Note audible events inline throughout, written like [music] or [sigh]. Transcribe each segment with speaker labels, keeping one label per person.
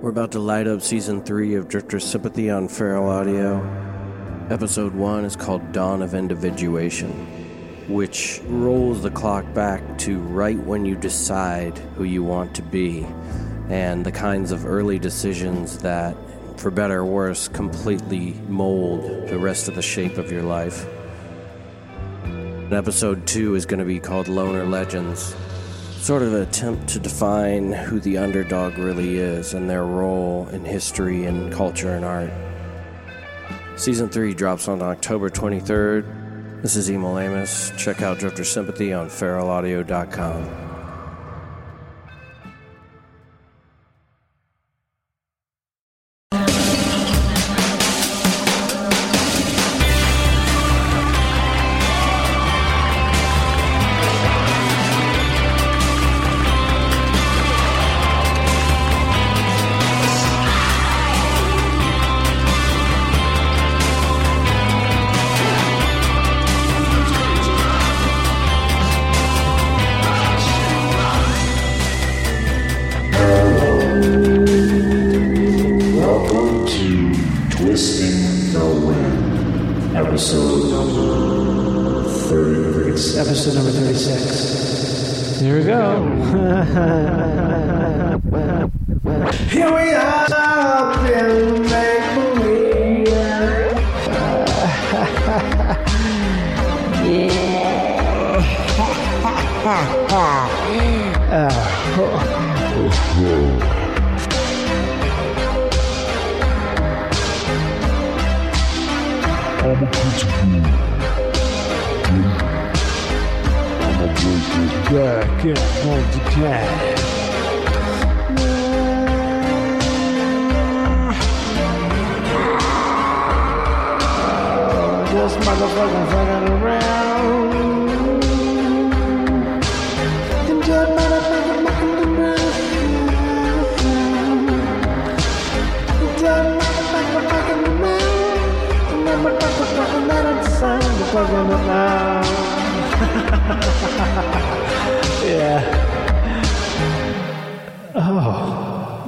Speaker 1: We're about to light up season three of Drifter's Sympathy on Feral Audio. Episode one is called Dawn of Individuation, which rolls the clock back to right when you decide who you want to be and the kinds of early decisions that, for better or worse, completely mold the rest of the shape of your life. And episode two is going to be called Loner Legends sort of an attempt to define who the underdog really is and their role in history and culture and art. Season 3 drops on October 23rd. This is Emil Amos. Check out Drifter Sympathy on feralaudio.com.
Speaker 2: Welcome to Twisting the Wind, episode number 36.
Speaker 3: Episode number 36. Here we go. Here we are up in make believe.
Speaker 2: I'm a principal. I'm a breaker.
Speaker 3: Back in the cat. This motherfucker fucking around. And that motherfucker fucking around. And that motherfucker fucking around. And that motherfucker fucking around. Sound fucking around. Yeah.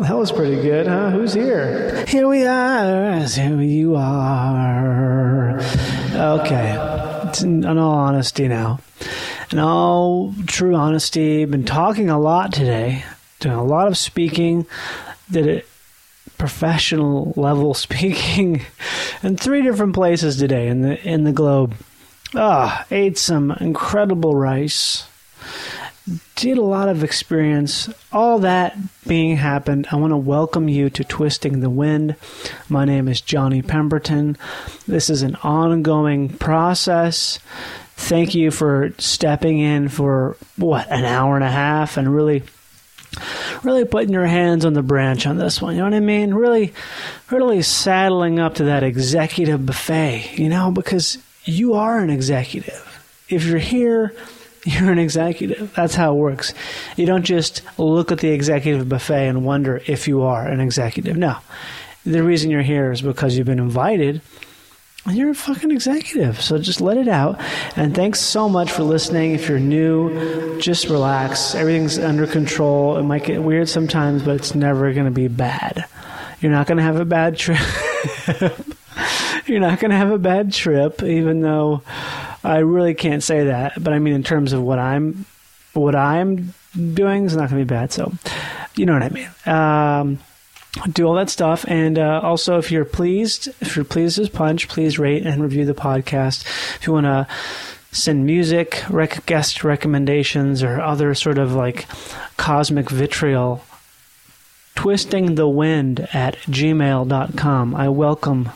Speaker 3: That was pretty good, huh? Who's here? Here we are, as here you are. Okay. It's in, in all honesty now. In all true honesty, been talking a lot today, doing a lot of speaking, did it professional level [laughs] speaking in three different places today in the in the globe. Ah, ate some incredible rice did a lot of experience. All that being happened, I want to welcome you to Twisting the Wind. My name is Johnny Pemberton. This is an ongoing process. Thank you for stepping in for what an hour and a half and really really putting your hands on the branch on this one. You know what I mean? Really, really saddling up to that executive buffet, you know, because you are an executive. If you're here, [laughs] you're an executive. That's how it works. You don't just look at the executive buffet and wonder if you are an executive. No. The reason you're here is because you've been invited and you're a fucking executive. So just let it out. And thanks so much for listening. If you're new, just relax. Everything's under control. It might get weird sometimes, but it's never going to be bad. You're not going to have a bad trip. [laughs] you're not going to have a bad trip, even though I really can't say that. But I mean, in terms of what I'm, what I'm doing is not going to be bad. So, you know what I mean. Um, do all that stuff. And uh, also, if you're pleased, if you're pleased as punch, please rate and review the podcast. If you want to send music, rec- guest recommendations, or other sort of like cosmic vitriol, twisting the wind at gmail.com. I welcome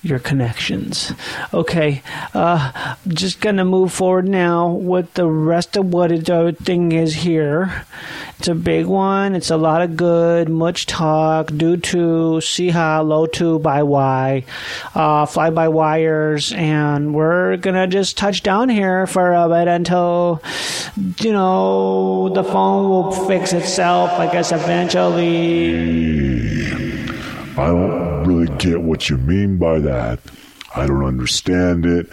Speaker 3: your connections. Okay, uh, just gonna move forward now with the rest of what it- the thing is here. It's a big one. It's a lot of good, much talk. Do to, see how, low to, by why, uh, fly by wires, and we're gonna just touch down here for a bit until you know the phone will fix itself. I guess eventually.
Speaker 2: I don't really get what you mean by that. I don't understand it.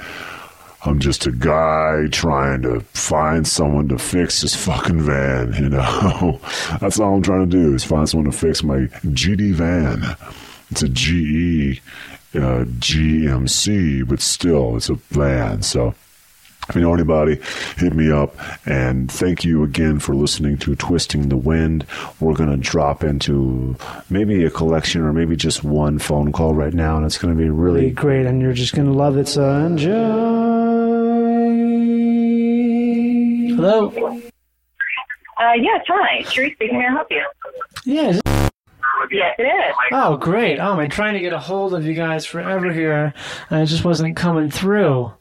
Speaker 2: I'm just a guy trying to find someone to fix this fucking van, you know? [laughs] That's all I'm trying to do is find someone to fix my GD van. It's a GE uh, GMC, but still, it's a van. So if you know anybody, hit me up. And thank you again for listening to Twisting the Wind. We're going to drop into maybe a collection or maybe just one phone call right now. And it's going to be
Speaker 3: Be
Speaker 2: really.
Speaker 3: great, and you're just gonna love it. So enjoy. Hello.
Speaker 4: Uh, yes, hi. Sheree speaking. May I help you?
Speaker 3: Yeah. is-
Speaker 4: Yes, it is.
Speaker 3: Oh, great. Oh, I've been trying to get a hold of you guys forever here, and it just wasn't coming through.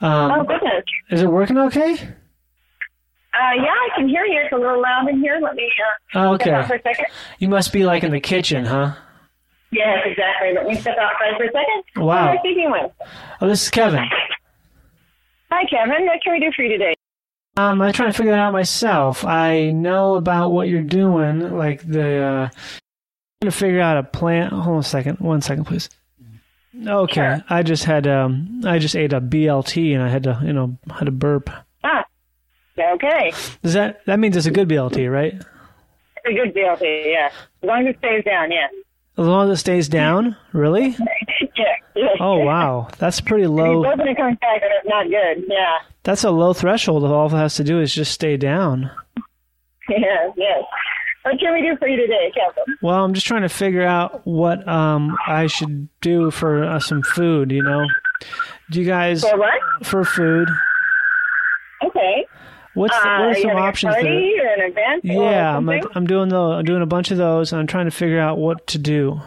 Speaker 4: Oh,
Speaker 3: Um,
Speaker 4: goodness.
Speaker 3: is it working okay?
Speaker 4: Uh, yeah, I can hear you. It's a little loud in here. Let me uh,
Speaker 3: Oh,
Speaker 4: step out for
Speaker 3: okay.
Speaker 4: a second.
Speaker 3: You must be like in the kitchen, huh?
Speaker 4: Yes, exactly. Let me step outside for a second.
Speaker 3: Wow.
Speaker 4: Who am I speaking with?
Speaker 3: Oh, this is Kevin.
Speaker 4: Hi, Kevin. What can we do for you today?
Speaker 3: Um, I'm trying to figure it out myself. I know about what you're doing, like the. Uh, I'm gonna figure out a plan. Hold on a second. One second, please. Okay,
Speaker 4: Sure.
Speaker 3: I just had um, I just ate a BLT and I had to, you know, had to burp.
Speaker 4: Ah, okay.
Speaker 3: Does that that means it's a good BLT, right?
Speaker 4: It's a good deal for you, yeah. As long as it stays down, yeah. [laughs]
Speaker 3: As long as it stays down, really?
Speaker 4: yeah. yeah.
Speaker 3: Oh wow, that's pretty
Speaker 4: If
Speaker 3: low.
Speaker 4: it doesn't come back, then it's not good. Yeah. [laughs]
Speaker 3: That's a low threshold. All it has to do is just stay down.
Speaker 4: Yeah, yes. What can we do for you today, Kevin?
Speaker 3: Well, I'm just trying to figure out what um I should do for uh, some food. You know, do you guys
Speaker 4: For what?
Speaker 3: for food?
Speaker 4: Okay.
Speaker 3: What's the,
Speaker 4: Uh,
Speaker 3: what are
Speaker 4: you
Speaker 3: some
Speaker 4: having a
Speaker 3: options?
Speaker 4: party
Speaker 3: There?
Speaker 4: or an event? or
Speaker 3: Yeah, I'm like
Speaker 4: something?
Speaker 3: I'm doing the I'm doing a bunch of those, and I'm trying to figure out what to do.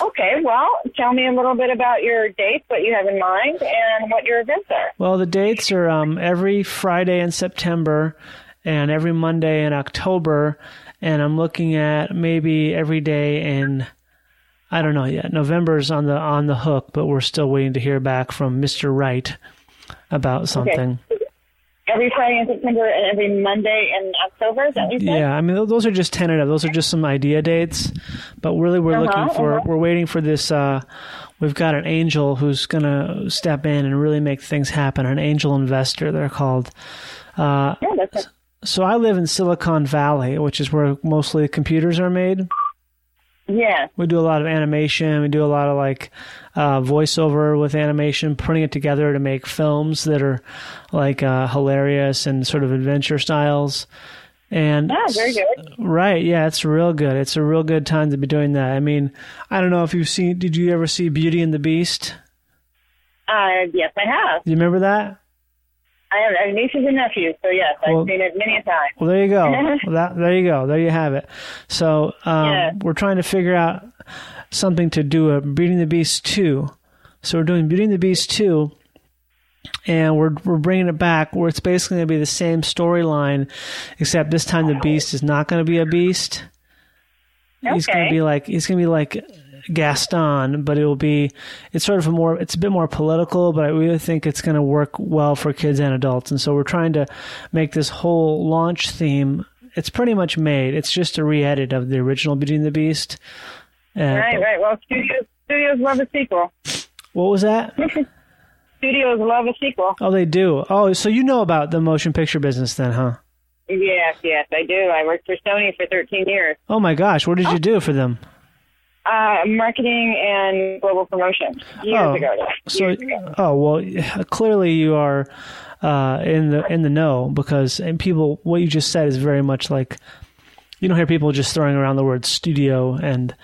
Speaker 4: Okay, well, tell me a little bit about your dates, what you have in mind, and what your events are.
Speaker 3: Well, the dates are um, every Friday in September and every Monday in October. And I'm looking at maybe every day in, I don't know yet. November's on the on the hook, but we're still waiting to hear back from Mr. Wright about something.
Speaker 4: Every Friday in September and every Monday in October, is that what you said?
Speaker 3: Yeah, I mean tho- those are just tentative. Those are just some idea dates, but really we're
Speaker 4: Uh-huh,
Speaker 3: looking for
Speaker 4: uh-huh.
Speaker 3: we're waiting for this. Uh, we've got an angel who's gonna step in and really make things happen. An angel investor, they're called. Uh,
Speaker 4: Yeah, that's
Speaker 3: so I live in Silicon Valley, which is where mostly computers are made.
Speaker 4: yeah.
Speaker 3: We do a lot of animation. We do a lot of like uh, voiceover with animation, putting it together to make films that are like uh, hilarious and sort of adventure styles. And
Speaker 4: Ah, very good.
Speaker 3: Right, yeah, it's real good. It's a real good time to be doing that. I mean, I don't know if you've seen. Did you ever see Beauty and the Beast?
Speaker 4: Uh, yes, I have.
Speaker 3: Do you remember that?
Speaker 4: I have, I have nieces and nephews, so yes, I've
Speaker 3: Well-
Speaker 4: seen it many a time.
Speaker 3: Well, there you
Speaker 4: [laughs]
Speaker 3: go. Well, that, there you go. There you have it. So um,
Speaker 4: Yeah.
Speaker 3: we're trying to figure out something to do a Beauty and the Beast two. So we're doing Beauty and the Beast two, and we're we're bringing it back where it's basically going to be the same storyline, except this time the Beast is not going to be a beast. He's going to
Speaker 4: Okay.
Speaker 3: be like he's going to be like Gaston, but it will be it's sort of a more it's a bit more political, but I really think it's going to work well for kids and adults. And so we're trying to make this whole launch theme. It's pretty much made. It's just a re-edit of the original Beauty and the Beast. Uh,
Speaker 4: Right,
Speaker 3: but-
Speaker 4: right. Well, studios, studios love a sequel.
Speaker 3: What was that?
Speaker 4: Studios love a sequel.
Speaker 3: Oh, they do. Oh, so you know about the motion picture business then, huh?
Speaker 4: Yes, yes, I do. I worked for Sony for 13 years,
Speaker 3: Oh my gosh, what did you do for them?
Speaker 4: uh, marketing and global promotion years
Speaker 3: Oh,
Speaker 4: ago.
Speaker 3: So,
Speaker 4: Years ago.
Speaker 3: oh well, clearly you are uh, in the in the know because and people, what you just said is very much like you don't hear people just throwing around the word studio and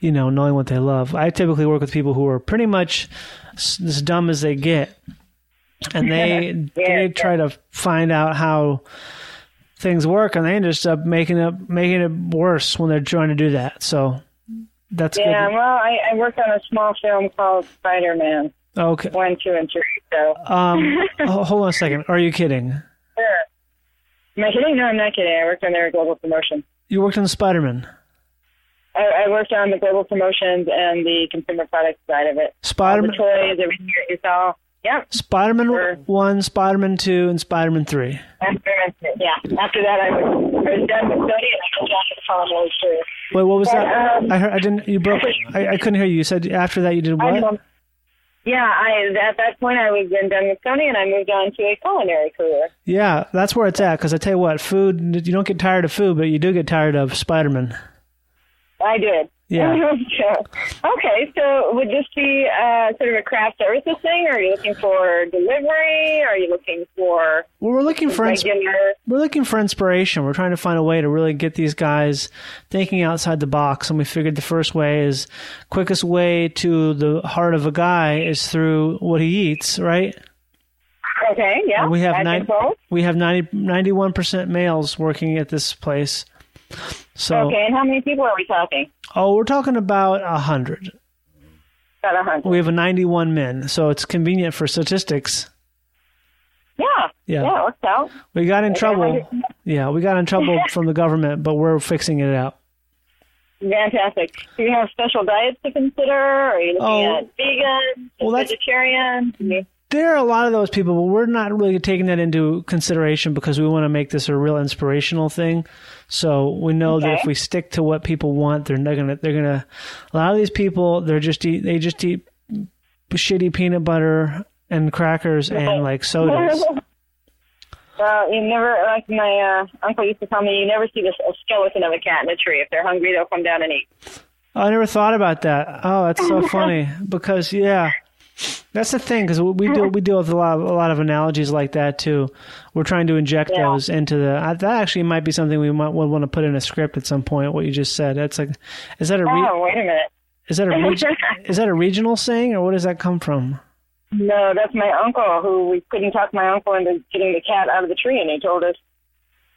Speaker 3: you know knowing what they love. I typically work with people who are pretty much s- as dumb as they get,
Speaker 4: [laughs]
Speaker 3: and they
Speaker 4: Yeah,
Speaker 3: they
Speaker 4: yeah.
Speaker 3: try to find out how things work, and they end up making it making it worse when they're trying to do that. So. That's
Speaker 4: Yeah,
Speaker 3: good.
Speaker 4: well, I, I worked on a small film called Spider Man
Speaker 3: Okay.
Speaker 4: One, Two, and Three. So, [laughs]
Speaker 3: Um, ho- hold on a second. Are you kidding?
Speaker 4: sure. Am I kidding? No, I'm not kidding. I worked on their global promotion.
Speaker 3: You worked on Spider Man.
Speaker 4: I, I worked on the global promotions and the consumer product side of it. All
Speaker 3: Spider
Speaker 4: the
Speaker 3: Man.
Speaker 4: toys, everything that you saw. Yep.
Speaker 3: Spider
Speaker 4: Sure.
Speaker 3: Man one, Spider Man two, and Spider Man three.
Speaker 4: After, yeah. After that, I was, I was done with Sony and I was back to Palm World Series.
Speaker 3: Wait, what was that?
Speaker 4: Um,
Speaker 3: I heard. I didn't. You broke. I, I couldn't hear you. You said after that you did
Speaker 4: I
Speaker 3: what?
Speaker 4: don't- Yeah, I at that point I was in done with Sony and I moved on to a culinary career.
Speaker 3: Yeah, that's where it's at. Because I tell you what, food, you don't get tired of food, but you do get tired of Spider Man.
Speaker 4: I did.
Speaker 3: Yeah.
Speaker 4: [laughs] so, okay, so would this be uh, sort of a craft services thing? Or are you looking for delivery? Are you looking for
Speaker 3: Well, we're looking for ins-
Speaker 4: regular?
Speaker 3: we're looking for inspiration. We're trying to find a way to really get these guys thinking outside the box. And we figured the first way is quickest way to the heart of a guy is through what he eats, right?
Speaker 4: Okay, yeah.
Speaker 3: And Uh, we have
Speaker 4: I
Speaker 3: nine,
Speaker 4: suppose.
Speaker 3: we have 91 percent males working at this place. So,
Speaker 4: Okay, and how many people are we talking?
Speaker 3: oh, we're talking about a hundred.
Speaker 4: About a hundred.
Speaker 3: We have a 91 men, so it's convenient for statistics.
Speaker 4: Yeah.
Speaker 3: Yeah.
Speaker 4: Yeah, it works out.
Speaker 3: We got in trouble.
Speaker 4: 100.
Speaker 3: Yeah, we got in trouble from the government, but we're fixing it out.
Speaker 4: Fantastic. Do you have special diets to consider? Are you looking
Speaker 3: Oh.
Speaker 4: at vegan,
Speaker 3: Well, that's-
Speaker 4: vegetarian? I mean,
Speaker 3: There are a lot of those people, but we're not really taking that into consideration because we want to make this a real inspirational thing. So we know that
Speaker 4: Okay.
Speaker 3: if we stick to what people want, they're not gonna. They're gonna. A lot of these people, they're just eat. They just eat shitty peanut butter and crackers and like
Speaker 4: [laughs]
Speaker 3: sodas.
Speaker 4: [laughs] Well, you never like my uh, uncle used to tell me you never see this a skeleton of a cat in a tree. If they're hungry, they'll come down and eat.
Speaker 3: Oh, I never thought about that. Oh, that's so funny because yeah, that's the thing because we do we deal with a lot of, a lot of analogies like that too. We're trying to inject
Speaker 4: Yeah.
Speaker 3: those into the I, that actually might be something we might would want to put in a script at some point. What you just said that's like is that a re,
Speaker 4: Oh, wait a minute.
Speaker 3: is that a reg,
Speaker 4: [laughs]
Speaker 3: is that a regional saying or where does that come from?
Speaker 4: No, that's my uncle who we couldn't talk my uncle into getting the cat out of the tree, and he told us.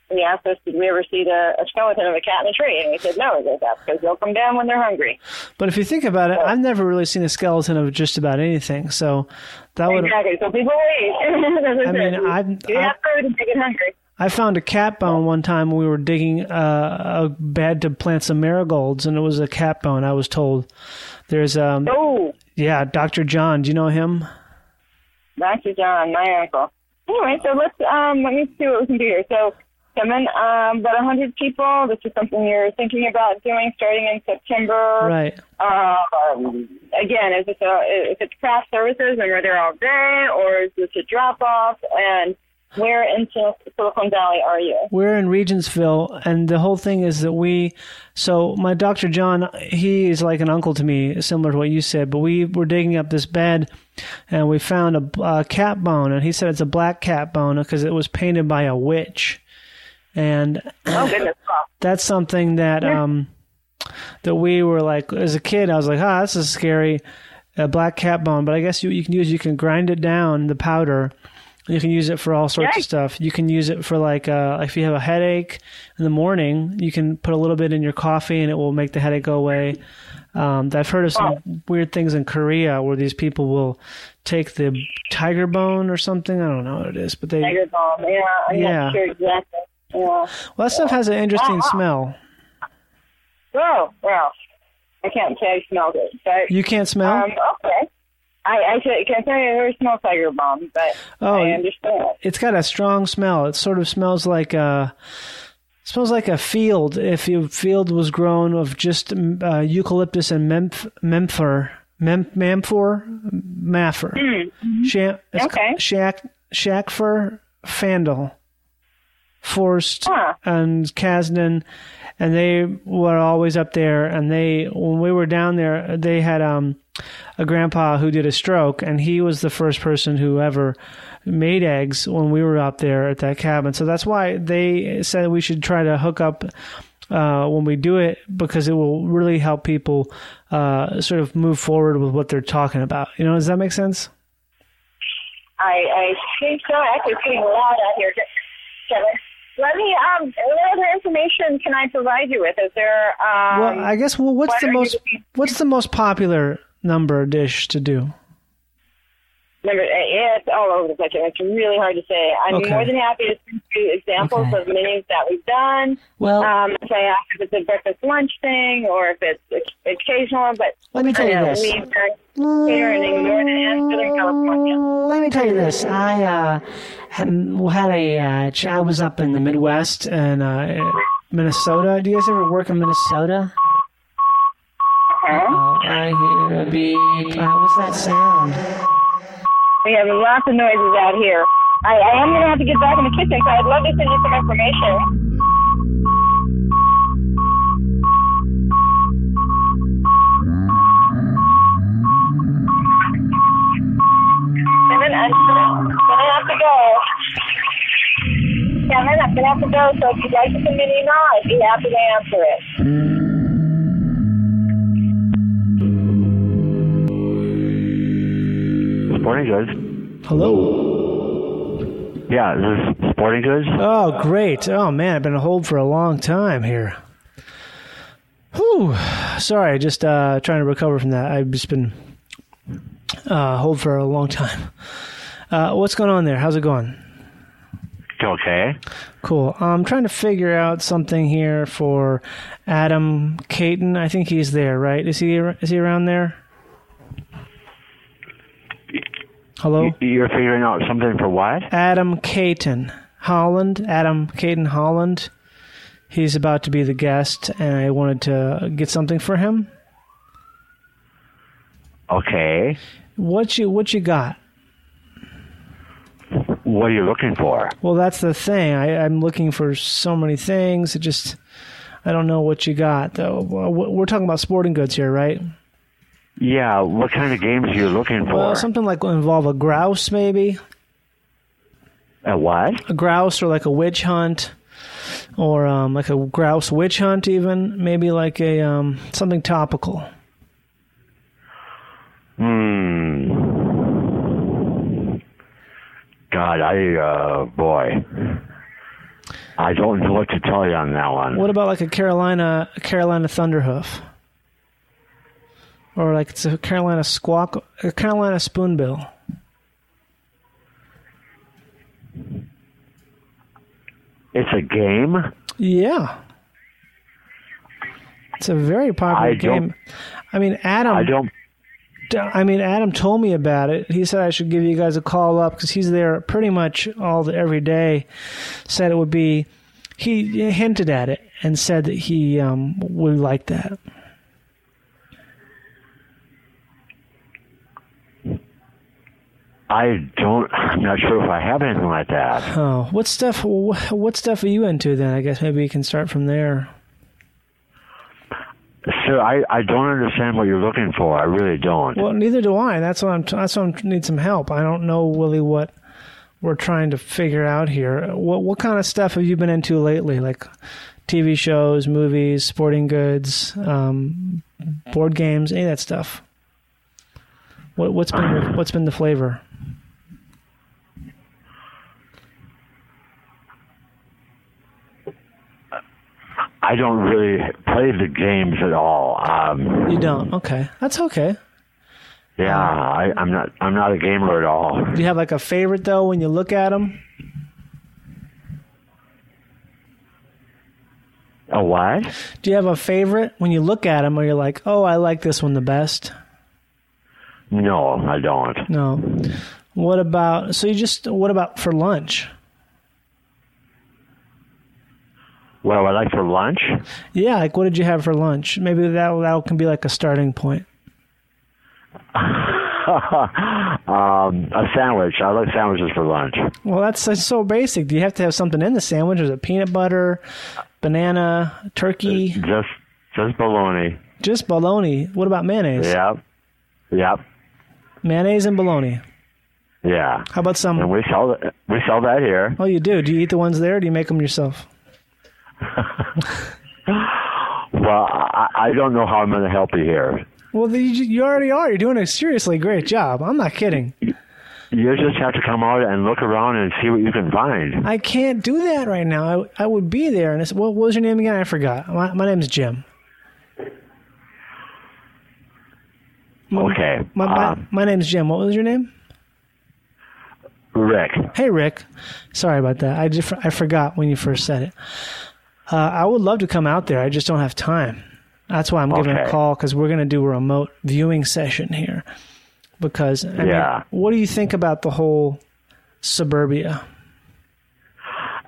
Speaker 4: He asked us, "Did we ever see the a skeleton of a cat in a tree?" And we said, "No." He goes, "That's because they'll come down when they're hungry."
Speaker 3: But if you think about it, I've never really seen a skeleton of just about anything. So that would
Speaker 4: Exactly. So people wait.
Speaker 3: Oh,
Speaker 4: [laughs]
Speaker 3: I mean, I'm-
Speaker 4: you have food and they get hungry.
Speaker 3: I found a cat bone one time when we were digging uh, a bed to plant some marigolds, and it was a cat bone. I was told there's um
Speaker 4: Oh,
Speaker 3: yeah, Doctor John. Do you know him?
Speaker 4: Dr. John, my uncle. Anyway, so let's um, let me see what we can do here. So, Kevin, um, about a hundred people. This is something you're thinking about doing starting in September.
Speaker 3: Right.
Speaker 4: Um, again, is this a if it's craft services and we're there all day, or is this a drop off? And where in Sil- Silicon Valley are you?
Speaker 3: We're in Regensville, and the whole thing is that we. So my Doctor John, he is like an uncle to me, similar to what you said. But we were digging up this bed, and we found a, a cat bone, and he said it's a black cat bone because it was painted by a witch, and
Speaker 4: Oh goodness, [laughs] wow.
Speaker 3: that's something that um that we were like as a kid I was like ah this is scary a black cat bone but I guess you you can use you can grind it down the powder you can use it for all sorts of
Speaker 4: Right.
Speaker 3: stuff you can use it for like uh if you have a headache in the morning you can put a little bit in your coffee and it will make the headache go away um, I've heard of some weird things in Korea where these people will take the tiger bone or something I don't know what it is but they
Speaker 4: Tiger Bomb. Yeah, I'm
Speaker 3: Yeah.
Speaker 4: not sure exactly. Yeah.
Speaker 3: well that stuff has an interesting
Speaker 4: Uh-huh.
Speaker 3: smell
Speaker 4: Well, well, I can't say I smelled it, but
Speaker 3: you can't smell
Speaker 4: Um, okay. I, I can, can tell you I never smell tiger bomb, but
Speaker 3: Oh,
Speaker 4: I
Speaker 3: you-
Speaker 4: understand.
Speaker 3: it's got a strong smell. It sort of smells like a smells like a field if your field was grown of just mm, uh, eucalyptus and memph memphor mem mamphor maffer Sha- it's
Speaker 4: Okay.
Speaker 3: ca- shack shackfur fandel forced
Speaker 4: Huh.
Speaker 3: and Kasdan, and they were always up there. And they, when we were down there, they had um, a grandpa who did a stroke, and he was the first person who ever made eggs when we were up there at that cabin. So that's why they said we should try to hook up. Uh, when we do it, because it will really help people uh, sort of move forward with what they're talking about. You know, does that make sense?
Speaker 4: I, I think so. Actually, it's getting loud out here, Kevin. Let me. Um, what other information can I provide you with? Is there? Um,
Speaker 3: Well, I guess. Well, what's
Speaker 4: why
Speaker 3: the
Speaker 4: don't you
Speaker 3: most
Speaker 4: just-
Speaker 3: what's the most popular number dish to do?
Speaker 4: Remember, eh, it's all over the place. It's really hard to say. I'm
Speaker 3: Okay.
Speaker 4: more than happy to send you examples
Speaker 3: Okay.
Speaker 4: of menus that we've done.
Speaker 3: Well,
Speaker 4: Um, say if it's a breakfast lunch thing or if it's oc- occasional, but
Speaker 3: Let me tell you
Speaker 4: uh,
Speaker 3: this.
Speaker 4: we've done catering in Northern and Southern California.
Speaker 3: Let me tell you this. I uh, had had a. Uh, ch- I was up in the Midwest and uh, Minnesota. Do you guys ever work in Minnesota?
Speaker 4: Huh?
Speaker 3: Uh,
Speaker 5: I hear a beep. How was that sound?
Speaker 4: We have lots of noises out here. I, I am going to have to get back in the kitchen, so I'd love to send you some information. Kevin, I'm going to have to go. Kevin, I'm going to have to go, so if you'd like to send me an email, I'd be happy to answer it.
Speaker 6: Sporting Goods.
Speaker 3: Hello.
Speaker 6: Yeah, is this Sporting Goods?
Speaker 3: Oh, great. Oh, man, I've been on hold for a long time here. Whew. Sorry, just uh, trying to recover from that. I've just been uh, hold for a long time. Uh, what's going on there? How's it going?
Speaker 6: Okay.
Speaker 3: Cool. I'm trying to figure out something here for Adam Caton. I think he's there, right? Is he is he around there? Hello, Oh.
Speaker 6: Y- You're figuring out something for what?
Speaker 3: Adam Caton Holland. Adam Caton Holland. He's about to be the guest, and I wanted to get something for him.
Speaker 6: Okay.
Speaker 3: What you what you got?
Speaker 6: What are you looking for?
Speaker 3: Well, that's the thing. I, I'm looking for so many things. It just I don't know what you got though. Well, We're talking about sporting goods here, right?
Speaker 6: Yeah, what kind of games are you looking for?
Speaker 3: Well, something like involve a grouse, maybe
Speaker 6: A what?
Speaker 3: a grouse or like a witch hunt, or um, like a grouse witch hunt, even maybe like a um, something topical.
Speaker 6: Hmm. God, I, uh, boy. I don't know what to tell you on that one.
Speaker 3: What about like a Carolina a Carolina thunderhoof, or like it's a Carolina squawk, a Carolina spoonbill?
Speaker 6: It's a game?
Speaker 3: Um. Yeah. It's a very popular
Speaker 6: I don't-
Speaker 3: game. I mean, Adam.
Speaker 6: I don't,
Speaker 3: I mean, Adam told me about it. He said I should give you guys a call up because he's there pretty much all the, every day. Said it would be. He hinted at it and said that he um, would like that.
Speaker 6: I don't, I'm not sure if I have anything like that.
Speaker 3: Oh, what stuff? wh- What stuff are you into then? I guess maybe you can start from there.
Speaker 6: Sir, I, I don't understand what you're looking for. I really don't.
Speaker 3: Well, neither do I. That's what I'm. T- that's what I'm. Need some help. I don't know, Willie, what we're trying to figure out here. What what kind of stuff have you been into lately? Like TV shows, movies, sporting goods, um, board games, any of that stuff. What what's been your, what's been the flavor?
Speaker 6: I don't really play the games at all. Um,
Speaker 3: You don't. Okay, that's okay.
Speaker 6: yeah, I, I'm not, I'm not a gamer at all.
Speaker 3: Do you have like a favorite though when you look at them?
Speaker 6: A what?
Speaker 3: Do you have a favorite when you look at them, or you're like, oh, I like this one the best?
Speaker 6: No, I don't.
Speaker 3: No. What about so you just what about for lunch?
Speaker 6: What do I like for lunch?
Speaker 3: Yeah, like what did you have for lunch? Maybe that that can be like a starting point.
Speaker 6: Um, a sandwich. I like sandwiches for lunch.
Speaker 3: Well, that's, that's so basic. Do you have to have something in the sandwich? Is it peanut butter, banana, turkey,
Speaker 6: Just, just bologna.
Speaker 3: just bologna? What about mayonnaise?
Speaker 6: Yep. Yep.
Speaker 3: Mayonnaise and bologna.
Speaker 6: Yeah.
Speaker 3: How about
Speaker 6: And
Speaker 3: some?
Speaker 6: we sell that, we sell that here.
Speaker 3: Oh, you do. Do you eat the ones there? Or do you make them yourself?
Speaker 6: Well, I, I don't know how I'm going to help you here.
Speaker 3: Well, the, you you already are. You're doing a seriously great job. I'm not kidding.
Speaker 6: You just have to come out and look around and see what you can find.
Speaker 3: I can't do that right now. I, I would be there. And it's, what, what was your name again? I forgot. My, my name's Jim. My-
Speaker 6: Okay.
Speaker 3: My, my,
Speaker 6: Um,
Speaker 3: my name's Jim. What was your name?
Speaker 6: Rick.
Speaker 3: Hey, Rick. Sorry about that. I just I forgot when you first said it. Uh, I would love to come out there. I just don't have time. That's why I'm giving a
Speaker 6: Okay.
Speaker 3: call because we're going to do a remote viewing session here. Because I mean,
Speaker 6: Yeah.
Speaker 3: what do you think about the whole suburbia?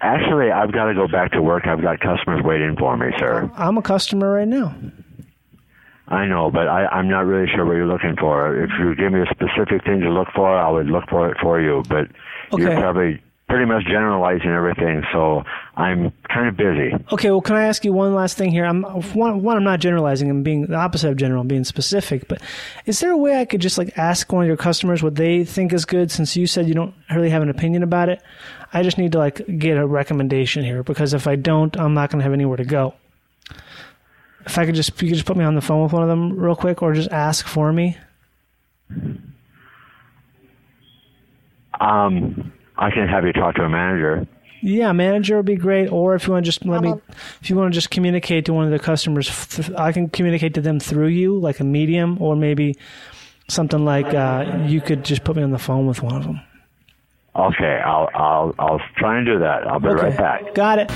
Speaker 6: Actually, I've got to go back to work. I've got customers waiting for me, sir.
Speaker 3: I'm a customer right now.
Speaker 6: I know, but I, I'm not really sure what you're looking for. If you give me a specific thing to look for, I would look for it for you. But you're
Speaker 3: Okay.
Speaker 6: probably pretty much generalizing everything, so I'm kind of busy.
Speaker 3: Okay, well, can I ask you one last thing here? I'm one, one. I'm not generalizing. I'm being the opposite of general. I'm being specific. But is there a way I could just like ask one of your customers what they think is good? Since you said you don't really have an opinion about it, I just need to like get a recommendation here because if I don't, I'm not going to have anywhere to go. If I could just, you could just put me on the phone with one of them real quick, or just ask for me.
Speaker 6: Um, I can have you talk to a manager.
Speaker 3: Yeah, manager would be great. Or if you want to just let me, if you want to just communicate to one of the customers, f- I can communicate to them through you, like a medium, or maybe something like uh, you could just put me on the phone with one of them.
Speaker 6: Okay, I'll I'll I'll try and do that. I'll be right back.
Speaker 3: Got it.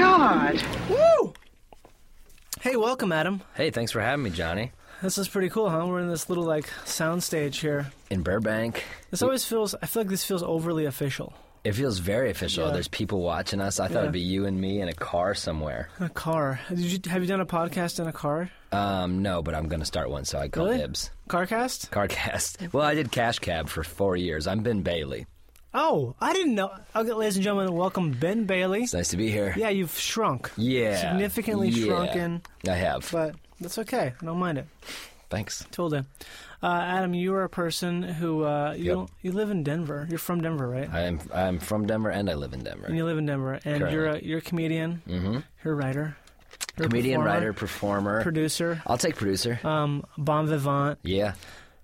Speaker 3: Woo! Hey, welcome, Adam.
Speaker 7: Hey, thanks for having me, Johnny.
Speaker 3: This is pretty cool, huh? We're in this little like sound stage here.
Speaker 7: In Burbank,
Speaker 3: This always feels. I feel like this feels overly official.
Speaker 7: it feels very official. There's people watching us. I thought it'd be you and me in a car somewhere.
Speaker 3: In a car. Did you have you done a podcast in a car?
Speaker 7: Um, no, but I'm gonna start one, so I call
Speaker 3: Really?
Speaker 7: dibs.
Speaker 3: Carcast?
Speaker 7: Carcast. Well, I did Cash Cab for four years. I'm Ben Bailey.
Speaker 3: Oh, I didn't know. Okay, ladies and gentlemen, welcome Ben Bailey.
Speaker 7: It's nice to be here.
Speaker 3: Yeah, you've shrunk.
Speaker 7: Yeah.
Speaker 3: Significantly
Speaker 7: Yeah.
Speaker 3: shrunken,
Speaker 7: I have.
Speaker 3: but that's okay. I don't mind it.
Speaker 7: Thanks.
Speaker 3: Tilda. Uh, Adam, you are a person who uh, you
Speaker 7: Yep.
Speaker 3: don't, you live in Denver. You're from Denver, right?
Speaker 7: I'm I'm from Denver and I live in Denver.
Speaker 3: and you live in Denver, and you're a, you're a comedian. Mm-hmm. You're a writer. You're a
Speaker 7: Comedian,
Speaker 3: performer,
Speaker 7: writer, performer.
Speaker 3: producer,
Speaker 7: I'll take producer.
Speaker 3: um, bon vivant,
Speaker 7: yeah,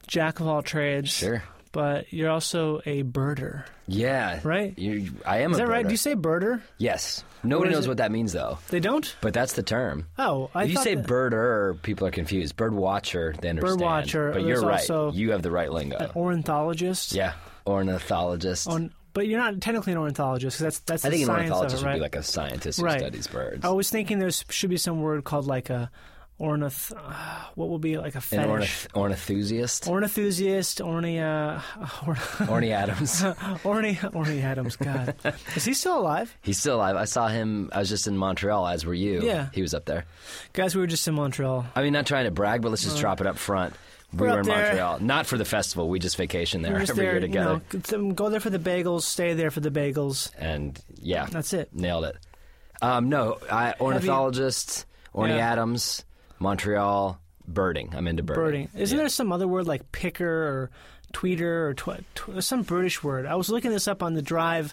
Speaker 3: jack of all trades.
Speaker 7: sure.
Speaker 3: But you're also a birder,
Speaker 7: Yeah.
Speaker 3: Right?
Speaker 7: You, I am
Speaker 3: is
Speaker 7: a
Speaker 3: that right?
Speaker 7: birder.
Speaker 3: Do you say birder?
Speaker 7: yes. Nobody
Speaker 3: is
Speaker 7: knows
Speaker 3: it?
Speaker 7: what that means though.
Speaker 3: They don't.
Speaker 7: But that's the term.
Speaker 3: Oh, I
Speaker 7: if you
Speaker 3: thought
Speaker 7: say
Speaker 3: that-
Speaker 7: birder, people are confused. Bird watcher, they understand.
Speaker 3: watcher,
Speaker 7: But
Speaker 3: there's
Speaker 7: you're right.
Speaker 3: also-
Speaker 7: you have the right lingo.
Speaker 3: ornithologist.
Speaker 7: yeah. Ornithologist.
Speaker 3: On, but you're not technically an ornithologist. 'cause that's that's
Speaker 7: I think
Speaker 3: the
Speaker 7: an
Speaker 3: science
Speaker 7: ornithologist
Speaker 3: of it, right?
Speaker 7: would be like a scientist who
Speaker 3: Right. Oh,
Speaker 7: studies birds.
Speaker 3: I was thinking there should be some word called like a ornith. Uh, [sighs] what would be like a
Speaker 7: An
Speaker 3: fetish?
Speaker 7: ornith- ornithusiast.
Speaker 3: Ornithusiast, orny, uh, [laughs] or,
Speaker 7: Orny
Speaker 3: [laughs]
Speaker 7: Adams.
Speaker 3: orny, orny Adams. God,
Speaker 7: [laughs]
Speaker 3: is he still alive?
Speaker 7: He's still alive. I saw him. I was just in Montreal, as were you.
Speaker 3: Yeah.
Speaker 7: He was up there.
Speaker 3: Guys, we were just in Montreal.
Speaker 7: I mean, not trying to brag, but let's just drop it up front. We
Speaker 3: We're
Speaker 7: were,
Speaker 3: up
Speaker 7: in
Speaker 3: there.
Speaker 7: Montreal, not for the festival. We just vacation there [laughs]
Speaker 3: We were just
Speaker 7: every
Speaker 3: there,
Speaker 7: year together.
Speaker 3: you know, some- go there for the bagels, stay there for the bagels.
Speaker 7: And yeah,
Speaker 3: That's it.
Speaker 7: Nailed it. Um, no, I, ornithologist, Orny
Speaker 3: Yeah.
Speaker 7: Adams, Montreal, birding. I'm into birding.
Speaker 3: Birding. Isn't there some other word like picker or tweeter or tw- tw- some British word? I was looking this up on the drive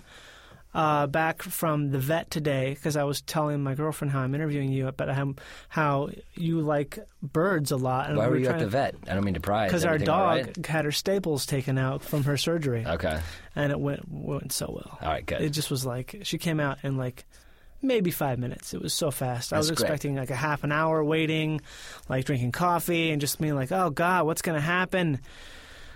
Speaker 3: uh, back from the vet today because I was telling my girlfriend how I'm interviewing you, but how, how you like birds a lot. And
Speaker 7: Why were
Speaker 3: we're
Speaker 7: you at
Speaker 3: trying-
Speaker 7: the vet? I don't mean to pry. Is
Speaker 3: Because our
Speaker 7: everything all
Speaker 3: dog
Speaker 7: right? Uh,
Speaker 3: had her staples taken out from her surgery,
Speaker 7: Okay.
Speaker 3: and it went went so well.
Speaker 7: All right, good.
Speaker 3: It just was like she came out in like maybe five minutes. It was so fast. I was
Speaker 7: That's great.
Speaker 3: expecting like a half an hour waiting, like drinking coffee and just being like, "Oh God, what's gonna happen?"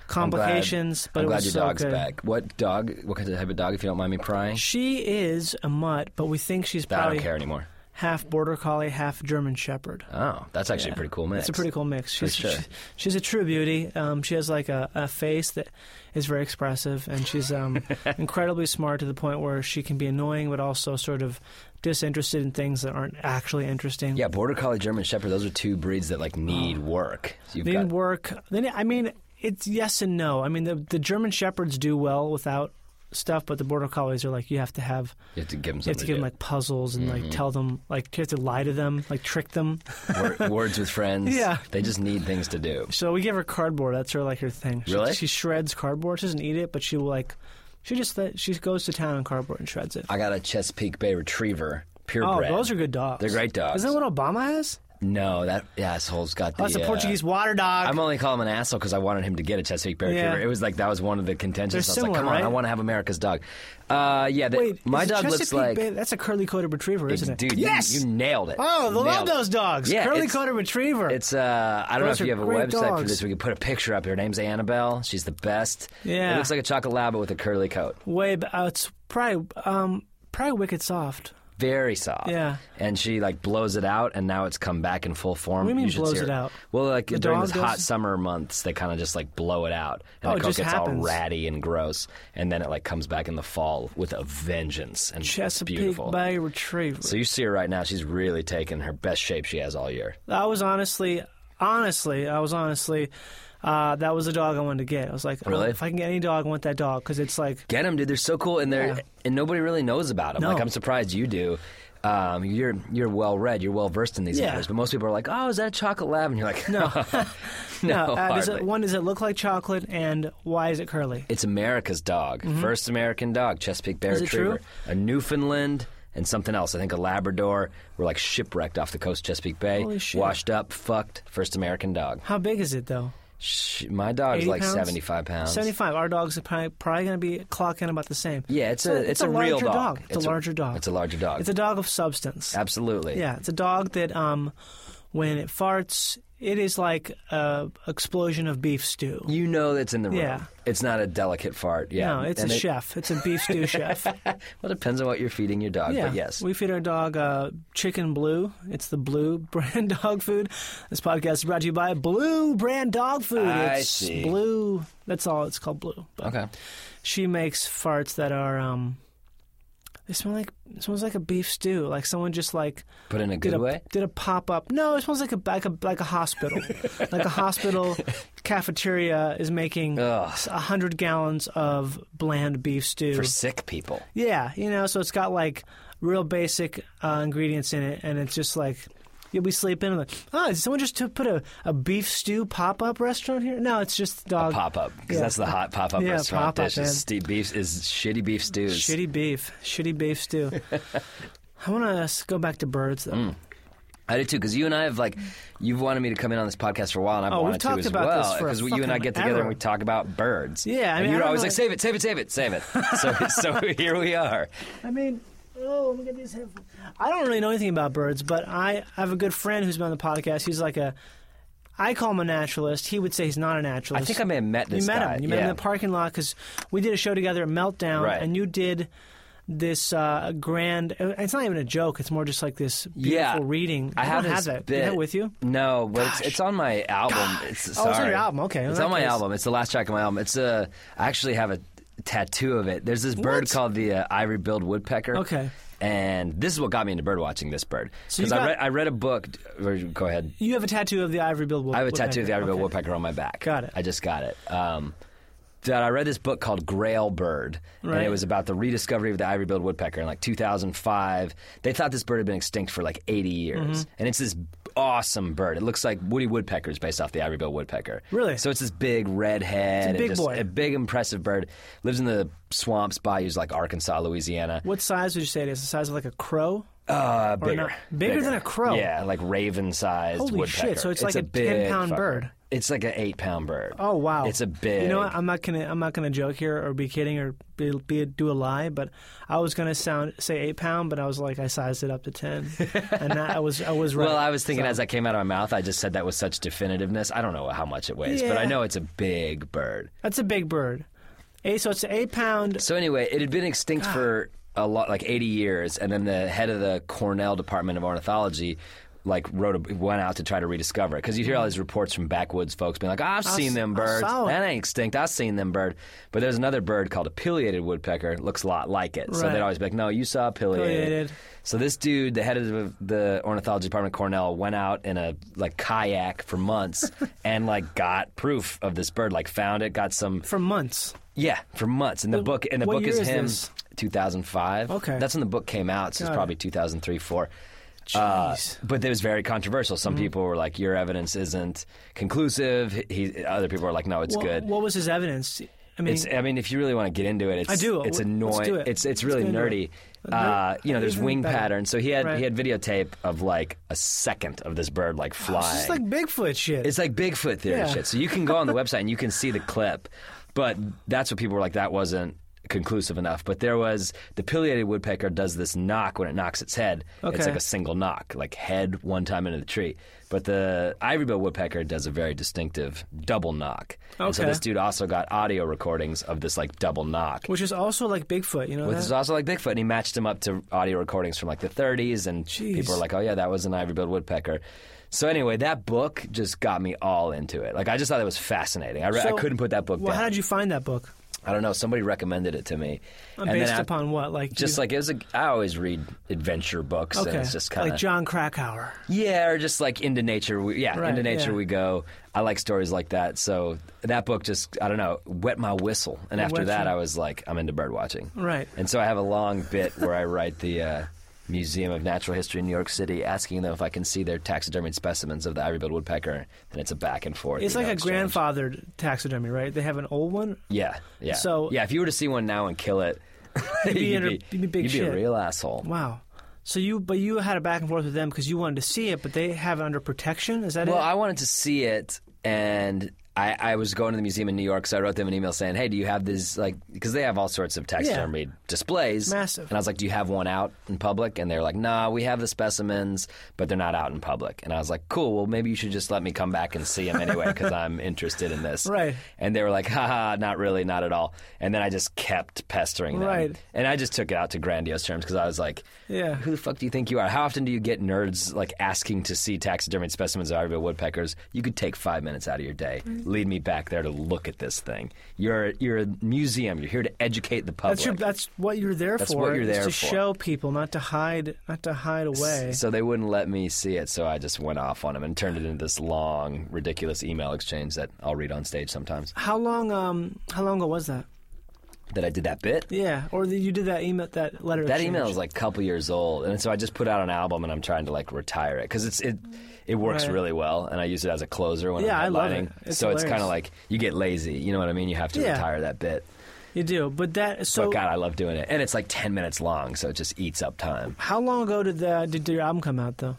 Speaker 7: I'm glad-
Speaker 3: Complications, but
Speaker 7: I'm
Speaker 3: it
Speaker 7: glad
Speaker 3: was
Speaker 7: your
Speaker 3: so
Speaker 7: dog's
Speaker 3: good.
Speaker 7: back. What dog? What kind of type of dog? If you don't mind me prying,
Speaker 3: She is a mutt, but we think she's
Speaker 7: I
Speaker 3: probably
Speaker 7: don't care anymore.
Speaker 3: half border collie, half German shepherd.
Speaker 7: Oh, that's actually a pretty cool
Speaker 3: It's
Speaker 7: mix.
Speaker 3: a pretty cool mix. She's,
Speaker 7: sure.
Speaker 3: she- she's a true beauty. Um, she has like a, a face that is very expressive, and she's
Speaker 7: [laughs]
Speaker 3: um, incredibly smart to the point where she can be annoying, but also sort of disinterested in things that aren't actually interesting.
Speaker 7: Yeah, border collie, German shepherd. Those are two breeds that like need work. You've
Speaker 3: Oh. They
Speaker 7: got-
Speaker 3: work. Then I mean, it's yes and no. I mean, the the German shepherds do well without stuff, but the border collies are like you have to have
Speaker 7: You have to Mm-hmm. give them
Speaker 3: you have
Speaker 7: something.
Speaker 3: to give them like puzzles and like tell them like you have to lie to them, like trick them.
Speaker 7: like words with
Speaker 3: [laughs]
Speaker 7: friends.
Speaker 3: Yeah.
Speaker 7: they just need things to do.
Speaker 3: So we give her cardboard. That's her like her thing. She,
Speaker 7: Really?
Speaker 3: She shreds cardboard. She doesn't eat it, but she will like. She just let, she goes to town on cardboard and shreds it.
Speaker 7: I got a Chesapeake Bay Retriever
Speaker 3: oh,
Speaker 7: purebred.
Speaker 3: those are good dogs.
Speaker 7: They're great dogs.
Speaker 3: Isn't that what Obama has?
Speaker 7: No, that asshole's got the.
Speaker 3: Oh, that's
Speaker 7: uh,
Speaker 3: a Portuguese water dog.
Speaker 7: I'm only calling him an asshole because I wanted him to get a Chesapeake Bay
Speaker 3: Yeah.
Speaker 7: Retriever. It was like that was one of the contentions.
Speaker 3: They're
Speaker 7: I was like,
Speaker 3: similar,
Speaker 7: come on,
Speaker 3: right?
Speaker 7: I want to have America's dog. Uh, yeah, the,
Speaker 3: Wait,
Speaker 7: my
Speaker 3: is
Speaker 7: dog looks
Speaker 3: Chesapeake
Speaker 7: like.
Speaker 3: Bay- that's a curly coated retriever, isn't it?
Speaker 7: Dude, you-
Speaker 3: yes.
Speaker 7: you, nailed it.
Speaker 3: oh, the love
Speaker 7: Nailed it.
Speaker 3: those dogs.
Speaker 7: Yeah,
Speaker 3: curly
Speaker 7: it's-
Speaker 3: coated retriever.
Speaker 7: It's uh, I don't
Speaker 3: Those
Speaker 7: know
Speaker 3: are
Speaker 7: if you have a
Speaker 3: great
Speaker 7: website for
Speaker 3: dogs.
Speaker 7: this. We could put a picture up. Her name's Annabelle. She's the best.
Speaker 3: Yeah.
Speaker 7: it looks like a chocolate lab with a curly coat.
Speaker 3: way. b- Uh, it's probably um probably wicked soft.
Speaker 7: very soft.
Speaker 3: Yeah.
Speaker 7: And she like blows it out, and now it's come back in full form.
Speaker 3: What do you mean
Speaker 7: should
Speaker 3: blows
Speaker 7: see
Speaker 3: it
Speaker 7: her-
Speaker 3: out?
Speaker 7: Well, like
Speaker 3: The
Speaker 7: during
Speaker 3: dog
Speaker 7: those hot
Speaker 3: does?
Speaker 7: summer months, they kind of just like blow it out, and
Speaker 3: Oh,
Speaker 7: the
Speaker 3: it
Speaker 7: coke
Speaker 3: just
Speaker 7: gets all
Speaker 3: happens.
Speaker 7: ratty and gross, and then it like comes back in the fall with a vengeance, and it's
Speaker 3: Chesapeake
Speaker 7: beautiful.
Speaker 3: Bay Retriever.
Speaker 7: So you see her right now; she's really taking her best shape she has all year.
Speaker 3: I was honestly, honestly, I was honestly, uh, that was the dog I wanted to get. I was like, oh,
Speaker 7: Really?
Speaker 3: if I can get any dog, I want that dog because it's
Speaker 7: [laughs]
Speaker 3: like,
Speaker 7: Get them, dude. They're so cool, and they're
Speaker 3: Yeah.
Speaker 7: and nobody really knows about them.
Speaker 3: No.
Speaker 7: Like I'm surprised you do. Um, you're you're well read, you're well versed in these
Speaker 3: Yeah.
Speaker 7: matters, but most people are like, "Oh, is that a chocolate lab?" And you're like, [laughs] "No,
Speaker 3: [laughs]
Speaker 7: no,
Speaker 3: uh, does it,
Speaker 7: Oh, hardly.
Speaker 3: one, does it look like chocolate, and why is it curly?
Speaker 7: It's America's dog, first American dog, Chesapeake Bay
Speaker 3: Mm-hmm. Is it
Speaker 7: Retriever,
Speaker 3: true?
Speaker 7: a Newfoundland, and something else. I think a Labrador. Were like shipwrecked off the coast of Chesapeake Bay,
Speaker 3: Holy shit.
Speaker 7: washed up, fucked. First American dog.
Speaker 3: How big is it though?
Speaker 7: Sh my dog is
Speaker 3: 80
Speaker 7: like
Speaker 3: pounds?
Speaker 7: 75 pounds.
Speaker 3: Seventy-five. Our dogs are probably, probably going to be clocking about the same.
Speaker 7: Yeah, it's
Speaker 3: So
Speaker 7: a it's, a, real
Speaker 3: larger
Speaker 7: dog.
Speaker 3: It's, a larger dog.
Speaker 7: It's a larger dog.
Speaker 3: It's a dog of substance.
Speaker 7: Absolutely.
Speaker 3: Yeah, it's a dog that um, when it farts, it is like a explosion of beef stew.
Speaker 7: You know that's in the room.
Speaker 3: Yeah.
Speaker 7: It's not a delicate fart. Yeah.
Speaker 3: No, it's
Speaker 7: And
Speaker 3: a
Speaker 7: it-
Speaker 3: chef. It's a beef
Speaker 7: [laughs]
Speaker 3: stew chef.
Speaker 7: Well, it depends on what you're feeding your dog,
Speaker 3: Yeah.
Speaker 7: but yes.
Speaker 3: We feed our dog uh, chicken blue. It's the blue [laughs] brand dog food. This podcast is brought to you by Blue Brand Dog Food.
Speaker 7: I
Speaker 3: it's
Speaker 7: see.
Speaker 3: blue. That's all. It's called blue. But
Speaker 7: okay.
Speaker 3: She makes farts that are. Um, they smell like it smells like a beef stew. Like someone just like
Speaker 7: But in a
Speaker 3: did
Speaker 7: good
Speaker 3: a
Speaker 7: way?
Speaker 3: did a pop up. No, it smells like a like a like a
Speaker 7: [laughs]
Speaker 3: hospital, like a hospital cafeteria is making a
Speaker 7: Ugh.
Speaker 3: hundred gallons of bland beef stew
Speaker 7: For sick people.
Speaker 3: yeah, you know, so it's got like real basic uh, ingredients in it, and it's just like you'll be sleeping and like, oh, did someone just to put a, a beef stew pop up restaurant here? No, it's just dog
Speaker 7: Pop up. Because
Speaker 3: Yeah.
Speaker 7: that's the hot pop up
Speaker 3: Yeah,
Speaker 7: restaurant
Speaker 3: pop-up,
Speaker 7: dish. Is, ste- beef, is shitty beef stews.
Speaker 3: Shitty beef, shitty beef
Speaker 7: [laughs]
Speaker 3: stew. I want to go back to birds though.
Speaker 7: Mm. I do too, because you and I have like, you've wanted me to come in on this podcast for a while, and I've
Speaker 3: Oh, we've
Speaker 7: wanted
Speaker 3: talked
Speaker 7: to as
Speaker 3: about
Speaker 7: well.
Speaker 3: this for a
Speaker 7: Because you and I
Speaker 3: fucking
Speaker 7: get together
Speaker 3: ever.
Speaker 7: and we talk about birds.
Speaker 3: Yeah, I mean,
Speaker 7: and
Speaker 3: I
Speaker 7: you're
Speaker 3: don't
Speaker 7: always
Speaker 3: know-
Speaker 7: like, save it, save it, save it,
Speaker 3: [laughs]
Speaker 7: save it. so, so here we are.
Speaker 3: I mean, oh, let me get these headphones. I don't really know anything about birds, but I, I have a good friend who's been on the podcast. He's like a, I call him a naturalist. He would say he's not a naturalist.
Speaker 7: I think I may have met this
Speaker 3: you met
Speaker 7: guy.
Speaker 3: him. You met him
Speaker 7: Yeah.
Speaker 3: in the parking lot because we did a show together at Meltdown,
Speaker 7: Right.
Speaker 3: and you did this uh, grand. It's not even a joke. It's more just like this beautiful reading.
Speaker 7: I
Speaker 3: You
Speaker 7: have
Speaker 3: don't
Speaker 7: this
Speaker 3: have that.
Speaker 7: bit-
Speaker 3: You have it with you.
Speaker 7: No, but it's, it's on my album. It's,
Speaker 3: Oh,
Speaker 7: sorry.
Speaker 3: it's on your album. Okay, in
Speaker 7: it's
Speaker 3: that
Speaker 7: on my
Speaker 3: case.
Speaker 7: album. It's the last track of my album. It's a. I actually have a tattoo of it. There's this bird
Speaker 3: What?
Speaker 7: called the uh, ivory billed woodpecker.
Speaker 3: Okay.
Speaker 7: And this is what got me into bird watching. This bird
Speaker 3: So you
Speaker 7: because
Speaker 3: got-
Speaker 7: I read I read a book. or- Go ahead.
Speaker 3: You have a tattoo of the ivory billed woodpecker.
Speaker 7: I have a tattoo of the ivory billed
Speaker 3: Okay.
Speaker 7: woodpecker on my back.
Speaker 3: Got it.
Speaker 7: I just got it. Um, that I read this book called Grail Bird, and
Speaker 3: Right.
Speaker 7: it was about the rediscovery of the ivory-billed woodpecker in like 2005. They thought this bird had been extinct for like 80 years,
Speaker 3: Mm-hmm.
Speaker 7: and it's this awesome bird. It looks like Woody Woodpecker's based off the ivory-billed woodpecker.
Speaker 3: Really?
Speaker 7: So it's this big red head,
Speaker 3: It's a
Speaker 7: and
Speaker 3: big
Speaker 7: just
Speaker 3: boy.
Speaker 7: a big impressive bird. Lives in the swamps, bayous like Arkansas, Louisiana.
Speaker 3: What size would you say it is? The size of like a crow?
Speaker 7: Uh,
Speaker 3: Or
Speaker 7: bigger,
Speaker 3: not- bigger than a crow?
Speaker 7: Yeah, like raven-sized
Speaker 3: Holy shit,
Speaker 7: woodpecker.
Speaker 3: so it's like a 10-pound
Speaker 7: big fucker.
Speaker 3: bird.
Speaker 7: It's like an eight-pound bird.
Speaker 3: Oh wow!
Speaker 7: It's a big.
Speaker 3: You know what? I'm not gonna I'm not gonna joke here or be kidding or be, be do a lie, but I was gonna sound say eight pound, but I was like I sized it up to ten, and that, I was I was right.
Speaker 7: [laughs] Well, I was thinking
Speaker 3: So-
Speaker 7: as that came out of my mouth, I just said that with such definitiveness. I don't know how much it weighs, but I
Speaker 3: Yeah.
Speaker 7: know it's a big bird.
Speaker 3: that's a big bird. Eight, so it's an eight pound.
Speaker 7: So anyway, it had been extinct for a lot, like 80 years, and then the head of the Cornell Department of Ornithology. Like wrote a, went out to try to rediscover it because you hear all these reports from backwoods folks being like, "I've seen them
Speaker 3: Mm. I
Speaker 7: birds,
Speaker 3: saw it."
Speaker 7: that ain't extinct. I've seen them bird." But there's another bird called a pileated woodpecker, looks a lot like it. So
Speaker 3: Right.
Speaker 7: they'd always be like, "No, you saw a
Speaker 3: Pileated.
Speaker 7: pileated." So this dude, the head of the ornithology department at Cornell, went out in a like kayak for
Speaker 3: [laughs]
Speaker 7: months and like got proof of this bird, like found it, got some
Speaker 3: for months.
Speaker 7: yeah, for months. And the
Speaker 3: Wh-
Speaker 7: book and the
Speaker 3: what
Speaker 7: book
Speaker 3: year
Speaker 7: is
Speaker 3: is
Speaker 7: him
Speaker 3: this?
Speaker 7: 2005.
Speaker 3: Okay.
Speaker 7: That's when the book came out, so
Speaker 3: Got
Speaker 7: it's
Speaker 3: it.
Speaker 7: probably 2003 4. Uh,
Speaker 3: Jeez.
Speaker 7: but it was very controversial. Some
Speaker 3: Mm-hmm.
Speaker 7: people were like, "Your evidence isn't conclusive." He, other people were like, "No, it's
Speaker 3: Wha-
Speaker 7: good."
Speaker 3: What was his evidence? I mean,
Speaker 7: it's, I mean, if you really want to get into it, it's,
Speaker 3: I do. Let's
Speaker 7: It's annoying.
Speaker 3: do it.
Speaker 7: It's
Speaker 3: Let's
Speaker 7: it's really
Speaker 3: get into
Speaker 7: nerdy.
Speaker 3: it.
Speaker 7: Uh, you know, there's
Speaker 3: Even
Speaker 7: wing
Speaker 3: better.
Speaker 7: patterns. So he had
Speaker 3: Right.
Speaker 7: he had videotape of like a second of this bird like flying.
Speaker 3: it's like Bigfoot shit.
Speaker 7: It's like Bigfoot theory
Speaker 3: Yeah. [laughs]
Speaker 7: shit. So you can go on the website and you can see the clip, but that's what people were like. That wasn't conclusive enough, but there was the pileated woodpecker does this knock when it knocks its head.
Speaker 8: Okay.
Speaker 7: It's like a single knock, like head one time into the tree. But the ivory-billed woodpecker does a very distinctive double knock. And so
Speaker 3: Okay.
Speaker 7: this dude also got audio recordings of this like double knock.
Speaker 3: Which is also like Bigfoot, you know.
Speaker 7: Which is
Speaker 3: That?
Speaker 7: also like Bigfoot, and he matched him up to audio recordings from like the 30s, and people were like, "Oh yeah, that was an ivory-billed woodpecker." So anyway, that book just got me all into it. Like I just thought it was fascinating. I, re-
Speaker 3: So-
Speaker 7: I couldn't put that book
Speaker 3: Well,
Speaker 7: down.
Speaker 3: how did you find that book?
Speaker 7: I don't know. Somebody recommended it to me.
Speaker 3: Um,
Speaker 7: And then
Speaker 3: based
Speaker 7: I-
Speaker 3: upon what? Like
Speaker 7: Just
Speaker 3: you-
Speaker 7: like it was, a, I always read adventure books,
Speaker 3: okay,
Speaker 7: and it's just kind of
Speaker 3: like John Krakauer.
Speaker 7: yeah, or just like into nature. We, yeah,
Speaker 3: Right,
Speaker 7: into nature
Speaker 3: yeah.
Speaker 7: we go. I like stories like that. So that book just, I don't know, wet my whistle. And after
Speaker 3: wet
Speaker 7: that,
Speaker 3: you-
Speaker 7: I was like, I'm into bird watching.
Speaker 3: Right.
Speaker 7: And so I have a long bit where I write the uh, Museum of Natural History in New York City, asking them if I can see their taxidermied specimens of the ivory-billed woodpecker. And it's a back and forth.
Speaker 3: It's
Speaker 7: you
Speaker 3: like
Speaker 7: know,
Speaker 3: a
Speaker 7: exchange.
Speaker 3: grandfathered taxidermy, right? They have an old one.
Speaker 7: Yeah, yeah.
Speaker 3: So-
Speaker 7: yeah, if you were to see one now and kill it, [laughs] you'd
Speaker 3: be under- [laughs] you'd be big
Speaker 7: you'd be
Speaker 3: shit.
Speaker 7: a real asshole.
Speaker 3: Wow. So you, but you had a back and forth with them because you wanted to see it, but they have it under protection. Is that
Speaker 7: Well,
Speaker 3: it?
Speaker 7: I wanted to see it, and I, I was going to the museum in New York, so I wrote them an email saying, "Hey, do you have this like because they have all sorts of taxidermy displays,
Speaker 3: Massive.
Speaker 7: And I was like, "Do you have one out in public?" And they're like, "Nah, we have the specimens, but they're not out in public." And I was like, "Cool, well maybe you should just let me come back and see them anyway
Speaker 3: [laughs]
Speaker 7: because I'm interested in this."
Speaker 3: Right.
Speaker 7: And they were like, "Haha, not really, not at all." And then I just kept pestering them,
Speaker 3: Right.
Speaker 7: And I just took it out to grandiose terms because I was like,
Speaker 3: Yeah.
Speaker 7: who the fuck do you think you are? How often do you get nerds like asking to see taxidermied specimens of ivory woodpeckers? You could take five minutes out of your day.
Speaker 3: Mm-hmm.
Speaker 7: Lead me back there to look at this thing. You're you're a museum. You're here to educate the public.
Speaker 3: that's your, that's what you're there
Speaker 7: That's
Speaker 3: for.
Speaker 7: what you're
Speaker 3: is
Speaker 7: there
Speaker 3: to
Speaker 7: for.
Speaker 3: show people, not to hide, not to hide away.
Speaker 7: so they wouldn't let me see it, so I just went off on them and turned it into this long, ridiculous email exchange that I'll read on stage sometimes.
Speaker 3: How long? Um, how long ago was that?
Speaker 7: That I did that bit.
Speaker 3: Yeah, or the, you did that email, that letter.
Speaker 7: That
Speaker 3: exchange.
Speaker 7: email is like a couple years old, and so I just put out an album, and I'm trying to like retire it because it's it it works
Speaker 3: Right.
Speaker 7: really well, and I use it as a closer when
Speaker 3: Yeah, I
Speaker 7: I'm
Speaker 3: love
Speaker 7: headlining.
Speaker 3: it. It's
Speaker 7: so it's kind
Speaker 3: hilarious.
Speaker 7: of like you get lazy, you know what I mean? You have to
Speaker 3: Yeah.
Speaker 7: retire that bit.
Speaker 3: you do, but that so.
Speaker 7: but God, I love doing it, and it's like ten minutes long, so it just eats up time.
Speaker 3: How long ago did that did your album come out though?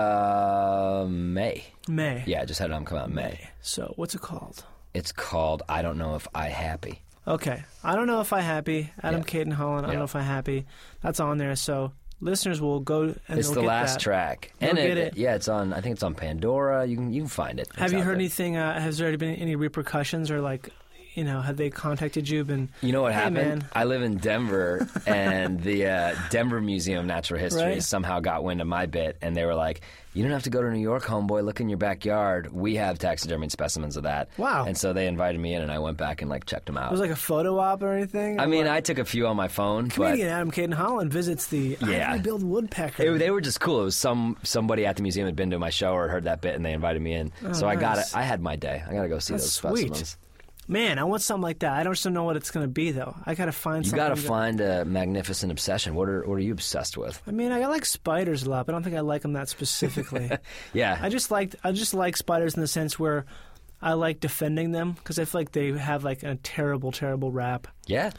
Speaker 7: Uh, May,
Speaker 3: May.
Speaker 7: yeah, I just had an album come out in May.
Speaker 3: So what's it called?
Speaker 7: It's called I don't know if I happy.
Speaker 3: Okay. I don't know if I happy. Adam
Speaker 7: Yeah.
Speaker 3: Caden Holland. I don't
Speaker 7: Yeah.
Speaker 3: know if I happy. That's on there. So listeners will go and
Speaker 7: it's
Speaker 3: they'll
Speaker 7: the
Speaker 3: get
Speaker 7: last
Speaker 3: that.
Speaker 7: track,
Speaker 3: They'll
Speaker 7: and
Speaker 3: get it.
Speaker 7: yeah, it's on. I think it's on Pandora. You can you can find it.
Speaker 3: Have
Speaker 7: It's
Speaker 3: you
Speaker 7: out
Speaker 3: heard
Speaker 7: there.
Speaker 3: anything? Uh, has there been any repercussions or like, you know, have they contacted you? Been
Speaker 7: You know what
Speaker 3: Hey,
Speaker 7: happened?
Speaker 3: man.
Speaker 7: I live in Denver, and the uh, Denver Museum of Natural History
Speaker 3: Right.
Speaker 7: somehow got wind of my bit, and they were like, "You don't have to go to New York, homeboy. Look in your backyard. We have taxidermied specimens of that."
Speaker 3: Wow.
Speaker 7: And so they invited me in, and I went back and like checked them out.
Speaker 3: was like a photo op or anything?
Speaker 7: I mean, I took a few on my phone,
Speaker 3: comedian
Speaker 7: but.
Speaker 3: Adam Caden Holland visits the
Speaker 7: Yeah.
Speaker 3: build woodpecker.
Speaker 7: It, they were just cool. It was some somebody at the museum had been to my show or heard that bit, and they invited me in. so I got
Speaker 3: Oh, nice.
Speaker 7: it. I had my day. I got to go see
Speaker 3: That's
Speaker 7: those
Speaker 3: sweet.
Speaker 7: specimens.
Speaker 3: Man, I want something like that. I don't just know what it's going to be though. I gotta find.
Speaker 7: You
Speaker 3: something
Speaker 7: got to
Speaker 3: that-
Speaker 7: find a magnificent obsession. What are what are you obsessed with?
Speaker 3: I mean, I like spiders a lot, but I don't think I like them that specifically.
Speaker 7: [laughs] Yeah,
Speaker 3: I just liked I just like spiders in the sense where I like defending them because I feel like they have like a terrible, terrible rap.
Speaker 7: yeah.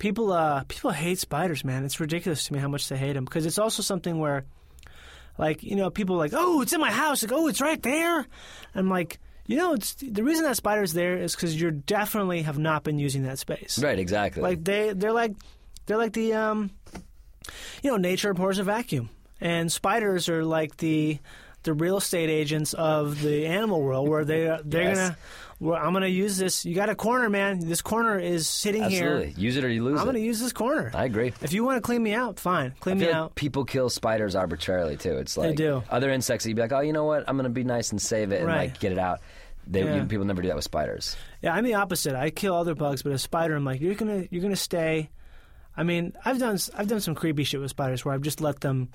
Speaker 3: People, uh, people hate spiders, man. It's ridiculous to me how much they hate them because it's also something where, like, you know, people are like, oh, it's in my house. Like, oh, it's right there. I'm like, you know, it's the reason that spider's there is because you definitely have not been using that space.
Speaker 7: Right, exactly.
Speaker 3: Like they, they're like, they're like the, um, you know, nature abhors a vacuum, and spiders are like the, the real estate agents of the animal world, where
Speaker 7: [laughs]
Speaker 3: they they're
Speaker 7: Yes.
Speaker 3: gonna, well, I'm gonna use this. You got a corner, man. This corner is sitting
Speaker 7: Absolutely.
Speaker 3: here.
Speaker 7: Use it or you lose
Speaker 3: I'm
Speaker 7: it.
Speaker 3: gonna use this corner.
Speaker 7: I agree.
Speaker 3: If you want to clean me out, fine, clean
Speaker 7: I
Speaker 3: me
Speaker 7: feel like
Speaker 3: out.
Speaker 7: people kill spiders arbitrarily too. It's like
Speaker 3: do.
Speaker 7: other insects. You'd be like, oh, you know what? I'm gonna be nice and save it and
Speaker 3: Right.
Speaker 7: like get it out. They,
Speaker 3: Yeah.
Speaker 7: you- people never do that with spiders.
Speaker 3: Yeah, I'm the opposite. I kill other bugs, but a spider, I'm like, you're gonna you're gonna stay. I mean, I've done s- I've done some creepy shit with spiders where I've just let them,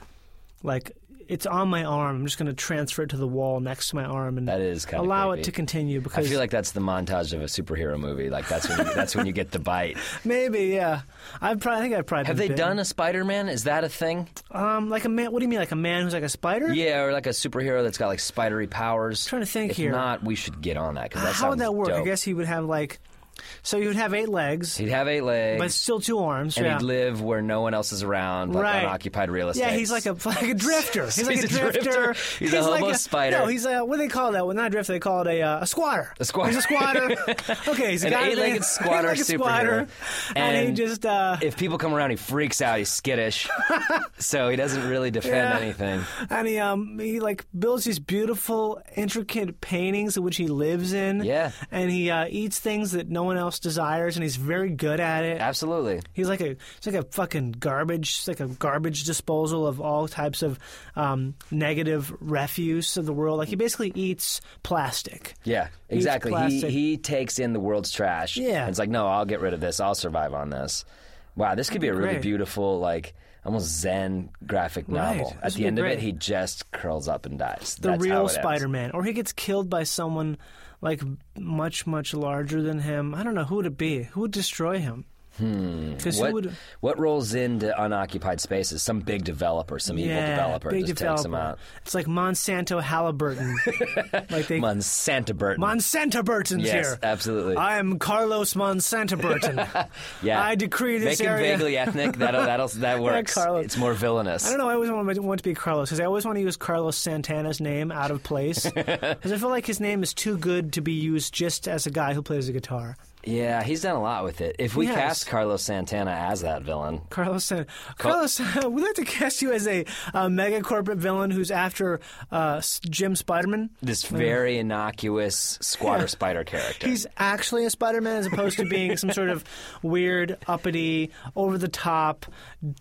Speaker 3: like, it's on my arm. I'm just gonna transfer it to the wall next to my arm and
Speaker 7: That is kinda
Speaker 3: allow
Speaker 7: creepy.
Speaker 3: it to continue
Speaker 7: I
Speaker 3: because
Speaker 7: feel like that's the montage of a superhero movie. Like that's when you, that's when you get the
Speaker 3: [laughs]
Speaker 7: bite.
Speaker 3: maybe yeah. I've probably I think I've probably
Speaker 7: Have they
Speaker 3: been
Speaker 7: done a Spider Man? Is that a thing?
Speaker 3: bitten. um like a man? What do you mean like a man who's like a spider?
Speaker 7: Yeah, or like a superhero that's got like spidery powers.
Speaker 3: Trying to think
Speaker 7: if
Speaker 3: here.
Speaker 7: not, we should get on that because that
Speaker 3: How would
Speaker 7: sounds
Speaker 3: that work? I
Speaker 7: dope.
Speaker 3: guess he would have like So you would have eight legs,
Speaker 7: He'd have eight legs.
Speaker 3: but still two arms.
Speaker 7: and
Speaker 3: yeah.
Speaker 7: he'd live where no one else is around, like
Speaker 3: Right.
Speaker 7: unoccupied real estate.
Speaker 3: Yeah, he's like a like a [laughs] drifter. He's, like
Speaker 7: He's
Speaker 3: a
Speaker 7: a
Speaker 3: drifter.
Speaker 7: drifter. He's a
Speaker 3: like
Speaker 7: hobo spider.
Speaker 3: No, he's a what do they call that? Well, not a drifter. They call it a uh, a squatter.
Speaker 7: A squatter.
Speaker 3: He's a squatter.
Speaker 7: [laughs]
Speaker 3: okay, he's a
Speaker 7: An
Speaker 3: guy with [laughs]
Speaker 7: eight-legged
Speaker 3: a-
Speaker 7: squatter
Speaker 3: eight-legged squatter.
Speaker 7: superhero.
Speaker 3: And, he
Speaker 7: And
Speaker 3: just uh,
Speaker 7: If people come around, he freaks out. He's skittish, so he doesn't really defend
Speaker 3: Yeah.
Speaker 7: anything.
Speaker 3: and he um he like builds these beautiful intricate paintings in which he lives in.
Speaker 7: Yeah.
Speaker 3: and he uh, eats things that no one else desires, and he's very good at it.
Speaker 7: Absolutely.
Speaker 3: He's like a he's like a fucking garbage, he's like a garbage disposal of all types of um, negative refuse of the world. Like he basically eats plastic.
Speaker 7: Yeah,
Speaker 3: Eats
Speaker 7: exactly. He
Speaker 3: plastic.
Speaker 7: he takes in the world's trash.
Speaker 3: Yeah.
Speaker 7: and it's like, no, I'll get rid of this. I'll survive on this. Wow, this could be a really
Speaker 3: Great.
Speaker 7: beautiful, like almost Zen graphic
Speaker 3: Right.
Speaker 7: novel.
Speaker 3: This
Speaker 7: At
Speaker 3: would
Speaker 7: the
Speaker 3: be
Speaker 7: end of
Speaker 3: great.
Speaker 7: it, he just curls up and dies.
Speaker 3: the
Speaker 7: That's how
Speaker 3: real
Speaker 7: it ends.
Speaker 3: Spider-Man, or he gets killed by someone like much much larger than him. I don't know who would it be. Who would destroy him? Hmm. Because who
Speaker 7: What,
Speaker 3: would?
Speaker 7: what rolls into unoccupied spaces? Some big developer, some evil
Speaker 3: yeah,
Speaker 7: developer
Speaker 3: big
Speaker 7: just takes them
Speaker 3: developer.
Speaker 7: out.
Speaker 3: It's like Monsanto
Speaker 7: [laughs]
Speaker 3: Halliburton. like they
Speaker 7: Monsanto Burton.
Speaker 3: Monsanto Burton's
Speaker 7: Yes,
Speaker 3: here.
Speaker 7: absolutely.
Speaker 3: I am Carlos Monsanto Burton.
Speaker 7: [laughs] yeah,
Speaker 3: I decree this
Speaker 7: Make him
Speaker 3: area-
Speaker 7: vaguely ethnic.
Speaker 3: [laughs]
Speaker 7: That'll, that'll that works.
Speaker 3: Carlos.
Speaker 7: It's more villainous.
Speaker 3: I don't know. I always want to, want to be Carlos because I always want to use Carlos Santana's name out of
Speaker 7: [laughs]
Speaker 3: place because I feel like his name is too good to be used just as a guy who plays a guitar.
Speaker 7: Yeah, he's done a lot with it. If we
Speaker 3: Yes.
Speaker 7: cast Carlos Santana as that villain,
Speaker 3: Carlos Santana. Carlos, [laughs] we'd like to cast you as a, uh mega corporate villain who's after uh, S- Jim Spiderman.
Speaker 7: this very innocuous squatter spider character.
Speaker 3: He's actually a Spider-Man as opposed to being some sort of weird, uppity, over the top,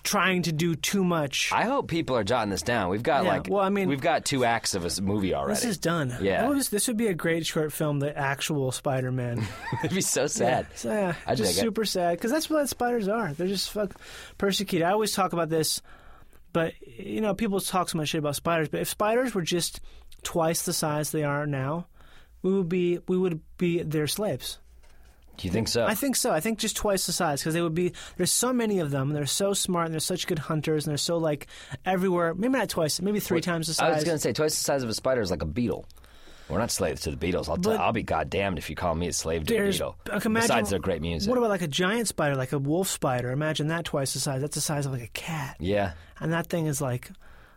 Speaker 3: trying to do too much.
Speaker 7: I hope people are jotting this down. We've got
Speaker 3: Yeah,
Speaker 7: like,
Speaker 3: well, I mean-
Speaker 7: we've got two acts of a s- movie already.
Speaker 3: This is done.
Speaker 7: Yeah.
Speaker 3: That was- this would be a great short film, The Actual Spider-Man.
Speaker 7: [laughs] It'd be so sad.
Speaker 3: So, yeah,
Speaker 7: I
Speaker 3: just
Speaker 7: dig it.
Speaker 3: super sad because that's what spiders are. They're just fuck persecuted. I always talk about this, but you know, people talk so much shit about spiders. But if spiders were just twice the size they are now, we would be we would be their slaves.
Speaker 7: Do you think so?
Speaker 3: I think so. I think just twice the size because they would be. There's so many of them. They're so smart and they're such good hunters and they're so like everywhere. Maybe not twice. Maybe three times the
Speaker 7: I
Speaker 3: size.
Speaker 7: was going to say twice the size of a spider is like a beetle. We're not slaves to the Beatles. I'll, t-
Speaker 3: But-
Speaker 7: I'll be goddamned if you call me a slave to the
Speaker 3: There's-
Speaker 7: Beatle.
Speaker 3: I can imagine-
Speaker 7: Besides their great music.
Speaker 3: What about like a giant spider, like a wolf spider? Imagine that twice the size. That's the size of like a cat.
Speaker 7: yeah.
Speaker 3: and that thing is like,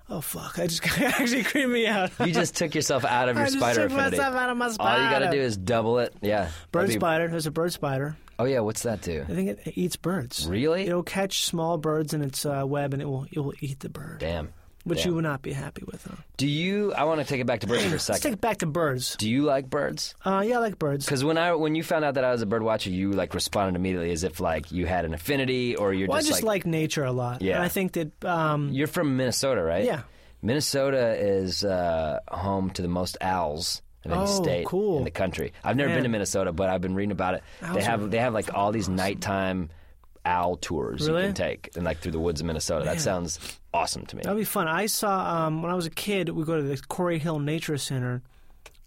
Speaker 3: oh fuck, I just [laughs] actually creamed me out.
Speaker 7: You just took yourself out of
Speaker 3: I
Speaker 7: your
Speaker 3: just
Speaker 7: spider
Speaker 3: took
Speaker 7: affinity.
Speaker 3: myself out of my
Speaker 7: All you got to
Speaker 3: spider.
Speaker 7: do is double it. Yeah.
Speaker 3: [laughs] Bird
Speaker 7: That'd be-
Speaker 3: spider. There's a bird spider.
Speaker 7: Oh yeah, what's that do?
Speaker 3: I think it, it eats birds.
Speaker 7: Really?
Speaker 3: It'll catch small birds in its uh, web, and it will it will eat the bird,
Speaker 7: Damn.
Speaker 3: which
Speaker 7: Damn.
Speaker 3: you would not be happy with. Huh?
Speaker 7: Do you? I want to take it back
Speaker 3: [clears throat]
Speaker 7: to birds for a
Speaker 3: Let's
Speaker 7: second.
Speaker 3: take it back to birds.
Speaker 7: Do you like birds?
Speaker 3: Uh, yeah, I like birds.
Speaker 7: Because when I when you found out that I was a bird watcher, you like responded immediately as if like you had an affinity or you're
Speaker 3: Well, I
Speaker 7: just,
Speaker 3: just like, nature a lot.
Speaker 7: Yeah.
Speaker 3: and I think that um,
Speaker 7: you're from Minnesota, right?
Speaker 3: Yeah.
Speaker 7: Minnesota is uh, home to the most owls of any
Speaker 3: Oh,
Speaker 7: state
Speaker 3: cool.
Speaker 7: in the country. I've never
Speaker 3: Man.
Speaker 7: been to Minnesota, but I've been reading about it. they
Speaker 3: Owls
Speaker 7: have
Speaker 3: are
Speaker 7: they have like all these nighttime owl tours
Speaker 3: Really?
Speaker 7: you can take and like through the woods of Minnesota. That sounds awesome to me.
Speaker 3: That'd be fun. I saw um, when I was a kid, we go to the Corey Hill Nature Center,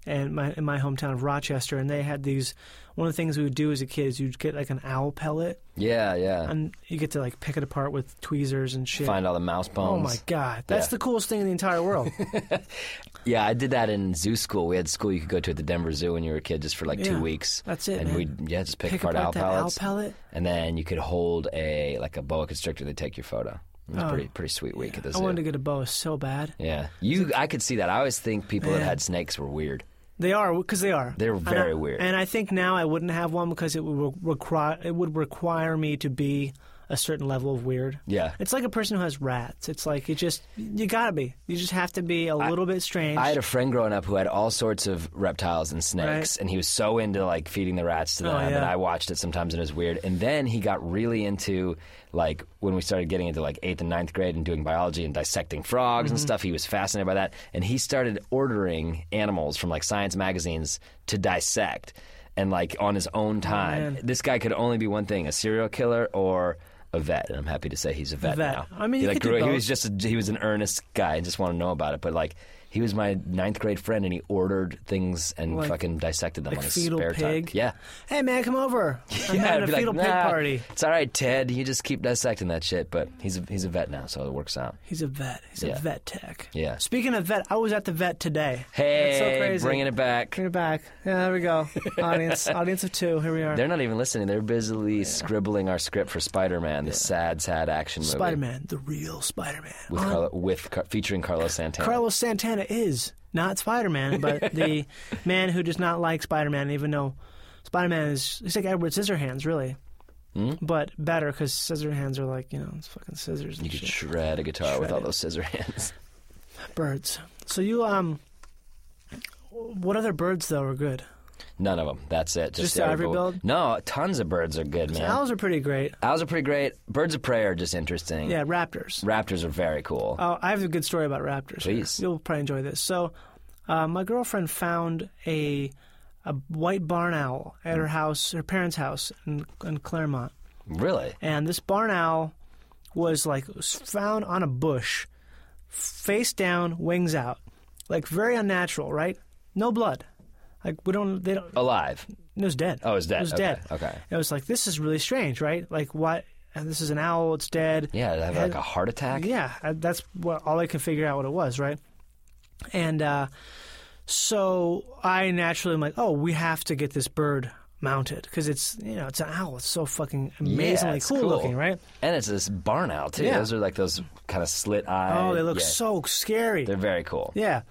Speaker 3: and my in my hometown of Rochester, and they had these. One of the things we would do as a kid is you'd get like an owl pellet,
Speaker 7: Yeah, yeah.
Speaker 3: and you get to like pick it apart with tweezers and shit.
Speaker 7: Find all the mouse
Speaker 3: Oh
Speaker 7: bones.
Speaker 3: my god, that's
Speaker 7: Yeah.
Speaker 3: the coolest thing in the entire world.
Speaker 7: Yeah, I did that in zoo school. We had school you could go to at the Denver Zoo when you were a kid, just for like
Speaker 3: Yeah,
Speaker 7: [laughs] two weeks.
Speaker 3: that's it,
Speaker 7: And
Speaker 3: man.
Speaker 7: we'd yeah just pick,
Speaker 3: Pick
Speaker 7: apart,
Speaker 3: apart
Speaker 7: owl
Speaker 3: that owl
Speaker 7: pellets,
Speaker 3: pellet.
Speaker 7: and then you could hold a like a boa constrictor. They take your photo. It was pretty pretty sweet week at the
Speaker 3: Oh. I
Speaker 7: zoo.
Speaker 3: wanted to get a boa so bad.
Speaker 7: yeah, you. I could see that. I always think people that
Speaker 3: Yeah.
Speaker 7: had snakes were weird.
Speaker 3: They are because they are.
Speaker 7: They're
Speaker 3: And
Speaker 7: very
Speaker 3: I-
Speaker 7: weird.
Speaker 3: And I think now I wouldn't have one because it would require it would require me to be a certain level of weird.
Speaker 7: Yeah.
Speaker 3: It's like a person who has rats. It's like you just you gotta be. You just have to be a little bit strange.
Speaker 7: I had a friend growing up who had all sorts of reptiles and
Speaker 3: Right.
Speaker 7: snakes, and he was so into like feeding the rats to
Speaker 3: Oh,
Speaker 7: them. And
Speaker 3: yeah.
Speaker 7: I watched it sometimes, and it was weird. And then he got really into like when we started getting into like eighth and ninth grade and doing biology and dissecting frogs
Speaker 3: Mm-hmm.
Speaker 7: and stuff. He was fascinated by that, and he started ordering animals from like science magazines to dissect, and like on his own time.
Speaker 3: Oh, man.
Speaker 7: this guy could only be one thing: a serial killer or a vet, and I'm happy to say he's a vet,
Speaker 3: vet.
Speaker 7: now.
Speaker 3: I mean,
Speaker 7: he,
Speaker 3: you
Speaker 7: like,
Speaker 3: could do
Speaker 7: grew- he
Speaker 3: both.
Speaker 7: was just a, he was an earnest guy and just wanted to know about it. But like, he was my ninth grade friend, and he ordered things and
Speaker 3: Like-
Speaker 7: fucking dissected them
Speaker 3: like
Speaker 7: on his
Speaker 3: fetal
Speaker 7: spare
Speaker 3: pig.
Speaker 7: time. Yeah,
Speaker 3: Hey man, come
Speaker 7: [laughs]
Speaker 3: over. I'm
Speaker 7: yeah. I'd
Speaker 3: having
Speaker 7: be
Speaker 3: a
Speaker 7: like,
Speaker 3: fetal pig
Speaker 7: "Nah,
Speaker 3: party.
Speaker 7: It's all right, Ted. You just keep dissecting that shit. But he's a, he's a vet now, so it works out.
Speaker 3: He's a vet. He's
Speaker 7: Yeah.
Speaker 3: a vet tech.
Speaker 7: Yeah.
Speaker 3: Speaking of vet, I was at the vet today. That's
Speaker 7: Hey,
Speaker 3: so crazy.
Speaker 7: bringing it back.
Speaker 3: Bring it back. Yeah, there we go.
Speaker 7: [laughs]
Speaker 3: Audience, audience of two. Here we are.
Speaker 7: They're not even listening. They're busily scribbling our script for Spider-Man, the sad, sad action movie
Speaker 3: Spider-Man, the real Spider-Man.
Speaker 7: with
Speaker 3: On-
Speaker 7: Carlo, with Car- featuring Carlos Santana.
Speaker 3: Carlos Santana is not Spider-Man,
Speaker 7: [laughs]
Speaker 3: but the man who does not like Spider-Man, even though Spider-Man is he's like Edward Scissorhands, really,
Speaker 7: Hmm?
Speaker 3: but better because Scissorhands are like you know it's fucking scissors and
Speaker 7: you could
Speaker 3: shit.
Speaker 7: shred a guitar with
Speaker 3: Shred
Speaker 7: all
Speaker 3: it.
Speaker 7: those scissor hands. [laughs]
Speaker 3: birds. So you um, what other birds though are good?
Speaker 7: None of them. That's it. Just,
Speaker 3: Just the ivory
Speaker 7: bull-
Speaker 3: build?
Speaker 7: No, tons of birds are good, man. Owls,
Speaker 3: Owls are pretty great.
Speaker 7: are pretty great. Birds of prey are just interesting.
Speaker 3: Yeah, raptors.
Speaker 7: Raptors are very cool.
Speaker 3: Oh, I have a good story about raptors. here.
Speaker 7: Please.
Speaker 3: You'll probably enjoy this. So, uh, my girlfriend found a a white barn owl at her house, her parents' house in, in Claremont.
Speaker 7: really?
Speaker 3: And this barn owl was like was found on a bush, face down, wings out. Like very unnatural, right? No blood. Like we don't they don't
Speaker 7: Alive.
Speaker 3: it was dead.
Speaker 7: Oh, it was dead.
Speaker 3: It was
Speaker 7: Okay,
Speaker 3: dead.
Speaker 7: okay.
Speaker 3: It was like this is really strange, right? Like what and this is an owl, it's dead.
Speaker 7: Yeah, they have like a heart attack.
Speaker 3: Yeah, uh, that's what all I could figure out what it was, right? And uh, so I naturally am like, oh, we have to get this bird mounted because it's you know it's an owl, it's so fucking amazingly
Speaker 7: it's
Speaker 3: cool,
Speaker 7: cool.
Speaker 3: looking, right?
Speaker 7: And it's this barn owl too.
Speaker 3: Yeah.
Speaker 7: Those are like those kind of slit eyes.
Speaker 3: Oh, they look
Speaker 7: yeah.
Speaker 3: so scary.
Speaker 7: They're very cool.
Speaker 3: yeah,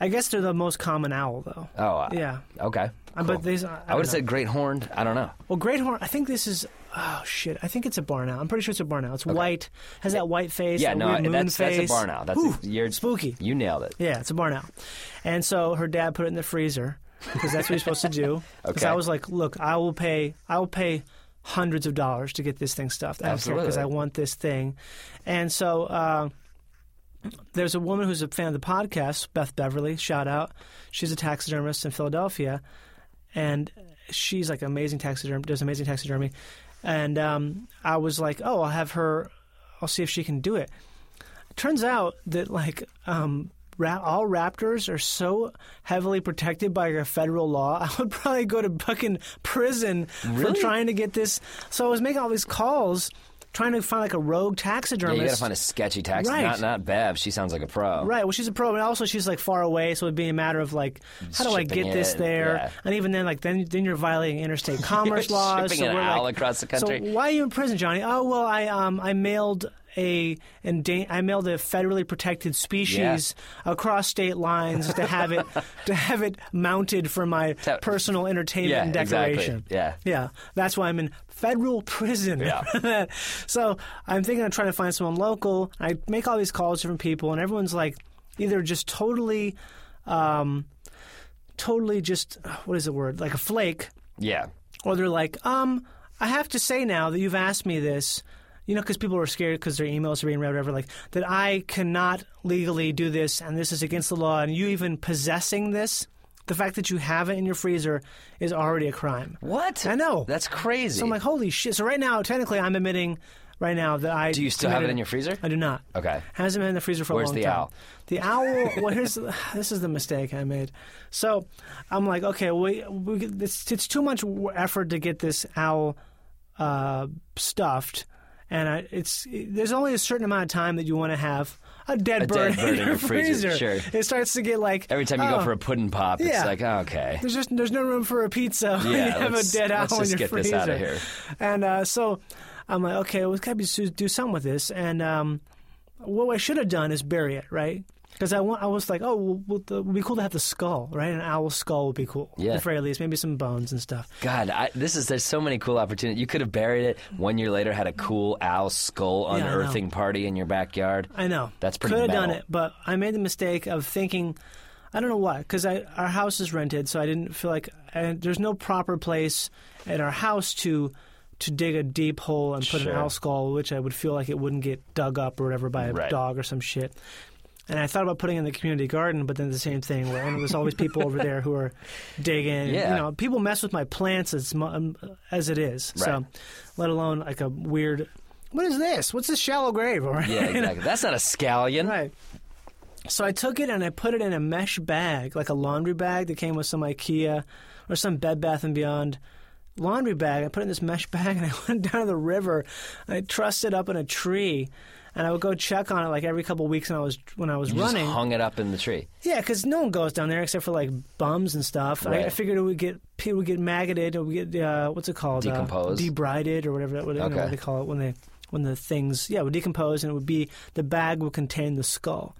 Speaker 3: I guess they're the most common owl though.
Speaker 7: Oh, uh,
Speaker 3: yeah.
Speaker 7: Okay.
Speaker 3: Uh,
Speaker 7: cool.
Speaker 3: But these, I,
Speaker 7: I would
Speaker 3: would
Speaker 7: have
Speaker 3: say,
Speaker 7: said great horned. I don't know.
Speaker 3: well, great horn. I think this is. Oh shit! I think it's a barn owl. I'm pretty sure it's a barn owl. It's white, has that white face.
Speaker 7: Yeah,
Speaker 3: that
Speaker 7: no,
Speaker 3: weird moon
Speaker 7: that's
Speaker 3: face.
Speaker 7: that's a barn owl. That's
Speaker 3: Ooh,
Speaker 7: you're
Speaker 3: spooky.
Speaker 7: You nailed it.
Speaker 3: Yeah, it's a barn owl. And so her dad put it in the freezer because that's what you're supposed to
Speaker 7: [laughs]
Speaker 3: do. Because
Speaker 7: Okay.
Speaker 3: I was like, look, I will pay, I will pay hundreds of dollars to get this thing stuffed. I don't care because
Speaker 7: Absolutely.
Speaker 3: I want this thing. And so uh, there's a woman who's a fan of the podcast, Beth Beverly. Shout out. She's a taxidermist in Philadelphia, and she's like amazing taxidermy. Does amazing taxidermy. And um, I was like, oh, I'll have her. I'll see if she can do it turns out that like um ra- all raptors are so heavily protected by our federal law. [laughs] I would probably go to fucking prison for trying to get this. So I was making all these calls, trying to find like a rogue
Speaker 7: Yeah,
Speaker 3: taxidermist.
Speaker 7: you gotta find a sketchy tax.
Speaker 3: Right.
Speaker 7: Not not Bev. She sounds like a pro.
Speaker 3: Right. Well, she's a pro, and also she's like far away, so it'd be a matter of like, how do I
Speaker 7: Shipping
Speaker 3: get this
Speaker 7: it,
Speaker 3: there?
Speaker 7: yeah.
Speaker 3: And even then, like then then you're violating
Speaker 7: [laughs]
Speaker 3: interstate commerce
Speaker 7: You're
Speaker 3: laws.
Speaker 7: shipping
Speaker 3: so
Speaker 7: an
Speaker 3: we're
Speaker 7: owl
Speaker 3: like,
Speaker 7: across the country.
Speaker 3: So why are you in prison, Johnny? Oh well, I um I mailed a and I mailed a federally protected species across state lines to have
Speaker 7: [laughs]
Speaker 3: it to have it mounted for my
Speaker 7: To-
Speaker 3: personal entertainment
Speaker 7: Yeah,
Speaker 3: and
Speaker 7: exactly.
Speaker 3: decoration.
Speaker 7: Yeah.
Speaker 3: Yeah, that's why I'm in federal prison.
Speaker 7: Yeah.
Speaker 3: [laughs] so I'm thinking of trying to find someone local. I make all these calls to different people, and everyone's like either just totally, um, totally just what is the word like a flake,
Speaker 7: Yeah.
Speaker 3: or they're like, um, I have to say now that you've asked me this. You know, because people are scared because their emails are being read, whatever. Like that, I cannot legally do this, and this is against the law. And you even possessing this, the fact that you have it in your freezer is already a crime.
Speaker 7: What?
Speaker 3: I know.
Speaker 7: That's crazy.
Speaker 3: So I'm like, holy shit. So right now, technically, I'm admitting right now that I.
Speaker 7: Do you still have it
Speaker 3: committed-
Speaker 7: in your freezer?
Speaker 3: I do not.
Speaker 7: Okay.
Speaker 3: Hasn't been in the freezer for
Speaker 7: Where's
Speaker 3: a long
Speaker 7: the
Speaker 3: time.
Speaker 7: owl?
Speaker 3: The owl. [laughs] Well, here's this is the [sighs] mistake I made. So I'm like, okay, we, we it's, it's too much w- effort to get this owl uh, stuffed, and I, it's there's only a certain amount of time that you want to have a dead
Speaker 7: A
Speaker 3: bird, [laughs]
Speaker 7: dead bird in your freezer, sure.
Speaker 3: It starts to get like
Speaker 7: Every time you
Speaker 3: oh,
Speaker 7: go for a puddin' pop, it's
Speaker 3: yeah.
Speaker 7: like okay.
Speaker 3: there's just there's no room for a pizza. [laughs] when
Speaker 7: Yeah,
Speaker 3: you have a
Speaker 7: let's-
Speaker 3: dead owl
Speaker 7: let's
Speaker 3: in
Speaker 7: just
Speaker 3: your
Speaker 7: get
Speaker 3: freezer.
Speaker 7: this outta here.
Speaker 3: And uh, so I'm like, okay, well, we've got to do something with this. And um, what I should have done is bury it, right? Because I want, I was like, oh, well, well, the- it would be cool to have the skull, right? An owl skull would be cool.
Speaker 7: Yeah.
Speaker 3: At the very least, maybe some bones and stuff.
Speaker 7: God, I, this is there's so many cool opportunities. You could have buried it. One year later, had a cool owl skull
Speaker 3: I know.
Speaker 7: unearthing party in your backyard.
Speaker 3: I know.
Speaker 7: That's pretty
Speaker 3: Could have done
Speaker 7: metal.
Speaker 3: it, but I made the mistake of thinking, I don't know why, because our house is rented, so I didn't feel like I, there's no proper place at our house to to dig a deep hole and put
Speaker 7: Sure.
Speaker 3: an owl skull, which I would feel like it wouldn't get dug up or whatever by a
Speaker 7: Right.
Speaker 3: dog or some shit. And I thought about putting it in the community garden, but then the same thing. Where and there's always people over there who are digging.
Speaker 7: Yeah.
Speaker 3: You know, people mess with my plants as mu- um, as it is.
Speaker 7: Right.
Speaker 3: So, let alone like a weird what is this? What's this shallow grave? Or [laughs]
Speaker 7: Yeah, exactly. That's not a scallion.
Speaker 3: Right. So I took it and I put it in a mesh bag, like a laundry bag that came with some IKEA or some Bed Bath and Beyond laundry bag. I put it in this mesh [laughs] bag and I went down to the river. And I trussed it up in a tree, and I would go check on it like every couple weeks. when I was when I was
Speaker 7: You
Speaker 3: running,
Speaker 7: just hung it up in the tree.
Speaker 3: yeah, because no one goes down there except for like bums and stuff. I, I
Speaker 7: Right.
Speaker 3: figured it would get people would get maggoted or we get uh, what's it called? Uh,
Speaker 7: Decomposed?
Speaker 3: debrided, or whatever that would you know,
Speaker 7: Okay.
Speaker 3: what they call it when they when the things yeah would decompose and it would be the bag would contain the
Speaker 7: [laughs]
Speaker 3: skull.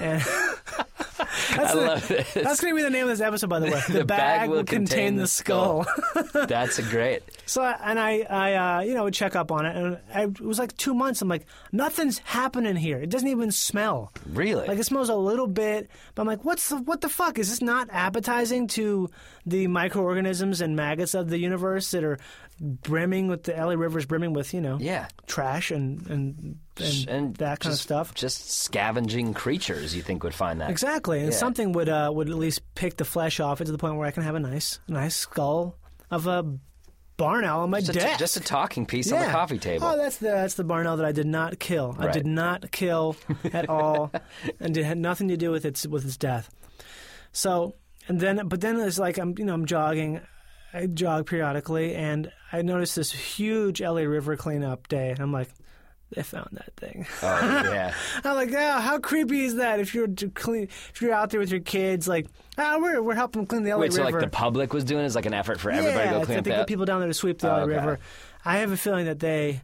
Speaker 3: And [laughs] that's
Speaker 7: I
Speaker 3: the- [laughs]
Speaker 7: love this.
Speaker 3: That's going to be the name of this episode, by the
Speaker 7: [laughs]
Speaker 3: way. The,
Speaker 7: The bag will contain
Speaker 3: the
Speaker 7: the
Speaker 3: skull. [laughs]
Speaker 7: skull. That's a great.
Speaker 3: So I- and I, I uh, you know, would check up on it, and I, it was like two months. I'm like, nothing's happening here. It doesn't even smell.
Speaker 7: Really?
Speaker 3: Like it smells a little bit, but I'm like, what's the what the fuck? Is this not appetizing to the microorganisms and maggots of the universe that are brimming with the LA River's brimming with you know,
Speaker 7: Yeah.
Speaker 3: trash and and and,
Speaker 7: and
Speaker 3: that kind
Speaker 7: just-
Speaker 3: of stuff.
Speaker 7: Just scavenging creatures, you think would find that.
Speaker 3: Exactly, and
Speaker 7: Yeah.
Speaker 3: something would uh, would at least pick the flesh off it to the point where I can have a nice nice skull of a barn owl on my
Speaker 7: Just a,
Speaker 3: desk.
Speaker 7: just a talking piece on the coffee table.
Speaker 3: Oh, that's the that's the Barnell that I did not kill. I
Speaker 7: Right.
Speaker 3: did not
Speaker 7: [laughs]
Speaker 3: kill at all, and it had nothing to do with its with its death. So and then, but then it's like I'm you know I'm jogging, I jog periodically, and I noticed this huge LA River cleanup day, and I'm like, they found that thing.
Speaker 7: oh, yeah.
Speaker 3: [laughs] I'm like, oh, how creepy is that? If you're to clean, if you're out there with your kids, like, ah, we're we're helping clean the LA
Speaker 7: Wait, so
Speaker 3: River
Speaker 7: like the public was doing it as like an effort for everybody
Speaker 3: yeah,
Speaker 7: to go clean
Speaker 3: I
Speaker 7: up
Speaker 3: think
Speaker 7: that.
Speaker 3: the people down there to sweep the
Speaker 7: Oh,
Speaker 3: LA
Speaker 7: okay.
Speaker 3: River. I have a feeling that they,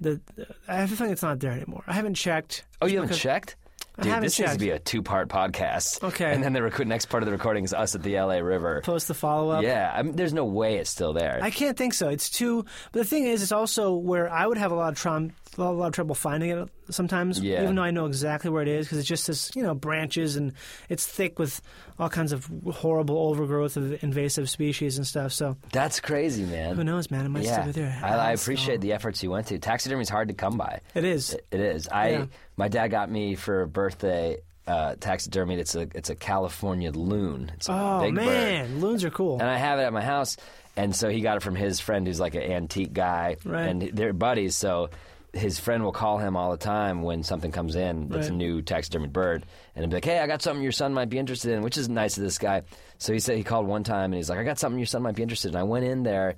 Speaker 3: that I have a feeling it's not there anymore. I haven't checked.
Speaker 7: oh, you haven't checked? Dude,
Speaker 3: haven't
Speaker 7: this needs
Speaker 3: checked.
Speaker 7: to be a two-part podcast.
Speaker 3: Okay.
Speaker 7: And then the rec- next part of the recording is us at the LA River.
Speaker 3: Post the follow up.
Speaker 7: Yeah, I mean, there's no way it's still there.
Speaker 3: I can't think so. It's too. But the thing is, it's also where I would have a lot of trauma, a lot of trouble finding it sometimes.
Speaker 7: Yeah.
Speaker 3: Even though I know exactly where it is, because it's just this, you know, branches and it's thick with all kinds of horrible overgrowth of invasive species and stuff. So
Speaker 7: That's crazy, man.
Speaker 3: who knows, man? It might
Speaker 7: Yeah,
Speaker 3: still be there.
Speaker 7: I, I
Speaker 3: It's,
Speaker 7: appreciate
Speaker 3: um,
Speaker 7: the efforts you went to. Taxidermy is hard to come by.
Speaker 3: It is.
Speaker 7: It is. I
Speaker 3: Yeah.
Speaker 7: my dad got me for a birthday uh, taxidermy. It's a it's a California loon. It's a
Speaker 3: Oh
Speaker 7: big bird.
Speaker 3: man, loons are cool.
Speaker 7: And I have it at my house, and so he got it from his friend who's like an antique guy,
Speaker 3: Right.
Speaker 7: and they're buddies. So his friend will call him all the time when something comes in that's a
Speaker 3: Right.
Speaker 7: new taxidermy bird, and he'll be like, "Hey, I got something your son might be interested in," which is nice of this guy. So he said he called one time and he's like, "I got something your son might be interested in." I went in there.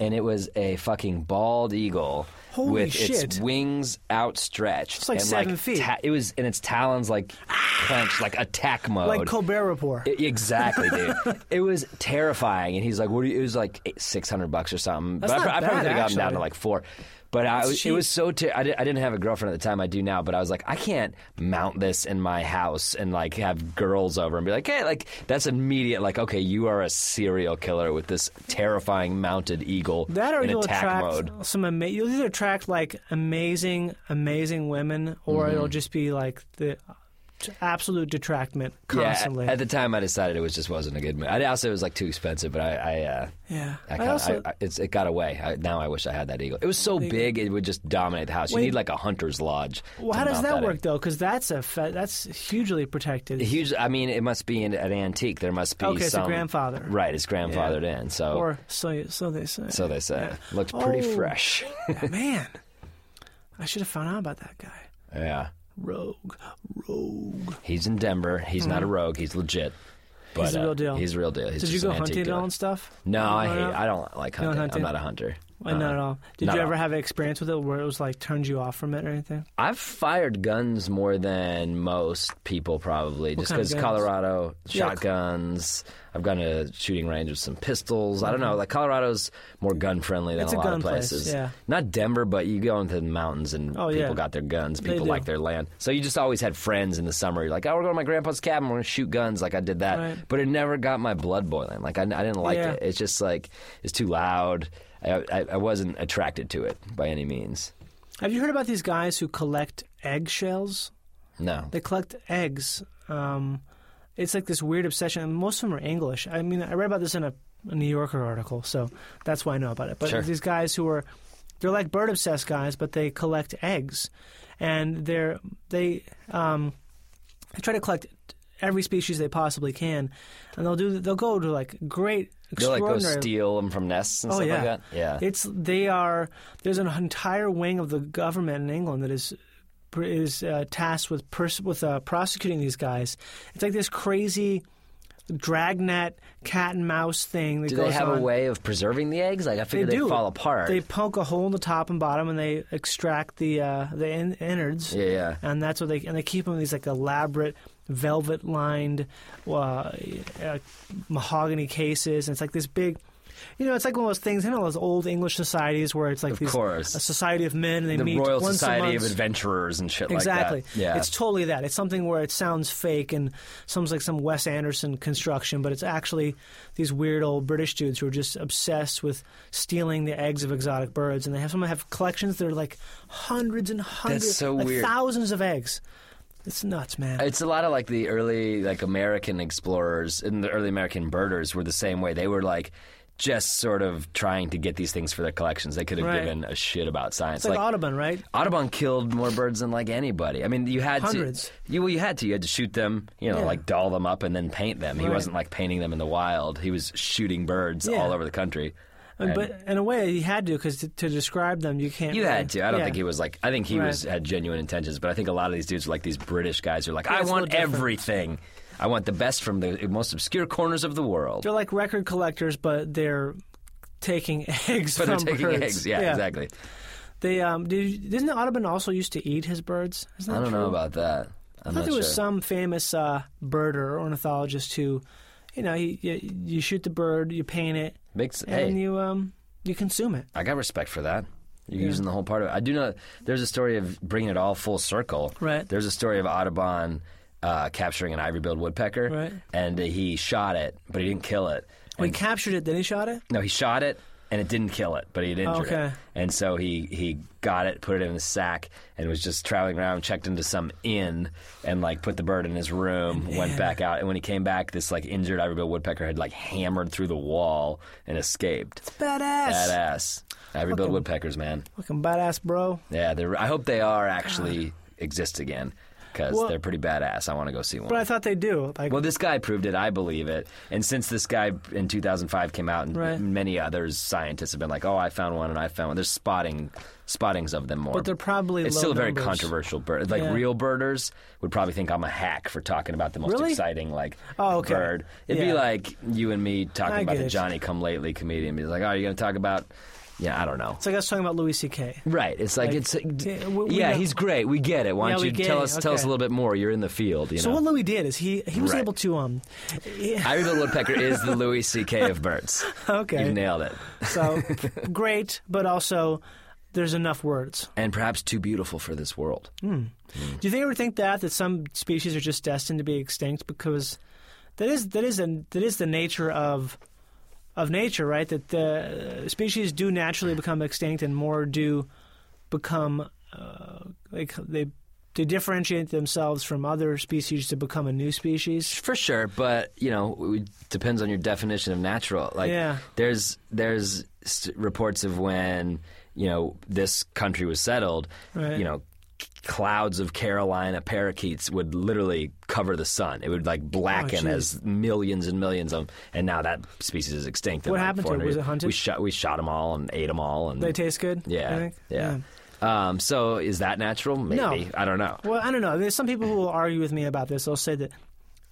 Speaker 7: And it was a fucking bald eagle
Speaker 3: Holy
Speaker 7: with
Speaker 3: shit.
Speaker 7: its wings outstretched. It's
Speaker 3: like seven feet. Ah!
Speaker 7: it was, and its talons like clenched, like attack mode.
Speaker 3: like Colbert Report.
Speaker 7: I- E-, exactly, dude. it was terrifying, and he's like, "What? Are you? It was like six hundred bucks or something."
Speaker 3: That's
Speaker 7: but I,
Speaker 3: not
Speaker 7: I probably
Speaker 3: bad,
Speaker 7: could have gotten down
Speaker 3: actually.
Speaker 7: to like four. But I, was- it
Speaker 3: cheap.
Speaker 7: was so. Ter- I, di- I didn't have a girlfriend at the time. I do now, but I was like, I can't mount this in my house and like have girls over and be like, hey, like that's immediate. Like, okay, you are a serial killer with this terrifying mounted eagle
Speaker 3: That or
Speaker 7: in
Speaker 3: you'll
Speaker 7: attack
Speaker 3: attract
Speaker 7: mode.
Speaker 3: some ama- you'll either attract like amazing, amazing women, or
Speaker 7: Mm-hmm.
Speaker 3: it'll just be like the absolute detractment constantly.
Speaker 7: Yeah, at the time I decided it was just wasn't a good move. I also it was like too expensive, but I, I uh,
Speaker 3: Yeah. I
Speaker 7: I, kinda,
Speaker 3: also-
Speaker 7: I, I, it's, it got away. I, now I wish I had that eagle. It was so big it would just dominate the house. You
Speaker 3: Wait.
Speaker 7: need like a hunter's lodge.
Speaker 3: well,
Speaker 7: to
Speaker 3: how does
Speaker 7: mount
Speaker 3: that
Speaker 7: that
Speaker 3: work though? Because that's a fe- that's hugely protected.
Speaker 7: in. Huge. I mean, it must be in, an antique. There must be
Speaker 3: Okay, it's a
Speaker 7: some
Speaker 3: grandfather.
Speaker 7: Right, it's grandfathered in. So
Speaker 3: or so so they say.
Speaker 7: so they say looked pretty
Speaker 3: Oh.
Speaker 7: fresh.
Speaker 3: [laughs] man, I should have found out about that guy.
Speaker 7: yeah,
Speaker 3: Rogue, rogue.
Speaker 7: he's in Denver. He's not a rogue. He's legit. But,
Speaker 3: Mm-hmm. He's the
Speaker 7: uh,
Speaker 3: real deal.
Speaker 7: He's the real deal. He's
Speaker 3: Did you
Speaker 7: just
Speaker 3: go
Speaker 7: an antique
Speaker 3: hunting at
Speaker 7: dealer.
Speaker 3: all and stuff?
Speaker 7: No, I hate.
Speaker 3: Growing up?
Speaker 7: I don't like
Speaker 3: don't
Speaker 7: hunting.
Speaker 3: hunting?
Speaker 7: I'm not a hunter.
Speaker 3: Why
Speaker 7: Uh-uh.
Speaker 3: not at all. Did
Speaker 7: not
Speaker 3: you
Speaker 7: at
Speaker 3: ever
Speaker 7: all.
Speaker 3: have an experience with it where it was like turned you off from it or anything?
Speaker 7: I've fired guns more than most people probably, just
Speaker 3: kind of
Speaker 7: because
Speaker 3: guns?
Speaker 7: Colorado
Speaker 3: Yeah.
Speaker 7: shotguns. I've gone to shooting range with some pistols. I don't know, like Colorado's more gun friendly than
Speaker 3: It's
Speaker 7: a
Speaker 3: a
Speaker 7: lot
Speaker 3: gun
Speaker 7: of
Speaker 3: place,
Speaker 7: places.
Speaker 3: yeah.
Speaker 7: Not Denver, but you go into the mountains and
Speaker 3: Oh,
Speaker 7: people
Speaker 3: yeah.
Speaker 7: got their guns.
Speaker 3: They
Speaker 7: People
Speaker 3: do.
Speaker 7: like their land, so you just always had friends in the summer. You're like, oh, we're going to my grandpa's cabin. We're going to shoot guns. Like I did that,
Speaker 3: Right.
Speaker 7: but it never got my blood boiling. Like I, I didn't like
Speaker 3: Yeah.
Speaker 7: it. It's just like it's too loud. I, I, I wasn't attracted to it by any means.
Speaker 3: Have you heard about these guys who collect eggshells?
Speaker 7: No.
Speaker 3: They collect eggs. Um, it's like this weird obsession, and most of them are English. I mean, I read about this in a, a New Yorker article, so that's why I know about it. But
Speaker 7: Sure.
Speaker 3: these guys who are they're like bird obsessed guys, but they collect eggs, and they're they um, they try to collect every species they possibly can, and they'll do they'll go to like great
Speaker 7: They'll like
Speaker 3: extraordinary.
Speaker 7: go steal them from nests and
Speaker 3: Oh
Speaker 7: stuff
Speaker 3: yeah,
Speaker 7: like that. Yeah.
Speaker 3: It's they are. There's an entire wing of the government in England that is is uh, tasked with pers- with uh, prosecuting these guys. It's like this crazy dragnet cat and mouse thing that
Speaker 7: do
Speaker 3: goes
Speaker 7: they have
Speaker 3: on.
Speaker 7: a way of preserving the eggs? Like I
Speaker 3: They
Speaker 7: figured
Speaker 3: do
Speaker 7: would fall apart.
Speaker 3: They poke a hole in the top and bottom, and they extract the uh, the in- innards.
Speaker 7: Yeah, yeah.
Speaker 3: And that's what they and they keep them in these like elaborate velvet lined uh, uh, mahogany cases, and it's like this big. You know, it's like one of those things. You know, those old English societies where it's like
Speaker 7: Of
Speaker 3: these,
Speaker 7: course.
Speaker 3: a society of men, and they
Speaker 7: the
Speaker 3: meet
Speaker 7: Royal
Speaker 3: once
Speaker 7: Society
Speaker 3: a
Speaker 7: of
Speaker 3: month.
Speaker 7: Adventurers and shit
Speaker 3: Exactly.
Speaker 7: like that. Yeah.
Speaker 3: It's totally that. It's something where it sounds fake and sounds like some Wes Anderson construction, but it's actually these weird old British dudes who are just obsessed with stealing the eggs of exotic birds, and they have some have collections that are like hundreds and hundreds,
Speaker 7: so
Speaker 3: like
Speaker 7: weird.
Speaker 3: thousands of eggs. It's nuts, man.
Speaker 7: It's a lot of like the early like American explorers and the early American birders were the same way. They were like just sort of trying to get these things for their collections. They could have
Speaker 3: Right.
Speaker 7: given a shit about science.
Speaker 3: it's like, Audubon, right?
Speaker 7: Audubon killed more birds than like anybody. I mean, you had
Speaker 3: Hundreds.
Speaker 7: to you well, you had to you had to shoot them, you know,
Speaker 3: Yeah.
Speaker 7: like doll them up and then paint them. He
Speaker 3: Right.
Speaker 7: wasn't like painting them in the wild. He was shooting birds
Speaker 3: Yeah.
Speaker 7: all over the country.
Speaker 3: And- but in a way, he had to because to, to describe them, you can't.
Speaker 7: You
Speaker 3: really-
Speaker 7: had to. I don't
Speaker 3: yeah.
Speaker 7: think he was like. I think he was
Speaker 3: Right.
Speaker 7: had genuine intentions, but I think a lot of these dudes are like these British guys who are like, I
Speaker 3: it's a
Speaker 7: want
Speaker 3: little different.
Speaker 7: everything. I want the best from the most obscure corners of the world. [laughs]
Speaker 3: They're like record collectors, but they're taking [laughs] eggs
Speaker 7: But they're
Speaker 3: from
Speaker 7: taking
Speaker 3: birds.
Speaker 7: eggs. Yeah, exactly.
Speaker 3: They um, did, didn't Audubon also used to eat his birds? Isn't
Speaker 7: I
Speaker 3: that
Speaker 7: don't know
Speaker 3: true?
Speaker 7: about that. I'm
Speaker 3: I thought
Speaker 7: not
Speaker 3: there was
Speaker 7: sure.
Speaker 3: some famous uh, birder or ornithologist who, you know, you, you, you shoot the bird, you paint it,
Speaker 7: Makes-
Speaker 3: and
Speaker 7: hey.
Speaker 3: you um you consume it.
Speaker 7: I got respect for that. You're using the whole part of it. I do know there's a story of bringing it all full circle.
Speaker 3: Right.
Speaker 7: There's a story of Audubon uh, capturing an ivory-billed woodpecker.
Speaker 3: Right.
Speaker 7: And uh, he shot it, but he didn't kill it.
Speaker 3: When he
Speaker 7: And-
Speaker 3: captured it, then he shot it.
Speaker 7: No, he shot it and it didn't kill it, but he injured it.
Speaker 3: Okay.
Speaker 7: And so he, he got it, put it in his sack, and was just traveling around, checked into some inn, and like put the bird in his room, went back out. And when he came back, this like injured ivory billed woodpecker had like hammered through the wall and escaped.
Speaker 3: Badass.
Speaker 7: Badass. Ivory billed woodpeckers, man.
Speaker 3: Fucking badass, bro.
Speaker 7: Yeah, they're, I hope they are actually exist again because
Speaker 3: Well-
Speaker 7: they're pretty badass. I want to go see one.
Speaker 3: But I thought they do. Like,
Speaker 7: Well, this guy proved it. I believe it. And since this guy in 2005 came out, and
Speaker 3: Right.
Speaker 7: many others scientists have been like, "Oh, I found one, and I found one." There's spotting, spottings of them more.
Speaker 3: But they're probably
Speaker 7: it's
Speaker 3: low
Speaker 7: still a very
Speaker 3: numbers.
Speaker 7: controversial bird. Like
Speaker 3: Yeah.
Speaker 7: real birders would probably think I'm a hack for talking about the most
Speaker 3: Really?
Speaker 7: exciting like
Speaker 3: Oh, okay.
Speaker 7: bird. It'd be
Speaker 3: Yeah.
Speaker 7: like you and me talking
Speaker 3: I
Speaker 7: about
Speaker 3: get
Speaker 7: the
Speaker 3: it.
Speaker 7: Johnny Come Lately comedian. Be like, "Oh, you're going to talk about." Yeah, I don't know.
Speaker 3: it's like I was talking about Louis C.K.
Speaker 7: Right. It's like,
Speaker 3: Like,
Speaker 7: it's
Speaker 3: yeah, we- we
Speaker 7: yeah.
Speaker 3: know-
Speaker 7: He's great. We get it. Why
Speaker 3: Yeah,
Speaker 7: don't
Speaker 3: we
Speaker 7: you
Speaker 3: get
Speaker 7: tell
Speaker 3: it.
Speaker 7: us tell us a
Speaker 3: Okay.
Speaker 7: little bit more? You're in the field. You
Speaker 3: So
Speaker 7: know?
Speaker 3: what Louis did is he he was
Speaker 7: Right.
Speaker 3: able to um, [laughs]
Speaker 7: Ivory billed woodpecker is the Louis C.K. of birds.
Speaker 3: Okay.
Speaker 7: you nailed it. [laughs]
Speaker 3: so great, but also there's enough words.
Speaker 7: And perhaps too beautiful for this world.
Speaker 3: Do they ever think that that some species are just destined to be extinct because that is that is a, that is the nature of of nature, right? That the uh, species do naturally become extinct, and more do become uh, like they they differentiate themselves from other species to become a new species.
Speaker 7: For sure, but you know, it depends on your definition of natural. Like,
Speaker 3: Yeah.
Speaker 7: there's there's s reports of when you know this country was settled.
Speaker 3: Right.
Speaker 7: You know, c- clouds of Carolina parakeets would literally cover the sun. It would like blacken
Speaker 3: Oh, geez.
Speaker 7: as millions and millions of. 'em. And now that species is extinct. in,
Speaker 3: What
Speaker 7: like,
Speaker 3: happened to it?
Speaker 7: 400
Speaker 3: Was
Speaker 7: years.
Speaker 3: it hunted?
Speaker 7: We shot we shot them all and ate them all. And
Speaker 3: They taste good. you
Speaker 7: Yeah,
Speaker 3: think?
Speaker 7: yeah. Um, so is that natural? Maybe
Speaker 3: No.
Speaker 7: I don't know.
Speaker 3: Well, I don't know. There's some people who will argue with me about this. They'll say that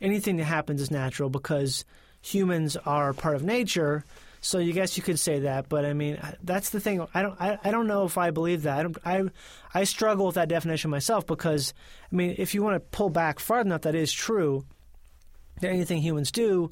Speaker 3: anything that happens is natural because humans are part of nature. So you guess you could say that, but I mean that's the thing. I don't. I, I don't know if I believe that. I, don't, I I struggle with that definition myself because I mean, if you want to pull back far enough, that is true. That anything humans do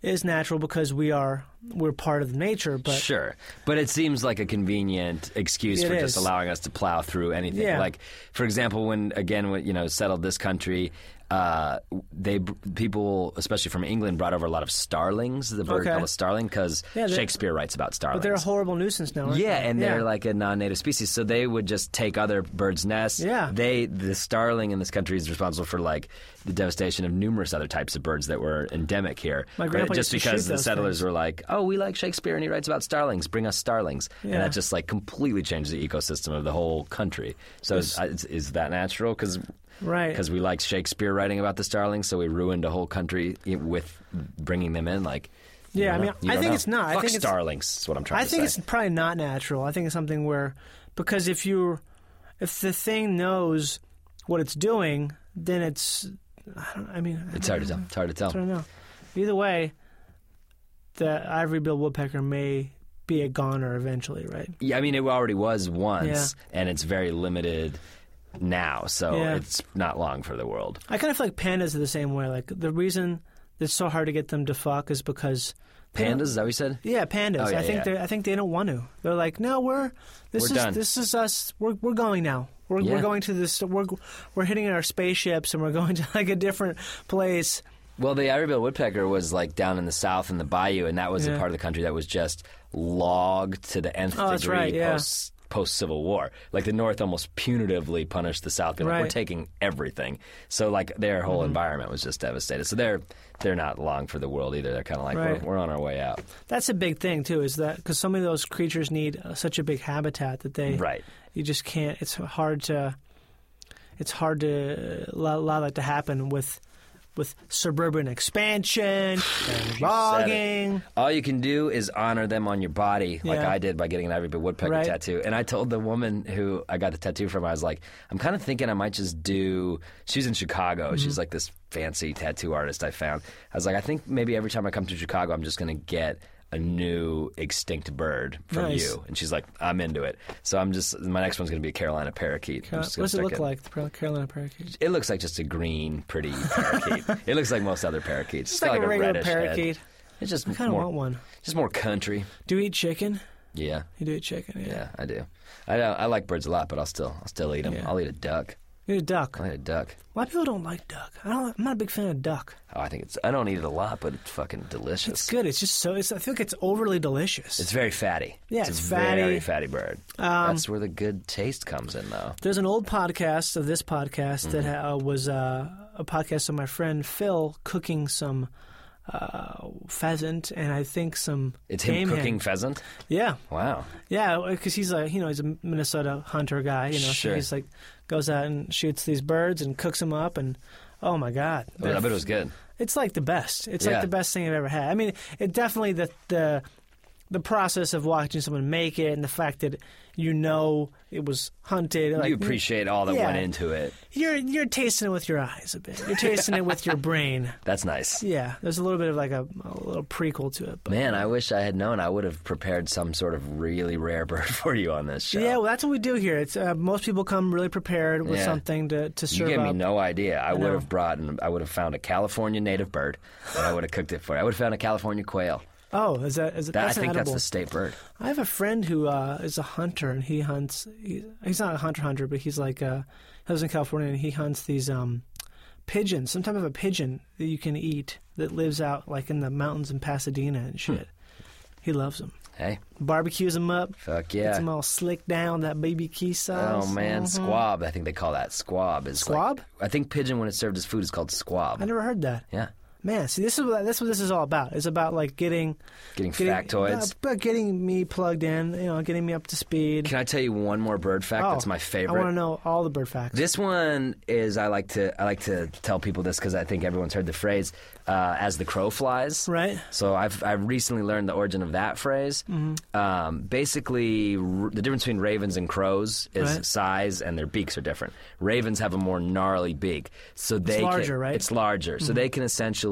Speaker 3: is natural because we are we're part of nature. But
Speaker 7: sure, but it seems like a convenient excuse
Speaker 3: It
Speaker 7: for
Speaker 3: is.
Speaker 7: just allowing us to plow through anything.
Speaker 3: Yeah.
Speaker 7: Like, for example, when again, when, you know, settled this country, uh, they br- people, especially from England, brought over a lot of starlings. The bird
Speaker 3: Okay.
Speaker 7: called a starling because
Speaker 3: Yeah, they-
Speaker 7: Shakespeare writes about starlings.
Speaker 3: but they're a horrible nuisance now. aren't
Speaker 7: Yeah,
Speaker 3: they?
Speaker 7: and they're like a non-native species, so they would just take other birds' nests.
Speaker 3: Yeah.
Speaker 7: they the starling in this country is responsible for like the devastation of numerous other types of birds that were endemic here.
Speaker 3: My
Speaker 7: But
Speaker 3: grandpa
Speaker 7: just
Speaker 3: used to
Speaker 7: because
Speaker 3: shoot
Speaker 7: the
Speaker 3: those
Speaker 7: settlers
Speaker 3: things.
Speaker 7: were like, oh, we like Shakespeare and he writes about starlings. Bring us starlings, and
Speaker 3: Yeah.
Speaker 7: that just like completely changed the ecosystem of the whole country. So is, is, is that natural? Because
Speaker 3: Right.
Speaker 7: because we like Shakespeare writing about the starlings, so we ruined a whole country i- with bringing them in. Like, you
Speaker 3: Yeah,
Speaker 7: don't
Speaker 3: I mean,
Speaker 7: know. You
Speaker 3: I
Speaker 7: don't
Speaker 3: think
Speaker 7: know.
Speaker 3: it's not. I
Speaker 7: Fuck
Speaker 3: think it's-
Speaker 7: starlings. Is what I'm trying
Speaker 3: I
Speaker 7: to
Speaker 3: think
Speaker 7: say.
Speaker 3: it's probably not natural. I think it's something where because if you if the thing knows what it's doing, then it's I don't I mean
Speaker 7: It's hard to tell. It's hard to tell.
Speaker 3: I don't know. Either way, the ivory-billed woodpecker may be a goner eventually, right?
Speaker 7: Yeah, I mean, it already was once,
Speaker 3: Yeah.
Speaker 7: and it's very limited now, so
Speaker 3: Yeah.
Speaker 7: it's not long for the world.
Speaker 3: I kind of feel like pandas are the same way. Like the reason it's so hard to get them to fuck is because
Speaker 7: Pandas, is that what you said?
Speaker 3: Yeah, pandas.
Speaker 7: Oh, yeah,
Speaker 3: I think
Speaker 7: yeah.
Speaker 3: they I think they don't want to. They're like, no, we're this
Speaker 7: We're
Speaker 3: is
Speaker 7: done.
Speaker 3: this is us. We're we're going now. We're
Speaker 7: Yeah.
Speaker 3: we're going to this. We're we're hitting our spaceships and we're [laughs] going to like a different place.
Speaker 7: Well, the ivory-billed woodpecker was like down in the south in the bayou, and that was the
Speaker 3: Yeah.
Speaker 7: part of the country that was just logged to the nth
Speaker 3: Oh, that's
Speaker 7: degree
Speaker 3: right, yeah.
Speaker 7: post post Civil War. Like the North almost punitively punished the South, being like, "We're
Speaker 3: Right. Mm-hmm.
Speaker 7: taking everything." So like their whole environment was just devastated. So they're they're not long for the world either. They're kind of like
Speaker 3: Right.
Speaker 7: we're, we're on our way out.
Speaker 3: That's a big thing too. Is that because so many of those creatures need uh, such a big habitat that they
Speaker 7: Right.
Speaker 3: You just can't. It's hard to. It's hard to uh, allow, allow that to happen with with suburban
Speaker 7: [sighs]
Speaker 3: expansion and logging.
Speaker 7: All you can do is honor them on your body, like
Speaker 3: Yeah.
Speaker 7: I did by getting an ivory billed woodpecker
Speaker 3: Right.
Speaker 7: tattoo. And I told the woman who I got the tattoo from, I was like, I'm kind of thinking I might just do. She's in
Speaker 3: Mm-hmm.
Speaker 7: Chicago. She's like this fancy tattoo artist I found. I was like, I think maybe every time I come to Chicago, I'm just going to get a new extinct bird from
Speaker 3: Nice.
Speaker 7: you. And she's like, I'm into it. So I'm just my next one's going to be a Carolina parakeet. I'm
Speaker 3: Uh,
Speaker 7: just
Speaker 3: what
Speaker 7: gonna
Speaker 3: does it
Speaker 7: start
Speaker 3: look
Speaker 7: getting-
Speaker 3: like, the Par- Carolina parakeet?
Speaker 7: It looks like just a green, pretty
Speaker 3: [laughs]
Speaker 7: parakeet. it looks like most other parakeets.
Speaker 3: It's
Speaker 7: It's
Speaker 3: like,
Speaker 7: got
Speaker 3: a regular
Speaker 7: reddish head.
Speaker 3: parakeet.
Speaker 7: It's just
Speaker 3: I kind of
Speaker 7: more
Speaker 3: want one.
Speaker 7: just more country.
Speaker 3: Do you eat chicken?
Speaker 7: Yeah,
Speaker 3: You do eat chicken, yeah.
Speaker 7: yeah, I do. I don't, I like birds a lot, but I'll still I'll still eat them.
Speaker 3: Yeah.
Speaker 7: I'll eat a duck.
Speaker 3: You eat duck.
Speaker 7: I'll eat a duck.
Speaker 3: A lot of people don't like duck. I don't, I'm not a big fan of duck.
Speaker 7: Oh, I think it's I don't eat it a lot, but it's fucking delicious.
Speaker 3: It's good. It's just so. It's, I feel like it's overly delicious.
Speaker 7: It's very fatty.
Speaker 3: Yeah,
Speaker 7: a
Speaker 3: it's fatty. Um,
Speaker 7: very fatty bird. That's where the good taste comes in, though.
Speaker 3: There's an old podcast of this podcast that
Speaker 7: Mm-hmm.
Speaker 3: uh, was uh, a podcast of my friend Phil cooking some uh, pheasant and I think some
Speaker 7: It's him
Speaker 3: game hen.
Speaker 7: cooking pheasant.
Speaker 3: Yeah,
Speaker 7: Wow. Oh,
Speaker 3: yeah, because he's like you know he's a Minnesota hunter guy. You know,
Speaker 7: Sure.
Speaker 3: so he's like goes out and shoots these birds and cooks them up and oh my god,
Speaker 7: But I bet it was good.
Speaker 3: It's like the best. It's
Speaker 7: Yeah.
Speaker 3: like the best thing I've ever had. I mean, it definitely the the the process of watching someone make it and the fact that you know it was hunted. Like,
Speaker 7: you appreciate all that
Speaker 3: yeah.
Speaker 7: went into it.
Speaker 3: You're you're tasting it with your eyes a bit. You're tasting it with your
Speaker 7: [laughs]
Speaker 3: brain.
Speaker 7: That's nice.
Speaker 3: Yeah, there's a little bit of like a, a little prequel to it. But
Speaker 7: Man, I wish I had known. I would have prepared some sort of really rare [laughs] bird for you on this show.
Speaker 3: yeah, well, that's what we do here. It's uh, most people come really prepared with
Speaker 7: Yeah.
Speaker 3: something to to
Speaker 7: You
Speaker 3: serve
Speaker 7: gave me
Speaker 3: up.
Speaker 7: no idea. I, would
Speaker 3: know.
Speaker 7: have brought and I would have found a California native bird, and I would have cooked it for you. I would have found a California quail.
Speaker 3: oh, is that is that,
Speaker 7: That, I
Speaker 3: that's an
Speaker 7: think that's
Speaker 3: edible.
Speaker 7: the state bird.
Speaker 3: I have a friend who uh, is a hunter, and he hunts. He, he's not a hunter hunter, but he's like uh, he lives in California, and he hunts these um, pigeons, some type of a pigeon that you can eat that lives out like in the mountains in Pasadena
Speaker 7: Hmm.
Speaker 3: and shit. He loves them.
Speaker 7: Hey,
Speaker 3: Barbecues them up.
Speaker 7: fuck
Speaker 3: Gets
Speaker 7: yeah!
Speaker 3: them all slick down that BBQ sauce.
Speaker 7: Oh man, squab. I think they call that squab. Is like-
Speaker 3: Mm-hmm. Squab?
Speaker 7: I think pigeon when it's served as food is called squab.
Speaker 3: I never heard that.
Speaker 7: Yeah,
Speaker 3: Man, see, this is what, that's what this is all about. It's about like getting,
Speaker 7: getting,
Speaker 3: getting
Speaker 7: factoids.
Speaker 3: uh, about getting me plugged in. You know, getting me up to speed.
Speaker 7: Can I tell you one more bird fact?
Speaker 3: Oh,
Speaker 7: that's my favorite.
Speaker 3: I want to know all the bird facts.
Speaker 7: This one is I like to I like to tell people this because I think everyone's heard the phrase uh, "as the crow flies."
Speaker 3: Right.
Speaker 7: So I've I've recently learned the origin of that phrase.
Speaker 3: Mm-hmm.
Speaker 7: Um, basically, r- the difference between ravens and crows is
Speaker 3: Right.
Speaker 7: size, and their beaks are different. Ravens have a more gnarly beak, so they
Speaker 3: larger,
Speaker 7: can,
Speaker 3: right?
Speaker 7: It's larger, so they can essentially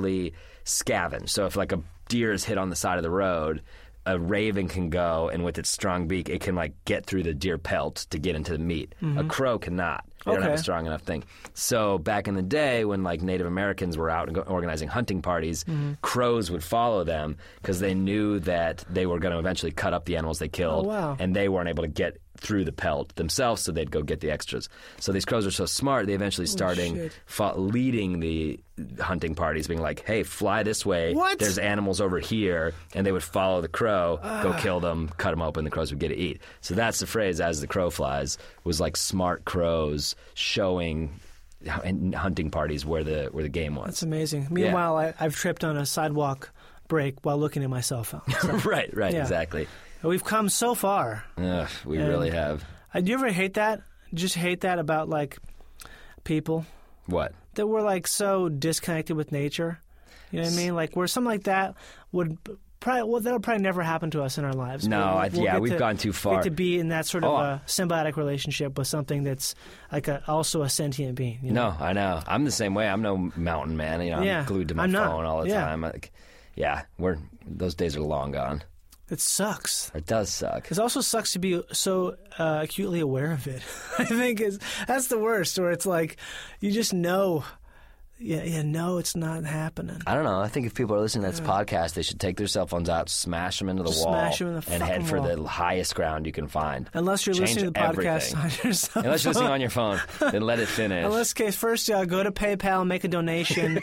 Speaker 7: scavenge. So if like a deer is hit on the side of the road. A raven can go, and with its strong beak, it can like get through the deer pelt to get into the meat. A crow cannot. They don't have a
Speaker 3: Okay.
Speaker 7: strong enough thing. So back in the day, when like Native Americans were out and go- organizing hunting parties, crows would follow them because they knew that they were going to eventually cut up the animals they killed,
Speaker 3: Oh, wow.
Speaker 7: and they weren't able to get through the pelt themselves, so they'd go get the extras. So these crows are so smart, they eventually starting fo- leading the hunting parties, being like, "Hey, fly this way.
Speaker 3: What?
Speaker 7: There's animals over here," and they would follow the crow,
Speaker 3: Ah.
Speaker 7: go kill them, cut them open. The crows would get to eat. So that's the phrase "as the crow flies" was like smart crows showing h- hunting parties where the where the game was.
Speaker 3: It's amazing. Meanwhile, I, I've tripped on a sidewalk break while looking at my cell
Speaker 7: [laughs]
Speaker 3: phone. So,
Speaker 7: right, right,
Speaker 3: Yeah.
Speaker 7: exactly.
Speaker 3: we've come so far.
Speaker 7: Ugh, we really have.
Speaker 3: Uh, do you ever hate that? Just hate that about like people
Speaker 7: What?
Speaker 3: that we're like so disconnected with nature. You know what I mean? Like where something like that would probably well that'll probably never happen to us in our lives.
Speaker 7: No, I- yeah,
Speaker 3: get
Speaker 7: we've
Speaker 3: to-
Speaker 7: gone too far.
Speaker 3: Get to be in that sort
Speaker 7: Oh,
Speaker 3: of
Speaker 7: I-
Speaker 3: a symbiotic relationship with something that's like a, also a sentient being. You know?
Speaker 7: No, I know. I'm the same way. I'm no mountain man. You know,
Speaker 3: Yeah,
Speaker 7: I'm glued to my
Speaker 3: I'm not.
Speaker 7: phone all the
Speaker 3: Yeah.
Speaker 7: time. Like, yeah, we're those days are long gone.
Speaker 3: It sucks.
Speaker 7: It does suck.
Speaker 3: It also sucks to be so uh, acutely aware of it. [laughs] I think is that's the worst. Where it's like you just know, yeah, yeah, no, it's not happening.
Speaker 7: I don't know. I think if people are listening to this podcast, they should take their cell phones out, smash them into the wall,
Speaker 3: Smash 'em in the
Speaker 7: and head
Speaker 3: fucking
Speaker 7: for
Speaker 3: wall.
Speaker 7: the highest ground you can find.
Speaker 3: Unless you're
Speaker 7: Change
Speaker 3: listening to the podcast [laughs]
Speaker 7: everything.
Speaker 3: on your cell
Speaker 7: [laughs] Unless you're
Speaker 3: phone.
Speaker 7: listening on your
Speaker 3: [laughs]
Speaker 7: phone, then let it finish.
Speaker 3: Unless, okay, first uh, go to PayPal and make a
Speaker 7: [laughs]
Speaker 3: donation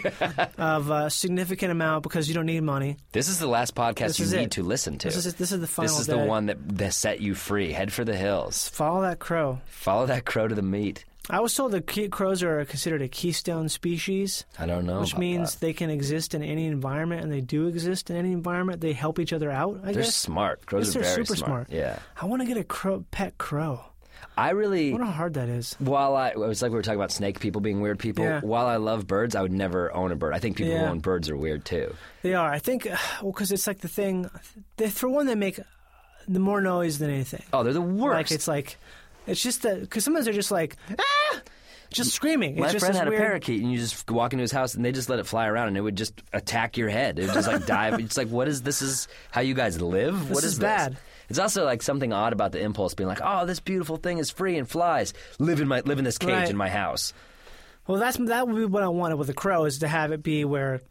Speaker 3: of a significant amount because you don't need money.
Speaker 7: this is the last podcast
Speaker 3: This
Speaker 7: you
Speaker 3: is
Speaker 7: need
Speaker 3: it.
Speaker 7: to listen to.
Speaker 3: This is this is the final.
Speaker 7: This is
Speaker 3: day.
Speaker 7: the one that, that set you free. Head for the hills.
Speaker 3: Follow that crow.
Speaker 7: Follow that crow to the meat.
Speaker 3: I was told that key- crows are considered a keystone species,
Speaker 7: I don't know.
Speaker 3: which
Speaker 7: about
Speaker 3: means
Speaker 7: that.
Speaker 3: they can exist in any environment, and they do exist in any environment. They help each other out. I
Speaker 7: they're
Speaker 3: guess.
Speaker 7: smart. Crows
Speaker 3: Yes,
Speaker 7: are
Speaker 3: they're
Speaker 7: very
Speaker 3: super smart.
Speaker 7: Yeah.
Speaker 3: I want to get a crow, pet crow.
Speaker 7: I
Speaker 3: I
Speaker 7: really,
Speaker 3: wonder how hard that is.
Speaker 7: while I it was like we were talking about snake people being weird people.
Speaker 3: Yeah.
Speaker 7: While I love birds, I would never own a bird. I think people who
Speaker 3: Yeah.
Speaker 7: own birds are weird too.
Speaker 3: They are. I think, [sighs] well, because it's like the thing. They, for one, they make uh, the more noise than anything.
Speaker 7: Oh, they're the
Speaker 3: Like
Speaker 7: worst.
Speaker 3: it's like, it's just that because sometimes they're just like ah, just screaming.
Speaker 7: My
Speaker 3: it's just
Speaker 7: friend
Speaker 3: this
Speaker 7: had
Speaker 3: weird,
Speaker 7: a parakeet, and you just walk into his house, and they just let it fly around, and it would just attack your head. It would
Speaker 3: [laughs]
Speaker 7: just like dive. It's like, what is this? Is how you guys live? what
Speaker 3: This
Speaker 7: is,
Speaker 3: is bad.
Speaker 7: This? It's also like something odd about the impulse being like, oh, this beautiful thing is free and flies. Live in my live in this cage
Speaker 3: Right.
Speaker 7: in my house.
Speaker 3: Well, that's that would be what I wanted with a crow is to have it be where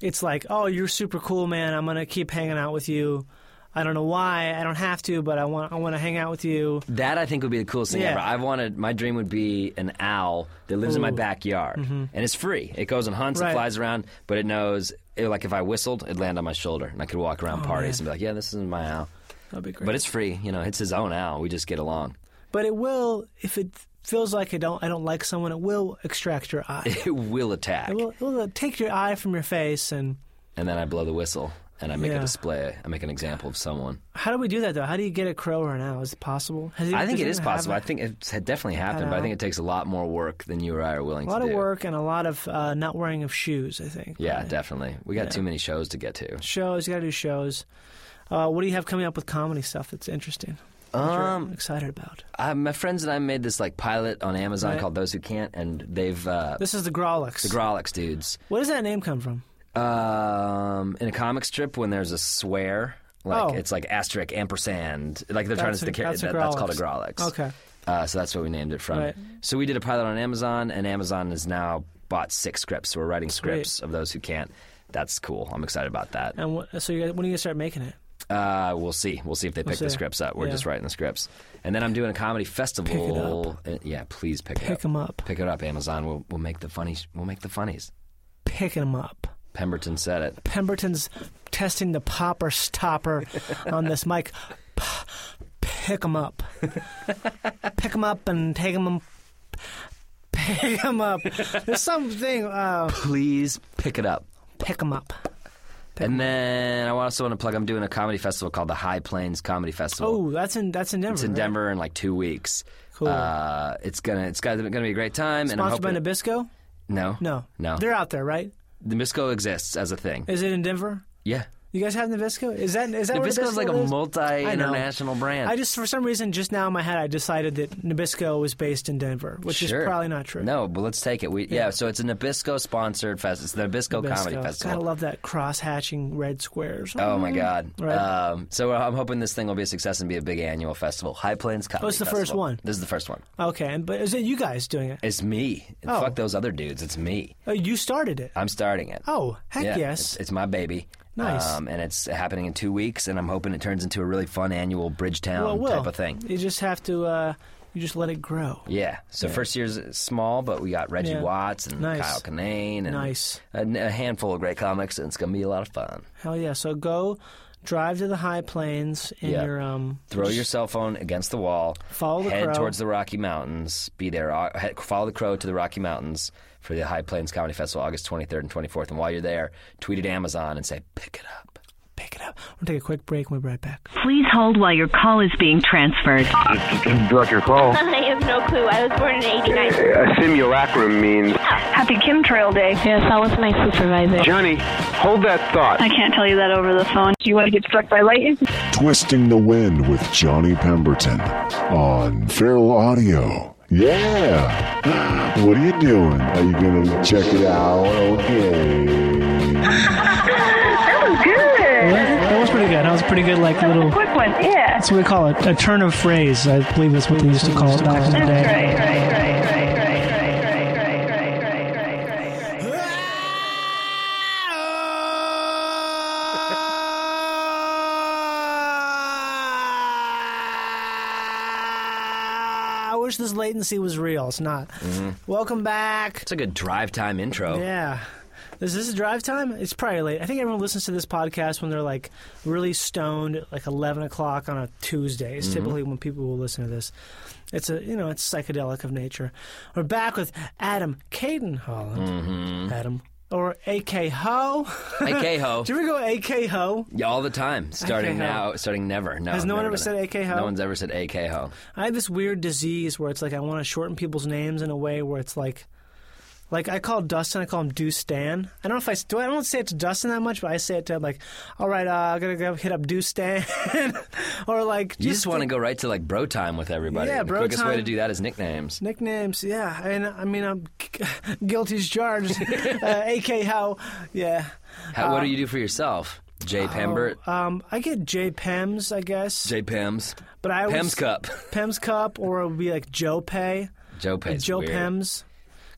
Speaker 3: it's like, oh, you're super cool, man. I'm gonna keep hanging out with you. I don't know why. I don't have to, but I want I want to hang out with you.
Speaker 7: That I think would be the coolest thing
Speaker 3: Yeah.
Speaker 7: ever. I've wanted my dream would be an owl that lives in my backyard and it's free. It goes and hunts,
Speaker 3: Mm-hmm. Right.
Speaker 7: it flies around, but it knows. It, like if I whistled, it'd land on my shoulder, and I could walk around parties and be like, "Yeah, this is my owl."
Speaker 3: That'd be Oh, great.
Speaker 7: But it's free, you know. It's his own owl. We just get along. [laughs]
Speaker 3: but it will if it feels like I don't I don't like someone. It will extract your
Speaker 7: [laughs]
Speaker 3: eye.
Speaker 7: It will attack,
Speaker 3: It will, it will take your eye from your face. And
Speaker 7: and then I blow the whistle and I make
Speaker 3: Yeah.
Speaker 7: a display. I make an example of someone.
Speaker 3: how do we do that though? How do you get a crow or an owl? Is it possible? Has
Speaker 7: I think
Speaker 3: does
Speaker 7: it is
Speaker 3: even have
Speaker 7: possible.
Speaker 3: a-
Speaker 7: I think it's had definitely happened, but I
Speaker 3: know.
Speaker 7: think it takes a lot more work than you or I are willing
Speaker 3: a lot
Speaker 7: to
Speaker 3: of
Speaker 7: do.
Speaker 3: work and a lot of uh, not wearing of shoes. I think.
Speaker 7: Yeah,
Speaker 3: Right?
Speaker 7: definitely. We got too many shows to get to.
Speaker 3: shows. You got to do shows. Uh, what do you have coming up with comedy stuff that's interesting? Um, excited about.
Speaker 7: I, Uh, my friends and I made this like pilot on Amazon
Speaker 3: Right.
Speaker 7: called Those Who Can't, and they've uh,
Speaker 3: This is the Grolix.
Speaker 7: the Grolix dudes
Speaker 3: Where does that name come from?
Speaker 7: um, in a comic strip when there's a swear. Like
Speaker 3: Oh.
Speaker 7: it's like asterisk ampersand, like they're trying
Speaker 3: That's
Speaker 7: to
Speaker 3: a-
Speaker 7: the char-
Speaker 3: that's a
Speaker 7: that, that's called a
Speaker 3: Grolix.
Speaker 7: Grolix.
Speaker 3: Okay.
Speaker 7: uh, so that's what we named it from.
Speaker 3: Right.
Speaker 7: So we did a pilot on Amazon, and Amazon has now bought six scripts. So we're writing scripts of those who can't. That's cool. I'm excited about that.
Speaker 3: And wh- so you guys, when are you gonna start making it?
Speaker 7: Uh, we'll see. We'll see if they pick the
Speaker 3: see.
Speaker 7: scripts up. We're
Speaker 3: Yeah.
Speaker 7: just writing the scripts, and then I'm doing a comedy festival. Uh, yeah, please pick, it
Speaker 3: Pick
Speaker 7: up.
Speaker 3: them up.
Speaker 7: Pick it up, Amazon. We'll we'll make the funny. We'll make the funnies.
Speaker 3: Pick them up.
Speaker 7: Pemberton said it.
Speaker 3: Pemberton's testing the popper stopper on this mic. P- pick him up. Pick him up and take him. Pick him up. There's something. Uh,
Speaker 7: Please pick it up.
Speaker 3: pick him up.
Speaker 7: And then I also want to plug. I'm doing a comedy festival called the High Plains Comedy Festival.
Speaker 3: Oh, that's in that's in Denver.
Speaker 7: it's in
Speaker 3: right?
Speaker 7: Denver in like two weeks.
Speaker 3: Cool.
Speaker 7: Uh, it's gonna it's gonna, gonna be a great time. and I'm
Speaker 3: Sponsored by
Speaker 7: hoping,
Speaker 3: Nabisco.
Speaker 7: No,
Speaker 3: No,
Speaker 7: no.
Speaker 3: They're out there, right?
Speaker 7: Nabisco exists as a thing.
Speaker 3: Is it in Denver?
Speaker 7: Yeah,
Speaker 3: You guys have Nabisco? Is that is that where
Speaker 7: Nabisco is like a
Speaker 3: is? I know.
Speaker 7: multi-international brand.
Speaker 3: I just for some reason just now in my head I decided that Nabisco was based in Denver, which
Speaker 7: Sure.
Speaker 3: is probably not true.
Speaker 7: No, but let's take it. We, yeah. so it's a Nabisco sponsored fest. It's the Nabisco, Comedy
Speaker 3: Nabisco. Gotta
Speaker 7: Festival.
Speaker 3: love that cross hatching red squares.
Speaker 7: oh my God!
Speaker 3: Mm-hmm. Right.
Speaker 7: Um, so I'm hoping this thing will be a success and be a big annual festival. High Plains Comedy.
Speaker 3: Oh, it's the first
Speaker 7: Festival.
Speaker 3: one.
Speaker 7: This is the first one.
Speaker 3: Okay, and but is it you guys doing it?
Speaker 7: It's me.
Speaker 3: Oh.
Speaker 7: Fuck those other dudes. It's me.
Speaker 3: Oh, you started it.
Speaker 7: I'm starting it.
Speaker 3: Oh, heck
Speaker 7: yeah,
Speaker 3: yes.
Speaker 7: It's, it's my baby.
Speaker 3: Nice.
Speaker 7: Um, and it's happening in two weeks, and I'm hoping it turns into a really fun annual Bridgetown
Speaker 3: well, it will.
Speaker 7: type um, of thing.
Speaker 3: You just have to uh, You just let it grow.
Speaker 7: Yeah. So first year's small, but we got Reggie
Speaker 3: Yeah.
Speaker 7: Watts and
Speaker 3: Nice.
Speaker 7: Kyle Kinane and
Speaker 3: Nice.
Speaker 7: a, a handful of great comics, and it's gonna be a lot of fun.
Speaker 3: Hell yeah! So go drive to the high plains in
Speaker 7: Yeah.
Speaker 3: your um.
Speaker 7: Throw your cell phone against the wall.
Speaker 3: Follow the
Speaker 7: head
Speaker 3: crow.
Speaker 7: towards the Rocky Mountains. Be there. Au- head- Follow the crow to the Rocky Mountains for the High Plains Comedy Festival, August 23rd and 24th. And while you're there, tweet at Amazon and say, "Pick it up."
Speaker 3: Pick it up. We'll take a quick break. We'll be right back.
Speaker 9: Please hold while your call is being transferred.
Speaker 6: Direct your call.
Speaker 10: I have no clue. I was born in 89.
Speaker 6: A simulacrum means
Speaker 10: Happy chemtrail day. Yes, I was my supervisor.
Speaker 6: Johnny. Hold that thought.
Speaker 10: I can't tell you that over the phone. Do you want to get struck by lightning?
Speaker 2: Twisting the Wind with Johnny Pemberton on Feral Audio. Yeah. [sighs] What are you doing? Are you going to check it out? Okay. [sighs]
Speaker 10: That was good.
Speaker 8: That was pretty good. That was a pretty good, like little.
Speaker 10: Quick one. Yeah.
Speaker 8: That's what we call it. A turn of phrase. I believe that's what they used to call it back in the
Speaker 10: That's
Speaker 8: day.
Speaker 10: right, right, right, right, right, right, right, right, right, right, right, right, right.
Speaker 3: Ah, I wish this latency was real. It's not.
Speaker 7: Mm-hmm.
Speaker 3: Welcome back.
Speaker 7: It's a good drive time intro.
Speaker 3: Yeah. Is this drive time? It's probably late. I think everyone listens to this podcast when they're like really stoned, at like eleven o'clock on a Tuesday. It's typically when people will listen to this. It's a you know it's psychedelic of nature. We're back with Adam Caden Holland, Adam or AK Ho. [laughs]
Speaker 7: Hey, ho.
Speaker 3: Do we go AK Ho?
Speaker 7: Yeah, all the time. Starting
Speaker 3: Hey, ho.
Speaker 7: now, starting never. No,
Speaker 3: Has no one
Speaker 7: never
Speaker 3: ever said
Speaker 7: done it.
Speaker 3: AK ho?
Speaker 7: No one's ever said AK ho.
Speaker 3: I have this weird disease where it's like I want to shorten people's names in a way where it's like, like I call Dustin, I call him Deuce Stan. I don't know if I s- do. I don't say it to Dustin that much, but I say it to him like, all right, uh, I'm gonna go hit up Deuce Stan, [laughs] or like
Speaker 7: You just, want to go right to like bro time with everybody.
Speaker 3: Yeah,
Speaker 7: And the
Speaker 3: bro
Speaker 7: quickest way to
Speaker 3: time.
Speaker 7: do that is nicknames.
Speaker 3: nicknames. Yeah, and I mean I'm [laughs] guilty as
Speaker 7: [laughs]
Speaker 3: charged. uh, AK how? Yeah.
Speaker 7: How,
Speaker 3: uh,
Speaker 7: what do you do for yourself? J Pembert,
Speaker 3: Um, I get J Pems, I guess,
Speaker 7: J Pems,
Speaker 3: but I always, [laughs]
Speaker 7: Pems Cup,
Speaker 3: Pems Cup, or it would be like Joe Pay.
Speaker 7: Joe
Speaker 3: the
Speaker 7: Pems,
Speaker 3: Joe
Speaker 7: weird.
Speaker 3: Pems,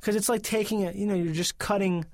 Speaker 3: because it's like taking it. You know, you're just cutting.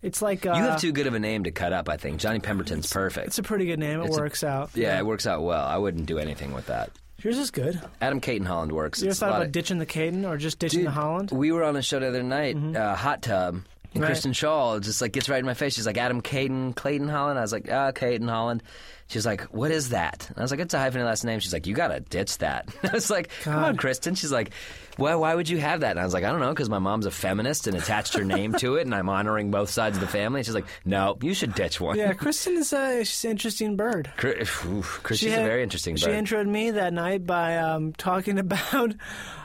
Speaker 3: It's like uh,
Speaker 7: You have too good of a name to cut up. I think Johnny Pemberton's perfect.
Speaker 3: It's a pretty good name. It
Speaker 7: It's a-
Speaker 3: works out.
Speaker 7: yeah, it works out well. I wouldn't do anything with that.
Speaker 3: yours is good.
Speaker 7: Adam Caton Holland works.
Speaker 3: You ever
Speaker 7: It's a
Speaker 3: thought
Speaker 7: lot
Speaker 3: about
Speaker 7: of-
Speaker 3: ditching the Caden or just ditching the
Speaker 7: Dude,
Speaker 3: Holland? Mm-hmm.
Speaker 7: We were on a show the other night, uh, Hot Tub, and
Speaker 3: Right.
Speaker 7: Kristen Shaw just like gets right in my face. She's like, Adam Caden, Clayton Holland. I was like, ah, Clayton Holland. She's like, what is that? And I was like, it's a hyphenated last name. She's like, you gotta ditch that. [laughs] I was like, come on, Kristen. She's like, why, why would you have that? And I was like, I don't know, because my mom's a feminist and attached her name to it, and I'm honoring both sides of the family. And she's like, no, you should ditch one.
Speaker 3: Yeah, Kristen is a she's an interesting bird.
Speaker 7: Cr- oof, Chris, she's
Speaker 3: had-
Speaker 7: a very interesting
Speaker 3: She
Speaker 7: bird.
Speaker 3: introed me that night by um, talking [laughs] about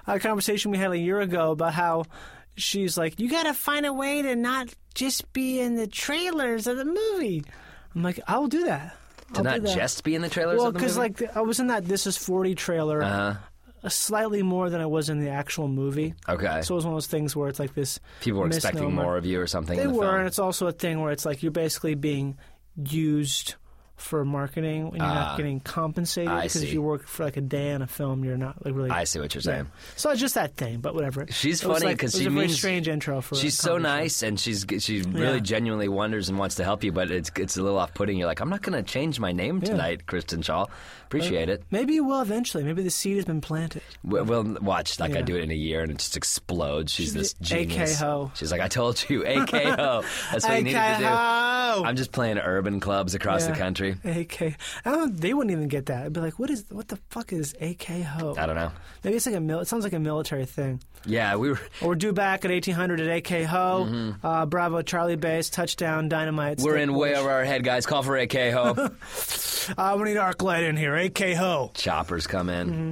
Speaker 3: a conversation we had a year ago about how she's like, you got to find a way to not just be in the trailers of the movie. I'm like, I will do that.
Speaker 7: to
Speaker 3: I'll do
Speaker 7: not
Speaker 3: that.
Speaker 7: just be in the trailers
Speaker 3: Well,
Speaker 7: of the
Speaker 3: because
Speaker 7: movie? Uh-huh.
Speaker 3: like I was in that "This Is 40" trailer, uh slightly more than I was in the actual movie.
Speaker 7: Okay.
Speaker 3: So it was one of those things where it's like this.
Speaker 7: People were expecting
Speaker 3: misnomer.
Speaker 7: more of you or something.
Speaker 3: They
Speaker 7: in the
Speaker 3: were,
Speaker 7: film.
Speaker 3: and it's also a thing where it's like you're basically being used for marketing, and you're not getting compensated
Speaker 7: Ah. I
Speaker 3: because if
Speaker 7: see.
Speaker 3: you work for like a day on a film, you're not like really.
Speaker 7: I see what you're saying.
Speaker 3: So it's just that thing, but whatever.
Speaker 7: She's
Speaker 3: It was
Speaker 7: funny
Speaker 3: like-
Speaker 7: 'cause
Speaker 3: it was
Speaker 7: she
Speaker 3: a very
Speaker 7: means-
Speaker 3: strange intro for. a
Speaker 7: She's so
Speaker 3: comedy show.
Speaker 7: nice, and she's she really
Speaker 3: Yeah.
Speaker 7: genuinely wonders and wants to help you, but it's it's a little off putting. You're like, I'm not going to change my name tonight, Kristen Shaw.
Speaker 3: Uh,
Speaker 7: Appreciate it.
Speaker 3: Maybe you will eventually. Maybe the seed has been planted.
Speaker 7: We'll, we'll watch like I
Speaker 3: Yeah.
Speaker 7: do it in a year, and it just explodes. She's this
Speaker 3: She's a-
Speaker 7: genius.
Speaker 3: AKO.
Speaker 7: She's like, I told
Speaker 3: [laughs]
Speaker 7: you, AKO. That's what you needed to do.
Speaker 3: AKO.
Speaker 7: I'm just playing at urban clubs across the
Speaker 3: Yeah.
Speaker 7: country.
Speaker 3: AK. I don't. They wouldn't even get that. I'd be like, what is? What the fuck is AK ho?
Speaker 7: I don't know.
Speaker 3: Maybe it's like a. Mil- it sounds like a military thing.
Speaker 7: Yeah, we were.
Speaker 3: Or do back at eighteen hundred at AK ho. Uh, Bravo Charlie Base touchdown dynamite.
Speaker 7: Mm-hmm. We're
Speaker 3: stick
Speaker 7: in way
Speaker 3: push.
Speaker 7: over our head, guys. Call for
Speaker 3: [laughs]
Speaker 7: AKO.
Speaker 3: Uh, we need arc light in here. AK ho.
Speaker 7: Choppers come in.
Speaker 3: Mm-hmm.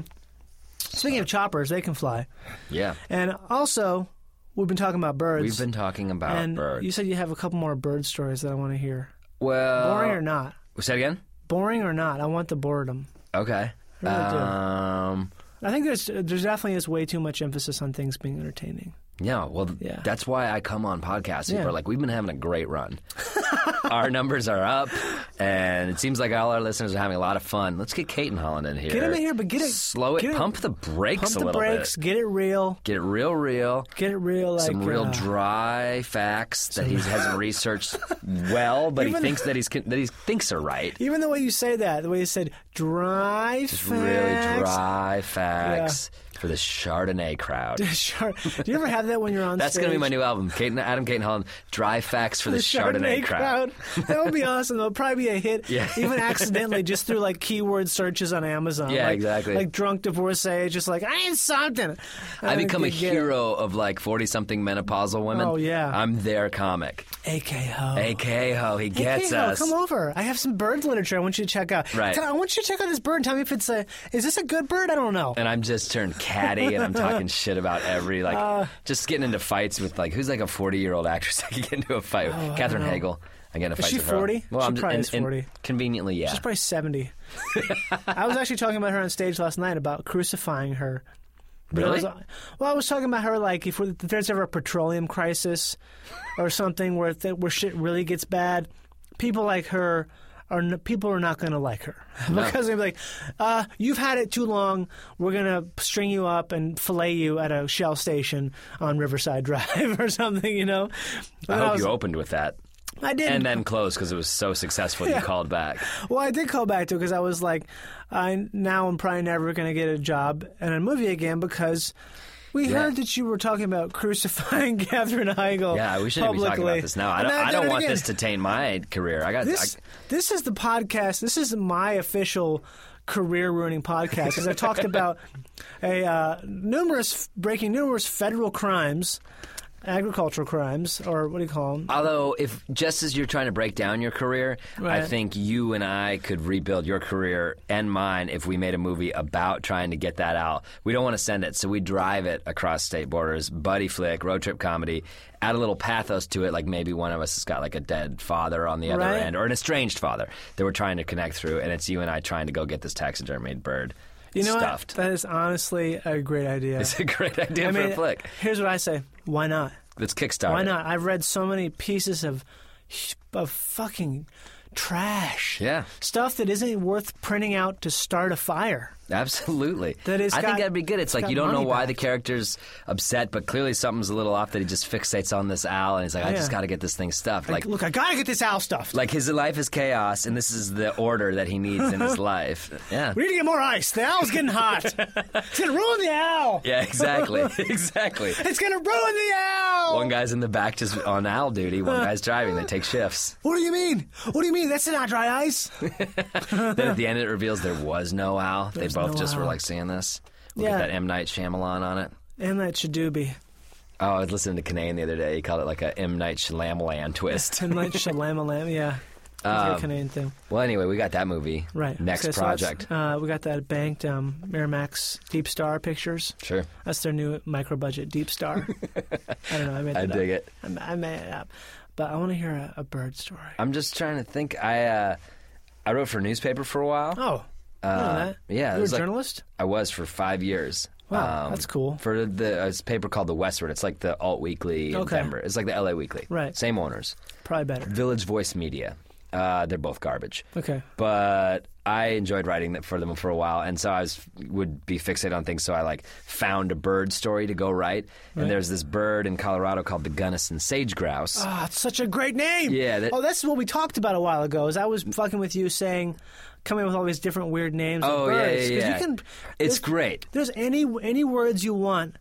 Speaker 3: Speaking of choppers, they can fly.
Speaker 7: Yeah,
Speaker 3: And also, we've been talking about birds.
Speaker 7: we've been talking about
Speaker 3: and
Speaker 7: birds. Uh,
Speaker 3: you said you have a couple more bird stories that I want to hear.
Speaker 7: well,
Speaker 3: Boring or not?
Speaker 7: say it again.
Speaker 3: Boring or not? I want the boredom.
Speaker 7: Okay.
Speaker 3: really do.
Speaker 7: um.
Speaker 3: I think there's there's definitely is way too much emphasis on things being entertaining.
Speaker 7: Yeah, well, th-
Speaker 3: Yeah.
Speaker 7: that's why I come on podcasts. People
Speaker 3: Yeah.
Speaker 7: are like, we've been having a great
Speaker 3: [laughs]
Speaker 7: run. Our numbers are up, and it seems like all our listeners are having a lot of fun. Let's get Kate and Holland in here.
Speaker 3: Get him in here, but get it.
Speaker 7: Slow it,
Speaker 3: get
Speaker 7: pump the brakes
Speaker 3: pump
Speaker 7: a
Speaker 3: the
Speaker 7: little
Speaker 3: brakes.
Speaker 7: bit.
Speaker 3: Get it real.
Speaker 7: Get it real, real.
Speaker 3: Get it real. Like
Speaker 7: Some real
Speaker 3: uh,
Speaker 7: dry facts
Speaker 3: [laughs]
Speaker 7: that he hasn't researched well, but he
Speaker 3: Even- [laughs]
Speaker 7: thinks that he's con- that he thinks are right.
Speaker 3: Even the way you say that, the way you said dry
Speaker 7: Just
Speaker 3: facts.
Speaker 7: Really dry facts. for the Chardonnay
Speaker 3: [laughs]
Speaker 7: crowd.
Speaker 3: sure. Do you ever have that when you're on
Speaker 7: That's
Speaker 3: stage?
Speaker 7: going to be my new album, Kate, Adam Kate and Holland. Dry facts
Speaker 3: [laughs]
Speaker 7: for the, Chardonnay, crowd.
Speaker 3: that would be awesome. That'll probably be a hit,
Speaker 7: [laughs] Yeah.
Speaker 3: even accidentally, just through like keyword searches on Amazon.
Speaker 7: Yeah,
Speaker 3: like,
Speaker 7: exactly.
Speaker 3: Like drunk divorcee, just like I need something.
Speaker 7: I become a
Speaker 3: think they get
Speaker 7: hero of like forty-something menopausal women.
Speaker 3: Oh, yeah. Oh.
Speaker 7: I'm their comic.
Speaker 3: it. AK ho.
Speaker 7: AK ho, he gets
Speaker 3: hey,
Speaker 7: us.
Speaker 3: come over. I have some bird literature. I want you to check out.
Speaker 7: Right.
Speaker 3: Tell- I want you to check out this bird. and Tell me if it's a. Is this a good bird? I don't know.
Speaker 7: And I'm just turned catty, and I'm
Speaker 3: [laughs]
Speaker 7: talking shit about every like,
Speaker 3: Uh.
Speaker 7: just getting into fights with like, who's like a 40 year old actress [laughs] I could get into a fight with?
Speaker 3: Oh, I
Speaker 7: Catherine
Speaker 3: don't know.
Speaker 7: Hagel. I get in a
Speaker 3: Is
Speaker 7: fight
Speaker 3: she
Speaker 7: with her.
Speaker 3: 40?
Speaker 7: Well,
Speaker 3: She
Speaker 7: I'm
Speaker 3: probably
Speaker 7: and,
Speaker 3: is
Speaker 7: and
Speaker 3: 40.
Speaker 7: conveniently, yeah.
Speaker 3: She's probably 70. I was actually talking about her on stage last night about crucifying her. But I
Speaker 7: Really?
Speaker 3: was- well, I was talking about her like if, we- if there's ever a petroleum crisis or something where th- where shit really gets bad, people like her are n- people are not going to like her [laughs]
Speaker 7: No.
Speaker 3: because they're like, uh, "You've had it too long. We're going to string you up and fillet you at a Shell station on Riverside [laughs] Drive or something." You know?
Speaker 7: I
Speaker 3: And
Speaker 7: hope
Speaker 3: was-
Speaker 7: you opened
Speaker 3: [laughs]
Speaker 7: with that.
Speaker 3: I didn't.
Speaker 7: And then closed because it was so successful.
Speaker 3: Yeah.
Speaker 7: You called back.
Speaker 3: Well, I did call back to it because I was like, I now I'm probably never going to get a job in a movie again because we
Speaker 7: Yeah.
Speaker 3: heard that you were talking about [laughs] crucifying Katherine Heigl.
Speaker 7: Yeah, we shouldn't
Speaker 3: Oh, publicly.
Speaker 7: be talking about this now. I
Speaker 3: And
Speaker 7: don't,
Speaker 3: I've
Speaker 7: I
Speaker 3: done
Speaker 7: don't
Speaker 3: it
Speaker 7: want
Speaker 3: again.
Speaker 7: this to taint my career. I got.
Speaker 3: This
Speaker 7: I,
Speaker 3: this is the podcast. This is my official career ruining podcast because I
Speaker 7: [laughs]
Speaker 3: talked about a uh, numerous breaking numerous federal crimes, agricultural crimes, or what do you call them?
Speaker 7: Although, if just as you're trying to break down your career, I
Speaker 3: Right.
Speaker 7: think you and I could rebuild your career and mine if we made a movie about trying to get that out. We don't want to send it, so we drive it across state borders, buddy flick, road trip comedy, add a little pathos to it, like maybe one of us has got like a dead father on the other
Speaker 3: Right.
Speaker 7: end or an estranged father that we're trying to connect through, and it's you and I trying to go get this taxidermied bird
Speaker 3: You know
Speaker 7: stuffed.
Speaker 3: what? That is honestly a great idea.
Speaker 7: [laughs] It's a great idea
Speaker 3: I
Speaker 7: for
Speaker 3: mean,
Speaker 7: a flick.
Speaker 3: here's what I say: Why not?
Speaker 7: Let's kickstart.
Speaker 3: Why
Speaker 7: it.
Speaker 3: not? I've read so many pieces of of fucking trash.
Speaker 7: Yeah.
Speaker 3: Stuff that isn't worth printing out to start a fire.
Speaker 7: Absolutely.
Speaker 3: That it's
Speaker 7: I
Speaker 3: got-
Speaker 7: think that'd be good. It's,
Speaker 3: it's
Speaker 7: like
Speaker 3: got
Speaker 7: you don't know
Speaker 3: money
Speaker 7: why
Speaker 3: back.
Speaker 7: the character's upset, but clearly something's a little off that he just fixates on this owl and he's like, I
Speaker 3: Yeah.
Speaker 7: just got to get this thing stuffed.
Speaker 3: Like,
Speaker 7: Like,
Speaker 3: look, I gotta get this owl stuffed.
Speaker 7: like his life is chaos and this is the order that he needs
Speaker 3: [laughs]
Speaker 7: in his life. Yeah.
Speaker 3: we need to get more ice. The owl's getting
Speaker 7: [laughs]
Speaker 3: hot. it's gonna ruin the owl. [laughs]
Speaker 7: Yeah, exactly. [laughs] exactly.
Speaker 3: It's gonna ruin the owl.
Speaker 7: One guy's in the back just on owl duty, one guy's driving, they take shifts.
Speaker 3: what do you mean? What do you mean? That's not dry ice. [laughs]
Speaker 7: Then at the end it reveals there was no owl.
Speaker 3: There's
Speaker 7: they both
Speaker 3: no
Speaker 7: just were
Speaker 3: owl.
Speaker 7: like seeing this. Look
Speaker 3: Yeah.
Speaker 7: at that M Night Shyamalan on it.
Speaker 3: And that Shadoobie.
Speaker 7: Oh, I was listening to Canaan the other day. He called it like a M Night
Speaker 3: [laughs]
Speaker 7: Shyamalan twist.
Speaker 3: And like Shalamalam. Yeah. Um, Canadian thing.
Speaker 7: Well, anyway, we got that movie.
Speaker 3: Right.
Speaker 7: Next
Speaker 3: Okay, so that's- [laughs]
Speaker 7: project.
Speaker 3: uh, we got that banked um, Miramax Deep Star Pictures.
Speaker 7: Sure.
Speaker 3: That's their new micro budget Deep
Speaker 7: [laughs]
Speaker 3: Star. I don't know. I made
Speaker 7: I
Speaker 3: that
Speaker 7: dig
Speaker 3: up.
Speaker 7: it.
Speaker 3: I, ma- I made it up. But I want to hear a, a bird story.
Speaker 7: I'm just trying to think. I uh, I wrote for a newspaper for a while.
Speaker 3: Oh. I know
Speaker 7: Uh,
Speaker 3: that.
Speaker 7: yeah,
Speaker 3: You
Speaker 7: it
Speaker 3: were a
Speaker 7: was like-
Speaker 3: journalist?
Speaker 7: I was for five years. Um,
Speaker 3: Wow, that's cool.
Speaker 7: For the uh, it's a paper called The Westward. It's like the alt weekly in
Speaker 3: Okay.
Speaker 7: Denver. It's like the LA Weekly.
Speaker 3: Right.
Speaker 7: Same owners.
Speaker 3: Probably better.
Speaker 7: Village Voice Media. Uh, they're both garbage.
Speaker 3: Okay.
Speaker 7: but I enjoyed writing that for them for a while, and so I was would be fixated on things. So I like found a bird story to go write, and there's this bird in Colorado called the Gunnison sage grouse.
Speaker 3: Ah, it's such a great name.
Speaker 7: Yeah, that-
Speaker 3: oh, that's what we talked about a while ago. Is I was fucking with you saying, coming up with all these different weird names.
Speaker 7: Oh,
Speaker 3: of
Speaker 7: yeah,
Speaker 3: birds.
Speaker 7: yeah,
Speaker 3: 'Cause
Speaker 7: yeah.
Speaker 3: You can,
Speaker 7: It's
Speaker 3: there's-
Speaker 7: great.
Speaker 3: There's any any words you want.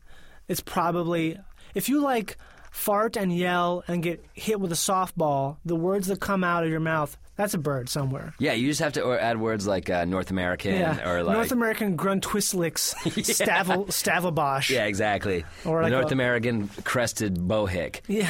Speaker 3: It's probably if you like fart and yell and get hit with a softball. The words that come out of your mouth. That's a bird somewhere.
Speaker 7: Yeah, you just have to or add words like uh, North American or like
Speaker 3: North American
Speaker 7: [laughs]
Speaker 3: Gruntwistlix Stavel Stavelbosch.
Speaker 7: yeah, exactly.
Speaker 3: Or
Speaker 7: The
Speaker 3: like
Speaker 7: North
Speaker 3: a-
Speaker 7: American crested bohick.
Speaker 3: Yeah.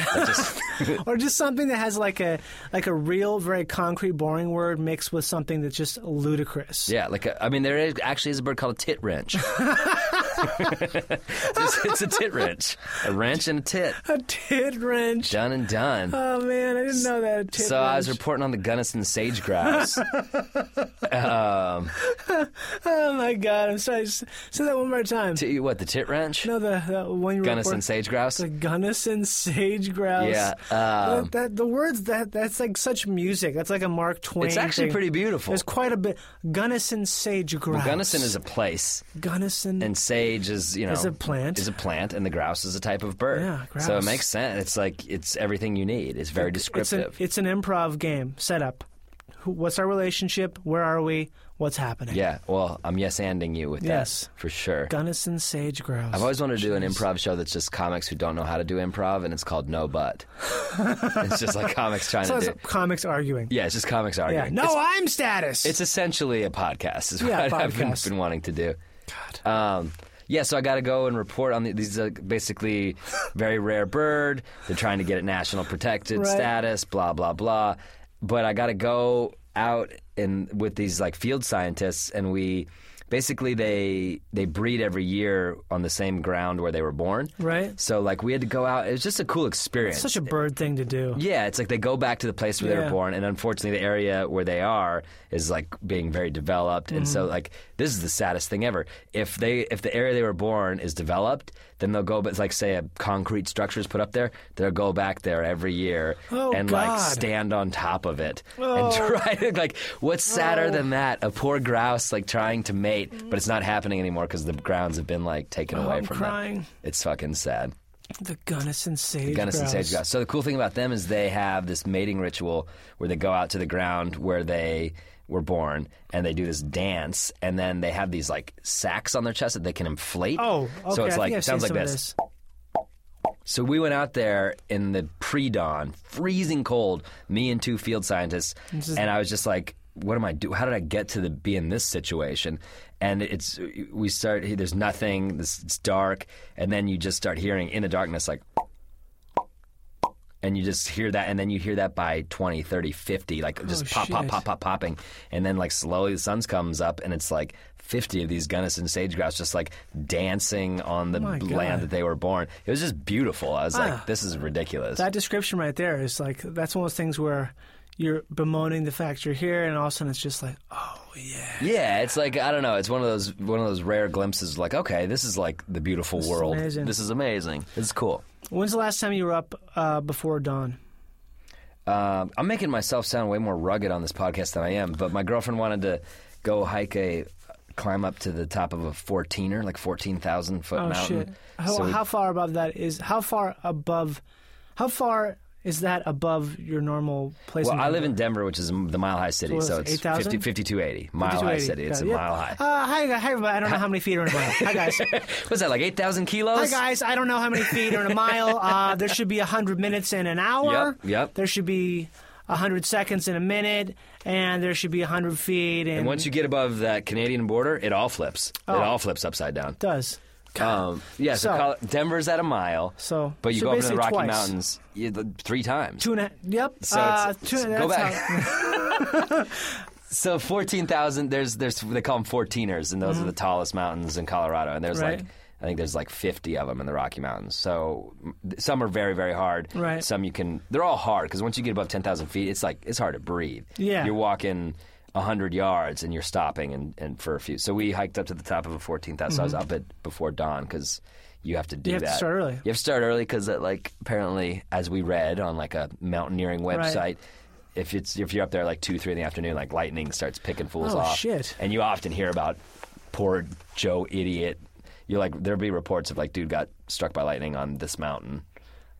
Speaker 3: [laughs] or just something that has like a like a real, very concrete, boring word mixed with something that's just ludicrous.
Speaker 7: Yeah, like a, I mean, there is, actually is a bird called a tit
Speaker 3: [laughs]
Speaker 7: wrench. it's, it's a tit wrench, a wrench and a tit.
Speaker 3: A tit wrench.
Speaker 7: Done and done.
Speaker 3: Oh man, I didn't know that. A tit
Speaker 7: so I was
Speaker 3: wrench.
Speaker 7: reporting on the Gunnison
Speaker 3: [laughs]
Speaker 7: sage grouse.
Speaker 3: oh my god, I'm sorry. S- Say that one more time.
Speaker 7: T- what the tit wrench?
Speaker 3: no, the, the one you
Speaker 7: Gunnison
Speaker 3: report-
Speaker 7: sage grouse.
Speaker 3: The Gunnison sage grouse.
Speaker 7: Yeah,
Speaker 3: That-
Speaker 7: um,
Speaker 3: that, the words that that's like such music. That's like a Mark Twain.
Speaker 7: It's actually
Speaker 3: thing.
Speaker 7: pretty beautiful.
Speaker 3: There's quite a bit. Gunnison sage grouse.
Speaker 7: Gunnison is a place,
Speaker 3: Gunnison.
Speaker 7: and sage is you know
Speaker 3: Is a plant.
Speaker 7: Is a plant, and the grouse is a type of bird.
Speaker 3: Yeah,
Speaker 7: So it
Speaker 3: grouse.
Speaker 7: makes sense. It's like it's everything you need. It's very
Speaker 3: It's, an-
Speaker 7: descriptive.
Speaker 3: it's an improv game setup. Who- What's our relationship? Where are we? what's happening.
Speaker 7: Yeah, well, I'm yes anding you with
Speaker 3: Yes.
Speaker 7: that for sure.
Speaker 3: Gunnison Sage Grouse.
Speaker 7: I've always wanted to do an improv show that's just comics who don't know how to do improv, and it's called
Speaker 3: [laughs]
Speaker 7: No But. it's just like comics trying
Speaker 3: So it's
Speaker 7: to do.
Speaker 3: comics arguing.
Speaker 7: Yeah, it's just comics
Speaker 3: Yeah.
Speaker 7: arguing.
Speaker 3: No,
Speaker 7: It's-
Speaker 3: I'm status.
Speaker 7: It's essentially a podcast, is what [laughs]
Speaker 3: Yeah,
Speaker 7: I've been,
Speaker 3: podcast.
Speaker 7: been wanting to do. God. Um, yeah, so I got to go and report on the, these. Are basically, very rare bird. They're trying to get it national protected
Speaker 3: Right.
Speaker 7: status. Blah blah blah. But I got to go out and with these like field scientists, and we basically they they breed every year on the same ground where they were born.
Speaker 3: Right.
Speaker 7: So like we had to go out. It was just a cool experience.
Speaker 3: Such a bird thing to do.
Speaker 7: Yeah, it's like they go back to the place where they
Speaker 3: Yeah.
Speaker 7: were born, and unfortunately, the area where they are is like being very developed, and
Speaker 3: Mm.
Speaker 7: so like this is the saddest thing ever. If they if the area they were born is developed, then they'll go, but like say a concrete structure is put up there, they'll go back there every year
Speaker 3: Oh,
Speaker 7: and
Speaker 3: God.
Speaker 7: like stand on top of it
Speaker 3: Oh.
Speaker 7: and try to like what's sadder than that? A poor grouse like trying to mate, but it's not happening anymore because the grounds have been like taken away
Speaker 3: Oh, I'm
Speaker 7: from
Speaker 3: crying.
Speaker 7: them. It's fucking sad.
Speaker 3: The Gunnison Sage
Speaker 7: Gunnison
Speaker 3: Grouse.
Speaker 7: sage grouse. So the cool thing about them is they have this mating ritual where they go out to the ground where they were born and they do this dance and then they have these like sacks on their chest that they can inflate.
Speaker 3: Oh, okay.
Speaker 7: So
Speaker 3: I
Speaker 7: it's
Speaker 3: think
Speaker 7: like
Speaker 3: I've
Speaker 7: sounds
Speaker 3: seen
Speaker 7: like
Speaker 3: some of
Speaker 7: this. So we went out there in the pre-dawn, freezing cold. Me and two field scientists,
Speaker 3: This is-
Speaker 7: and I was just like, "What am I do? How did I get to the, be in this situation?" And it's we start. There's nothing. This, it's dark, and then you just start hearing in the darkness like. And you just hear that, and then you hear that by 20, 30, 50, like just
Speaker 3: Oh,
Speaker 7: pop, pop,
Speaker 3: shit.
Speaker 7: pop, pop, popping. And then, like, slowly the sun comes up, and it's like 50 of these Gunnison sage grouse just like dancing on the
Speaker 3: my God.
Speaker 7: land that they were born. It was just beautiful. I was
Speaker 3: Ah.
Speaker 7: like, this is ridiculous.
Speaker 3: That description right there is like that's one of those things where you're bemoaning the fact you're here, and all of a sudden it's just like, oh yeah,
Speaker 7: yeah, it's like I don't know. It's one of those one of those rare glimpses. Like, okay, this is like the beautiful
Speaker 3: This is
Speaker 7: world.
Speaker 3: amazing.
Speaker 7: This is amazing. This is cool.
Speaker 3: When's the last time you were up uh, before dawn?
Speaker 7: Um, I'm making myself sound way more rugged on this podcast than I am. But my girlfriend wanted to go hike a climb up to the top of a 14er, like 14,000 foot
Speaker 3: Oh
Speaker 7: mountain.
Speaker 3: shit! How,
Speaker 7: So we-
Speaker 3: how far above that is? How far above? How far is that above your normal place?
Speaker 7: well, I live
Speaker 3: Denver?
Speaker 7: in Denver, which is the mile high city,
Speaker 3: So
Speaker 7: so
Speaker 3: it's
Speaker 7: it's 50,
Speaker 3: 8,000?
Speaker 7: 5280, mile high
Speaker 3: 5280.
Speaker 7: city. It's
Speaker 3: Got it.
Speaker 7: a
Speaker 3: Yeah.
Speaker 7: mile high.
Speaker 3: Uh, hi, gu- hi, everybody. I don't know how many feet are in a mile.
Speaker 7: [laughs]
Speaker 3: Hi guys.
Speaker 7: What's that, like 8,000
Speaker 3: Hi
Speaker 7: kilos?
Speaker 3: guys. I don't know how many feet are in a mile. Uh, there should be hundred minutes in an hour.
Speaker 7: Yep, yep.
Speaker 3: There should be hundred seconds in a minute, and there should be hundred feet. And,
Speaker 7: And once you get above that Canadian border, it all flips.
Speaker 3: Oh.
Speaker 7: It all flips upside down.
Speaker 3: does.
Speaker 7: Um, yeah, so,
Speaker 3: So-
Speaker 7: col- Denver's at a mile.
Speaker 3: So-
Speaker 7: but you
Speaker 3: so
Speaker 7: go up into the
Speaker 3: basically
Speaker 7: Rocky
Speaker 3: twice.
Speaker 7: Mountains you, the- three times.
Speaker 3: Two and a, yep.
Speaker 7: So
Speaker 3: uh,
Speaker 7: it's-
Speaker 3: two,
Speaker 7: so
Speaker 3: that's
Speaker 7: go back.
Speaker 3: How,
Speaker 7: So fourteen thousand. There's there's they call them fourteeners, and those are the tallest mountains in Colorado. And there's
Speaker 3: Mm-hmm. Right.
Speaker 7: like I think there's like fifty of them in the Rocky Mountains. So m- some are very very hard.
Speaker 3: Right.
Speaker 7: Some you can. They're all hard because once you get above ten thousand feet, it's like it's hard to breathe.
Speaker 3: Yeah.
Speaker 7: You're walking. 100 yards and you're stopping and, and for a few so we hiked up to the top of a 14,000 so I was up at before dawn because you have to
Speaker 3: Mm-hmm.
Speaker 7: do
Speaker 3: You have to
Speaker 7: that
Speaker 3: start early.
Speaker 7: you have to start early because like apparently as we read on like a mountaineering website if it's if you're up there like two three in the afternoon like lightning starts picking fools
Speaker 3: Oh,
Speaker 7: off
Speaker 3: shit.
Speaker 7: and you often hear about poor joe idiot you're like there'll be reports of like dude got struck by lightning on this mountain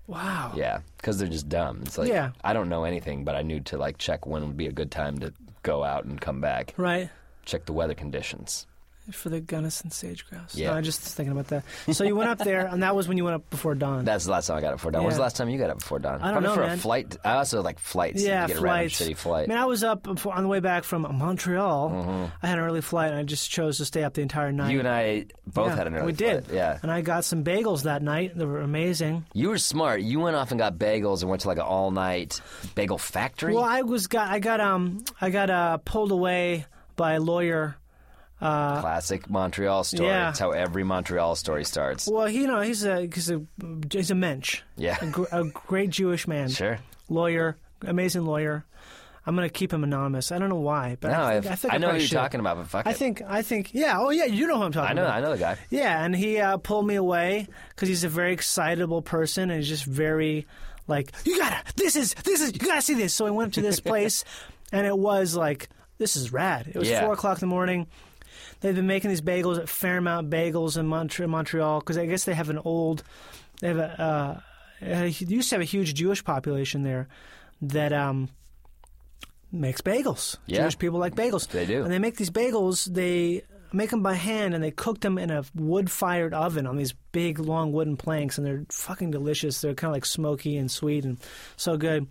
Speaker 3: wow.
Speaker 7: [laughs] yeah because they're just dumb it's like
Speaker 3: Yeah.
Speaker 7: i don't know anything but i knew to like check when would be a good time to go out and come back
Speaker 3: Right.
Speaker 7: check the weather conditions
Speaker 3: For the Gunnison sage grouse.
Speaker 7: Yeah.
Speaker 3: No, I just was thinking about that. So you went up there, and that was when you went up before dawn.
Speaker 7: that's the last time I got up before dawn. When's
Speaker 3: Yeah.
Speaker 7: the last time you got up before dawn?
Speaker 3: I don't
Speaker 7: Probably
Speaker 3: know,
Speaker 7: for
Speaker 3: man.
Speaker 7: a flight. I also like flights.
Speaker 3: yeah,
Speaker 7: you get
Speaker 3: flights.
Speaker 7: a random shitty flight. Mm-hmm.
Speaker 3: Man, I was up before, on the way back from Montreal. I had an early flight, and I just chose to stay up the entire night.
Speaker 7: You and I both
Speaker 3: Yeah,
Speaker 7: had an early
Speaker 3: We did.
Speaker 7: flight, Yeah.
Speaker 3: And I got some bagels that night. They were amazing.
Speaker 7: You were smart. You went off and got bagels and went to like an all night bagel factory.
Speaker 3: Well, I was got I got um I got uh, pulled away by a lawyer.
Speaker 7: Classic Montreal story.
Speaker 3: Yeah.
Speaker 7: That's how every Montreal story starts.
Speaker 3: Well, he, you know he's a he's a he's a mensch.
Speaker 7: Yeah.
Speaker 3: A, gr- a great Jewish man.
Speaker 7: Sure.
Speaker 3: Lawyer, amazing lawyer. I'm gonna keep him anonymous. I don't know why, but
Speaker 7: No,
Speaker 3: I,
Speaker 7: if,
Speaker 3: think,
Speaker 7: I,
Speaker 3: I think I
Speaker 7: know who
Speaker 3: probably
Speaker 7: you're
Speaker 3: should.
Speaker 7: talking about, but fuck
Speaker 3: I
Speaker 7: it.
Speaker 3: think I think yeah. Oh yeah, you know who I'm talking
Speaker 7: I know.
Speaker 3: about.
Speaker 7: I know the guy.
Speaker 3: Yeah, and he uh, pulled me away because he's a very excitable person and he's just very like, you gotta, this is, this is, you gotta see this. So I went up to
Speaker 7: [laughs]
Speaker 3: this place and it was like, this is rad. It was
Speaker 7: Yeah.
Speaker 3: four o'clock in the morning. They've been making these bagels at Fairmount Bagels in Mont- Montreal because I guess they have an old, they have a, uh, uh, they used to have a huge Jewish population there that, um, makes bagels.
Speaker 7: Yeah.
Speaker 3: Jewish people like bagels.
Speaker 7: They do.
Speaker 3: And they make these bagels. They make them by hand and they cook them in a wood-fired oven on these big long wooden planks, and they're fucking delicious. They're kind of like smoky and sweet and so good.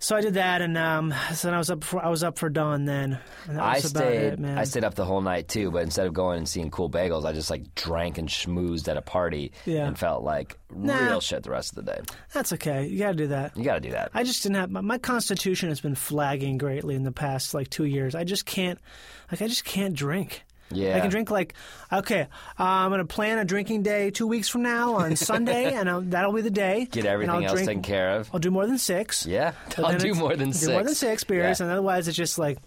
Speaker 3: So I did that, and um, so then I was up. For, I was up for dawn then. And that
Speaker 7: I
Speaker 3: was about
Speaker 7: stayed.
Speaker 3: it, man.
Speaker 7: I stayed up the whole night too, but instead of going and seeing cool bagels, I just like drank and schmoozed at a party
Speaker 3: Yeah.
Speaker 7: and felt like
Speaker 3: Nah.
Speaker 7: real shit the rest of the day.
Speaker 3: That's okay. You got to do that.
Speaker 7: You got to do that.
Speaker 3: I just didn't have my, my constitution has been flagging greatly in the past like two years. I just can't, like, I just can't drink.
Speaker 7: Yeah.
Speaker 3: I can drink like, okay, uh, I'm gonna plan a drinking day two weeks from now
Speaker 7: [laughs]
Speaker 3: on Sunday, and I'll, that'll be the day.
Speaker 7: Get
Speaker 3: and
Speaker 7: everything
Speaker 3: I'll
Speaker 7: else
Speaker 3: drink- Oh,
Speaker 7: taken care of.
Speaker 3: I'll do more than six.
Speaker 7: Yeah, [laughs]
Speaker 3: But
Speaker 7: I'll
Speaker 3: then
Speaker 7: do
Speaker 3: it's-
Speaker 7: more than
Speaker 3: do
Speaker 7: six.
Speaker 3: more than six beers,
Speaker 7: Yeah.
Speaker 3: and otherwise it's just like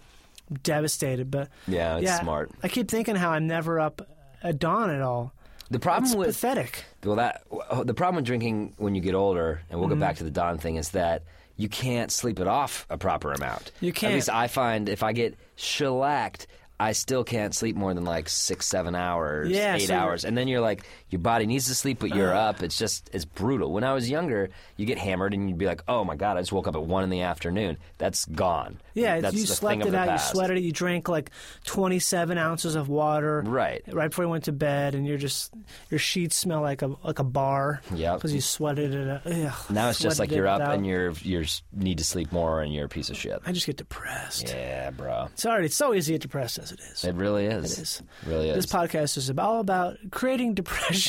Speaker 3: devastated. But
Speaker 7: Yeah, it's
Speaker 3: yeah,
Speaker 7: smart.
Speaker 3: I keep thinking how I'm never up at dawn at all.
Speaker 7: The problem
Speaker 3: It's
Speaker 7: with
Speaker 3: pathetic.
Speaker 7: well, that well, the problem with drinking when you get older, and we'll
Speaker 3: Mhm.
Speaker 7: go back to the dawn thing, is that you can't sleep it off a proper amount.
Speaker 3: You can't.
Speaker 7: At least I find if I get shellacked. I still can't sleep more than like six, seven hours,
Speaker 3: Yeah,
Speaker 7: eight
Speaker 3: so Uh. you're-
Speaker 7: hours, and then you're like, your body needs to sleep, but you're up. It's just, it's brutal. When I was younger, you get hammered and you'd be like, oh my god, I just woke up at one in the afternoon. That's gone.
Speaker 3: Yeah,
Speaker 7: That's
Speaker 3: you
Speaker 7: the
Speaker 3: slept
Speaker 7: thing of
Speaker 3: it
Speaker 7: the
Speaker 3: out,
Speaker 7: past.
Speaker 3: you sweated it, you drank like 27 ounces of water.
Speaker 7: Right.
Speaker 3: Right before you went to bed, and you're just, your sheets smell like a like a bar.
Speaker 7: Yep.
Speaker 3: Because you sweated it out. Ugh,
Speaker 7: Now it's just
Speaker 3: sweated
Speaker 7: like
Speaker 3: it
Speaker 7: you're up
Speaker 3: out.
Speaker 7: and you're you need to sleep more and you're a piece of shit.
Speaker 3: I just get depressed.
Speaker 7: Yeah, bro.
Speaker 3: It's already it's so easy to get depressed as it is.
Speaker 7: It really is.
Speaker 3: It is.
Speaker 7: Really is.
Speaker 3: This podcast is all about creating [laughs] depression.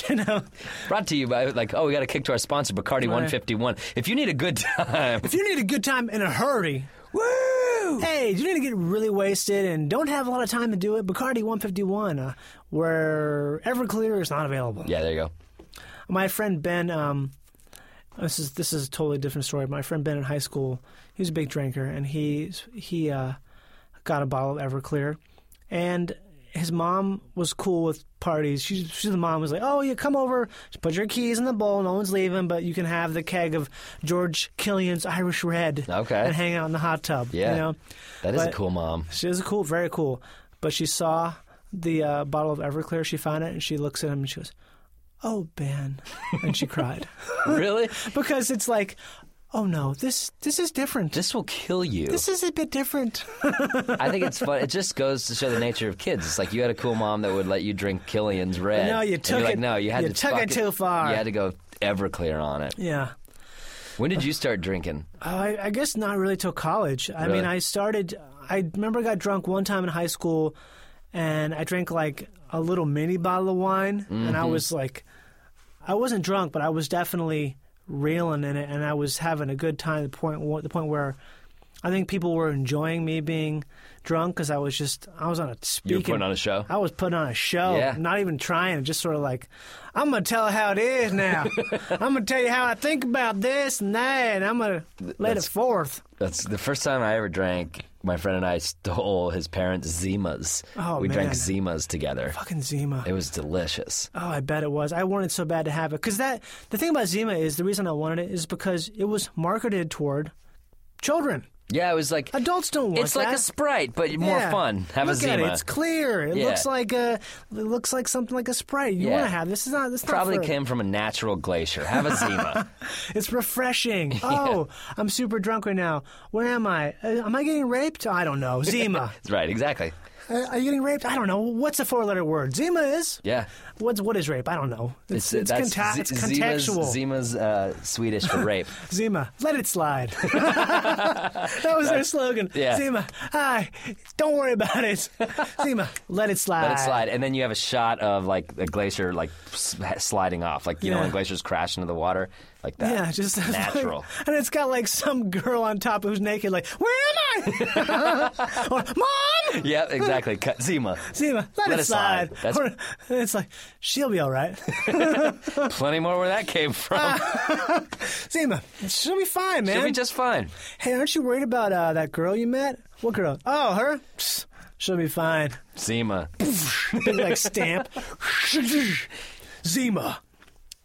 Speaker 7: Brought to you by like oh we got a kick to our sponsor Bacardi
Speaker 3: Right.
Speaker 7: 151. If you need a good time,
Speaker 3: if you need a good time in a hurry, woo! Hey, you need to get really wasted and don't have a lot of time to do it. Bacardi 151, uh, where Everclear is not available.
Speaker 7: yeah, there you go.
Speaker 3: My friend Ben, um, this is this is a totally different story. My friend Ben in high school, he was a big drinker, and he he uh, got a bottle of Everclear, and his mom was cool with parties. She, she the mom was like, "Oh, you come over, just put your keys in the bowl. No one's leaving, but you can have the keg of George Killian's Irish Red,
Speaker 7: Okay.
Speaker 3: and hang out in the hot tub."
Speaker 7: Yeah.
Speaker 3: you know,
Speaker 7: That is a
Speaker 3: But-
Speaker 7: cool
Speaker 3: [laughs]
Speaker 7: mom.
Speaker 3: she was cool, very cool. But she saw the uh, bottle of Everclear. She found it, and she looks at him, and she goes, "Oh, Ben," and she [laughs] cried
Speaker 7: Really?
Speaker 3: because it's like, "Oh no, this this is different.
Speaker 7: This will kill you.
Speaker 3: This is a bit different."
Speaker 7: I think it's fun. It just goes to show the nature of kids. It's like you had a cool mom that would let you drink Killian's Red.
Speaker 3: No, you
Speaker 7: And
Speaker 3: took
Speaker 7: you're like,
Speaker 3: it-
Speaker 7: No, you had
Speaker 3: you
Speaker 7: to
Speaker 3: took it
Speaker 7: fuck
Speaker 3: too far.
Speaker 7: You had to go Everclear on it.
Speaker 3: yeah,
Speaker 7: When did you start drinking?
Speaker 3: uh, I, I guess not really till college. I
Speaker 7: Really?
Speaker 3: mean, I started. I remember I got drunk one time in high school, and I drank like a little mini bottle of wine, and I
Speaker 7: Mhm.
Speaker 3: was like, I wasn't drunk, but I was definitely reeling in it, and I was having a good time. The point, wa- the point where. I think people were enjoying me being drunk because I was just I was on a speaking.
Speaker 7: You were putting on a show.
Speaker 3: I was putting on a show,
Speaker 7: Yeah.
Speaker 3: not even trying, just sort of like, I'm gonna tell how it is
Speaker 7: [laughs]
Speaker 3: now. I'm gonna tell you how I think about this and that, and I'm gonna let it
Speaker 7: that's-
Speaker 3: forth.
Speaker 7: That's the first time I ever drank. My friend and I stole his parents' Zimas.
Speaker 3: Oh,
Speaker 7: we drank
Speaker 3: man.
Speaker 7: Zimas together.
Speaker 3: Fucking Zima.
Speaker 7: It was delicious.
Speaker 3: Oh, I bet it was. I wanted so bad to have it because that the thing about Zima is the reason I wanted it is because it was marketed toward children.
Speaker 7: Yeah, it was like
Speaker 3: Adults don't want
Speaker 7: it's like
Speaker 3: that.
Speaker 7: a Sprite, but more
Speaker 3: Yeah.
Speaker 7: fun. Have
Speaker 3: Look
Speaker 7: a Zima.
Speaker 3: At it. It's clear. It
Speaker 7: Yeah.
Speaker 3: looks like a. It looks like something like a sprite. You
Speaker 7: Yeah.
Speaker 3: want to have this? Is not. This is not
Speaker 7: Probably
Speaker 3: for-
Speaker 7: came from a natural glacier. Have
Speaker 3: [laughs]
Speaker 7: a Zima.
Speaker 3: It's [laughs] refreshing. Oh, I'm super drunk right now. Where am I? Uh, am I getting raped? I don't know. Zima.
Speaker 7: right, exactly.
Speaker 3: [laughs] uh, are you getting raped? I don't know. What's a four-letter word? Zima is.
Speaker 7: Yeah.
Speaker 3: What's what is rape? I don't know. It's uh, it's,
Speaker 7: that's
Speaker 3: conta-
Speaker 7: Z-
Speaker 3: it's contextual.
Speaker 7: Zima's, Zima's uh, Swedish
Speaker 3: [laughs]
Speaker 7: for rape.
Speaker 3: Zima, let it [laughs] slide. that was their slogan.
Speaker 7: yeah.
Speaker 3: Zima, hi, don't worry about [laughs] it. Zima, let it slide.
Speaker 7: Let it slide, and then you have a shot of like a glacier like s- sliding off, like you know
Speaker 3: Yeah.
Speaker 7: when glaciers crash into the water, like that.
Speaker 3: Yeah, just [laughs]
Speaker 7: natural.
Speaker 3: and it's got like some girl on top who's naked, like, where am I? [laughs] or, Mom!
Speaker 7: yeah, exactly. Cut Zima.
Speaker 3: Zima, let,
Speaker 7: Let
Speaker 3: it
Speaker 7: it
Speaker 3: slide.
Speaker 7: slide. That's-
Speaker 3: Or- it's like, she'll be all right. [laughs]
Speaker 7: Plenty more where that came from.
Speaker 3: Zima, she'll be fine, Ah, man.
Speaker 7: [laughs] Should be just fine.
Speaker 3: hey, aren't you worried about uh, that girl you met? What girl? Oh, her? Psst, she'll be fine. [laughs]
Speaker 7: Zima.
Speaker 3: Big, like, stamp. [laughs] Zima.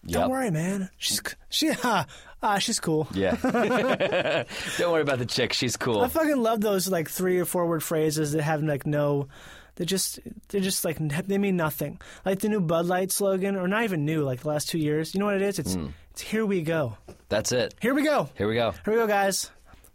Speaker 7: Yep.
Speaker 3: Don't worry, man. She's she [laughs] uh, uh, she's cool. [laughs]
Speaker 7: Yeah. [laughs] Don't worry about the chick. She's cool.
Speaker 3: I fucking love those like three or four word phrases that have like no. They're just they're just like n- they mean nothing. Like the new Bud Light slogan, or not even new. Like the last
Speaker 7: Hmm.
Speaker 3: two years, you know what it is? It's it's here we go.
Speaker 7: That's it.
Speaker 3: Here we go.
Speaker 7: Here we go.
Speaker 3: Here we go, guys.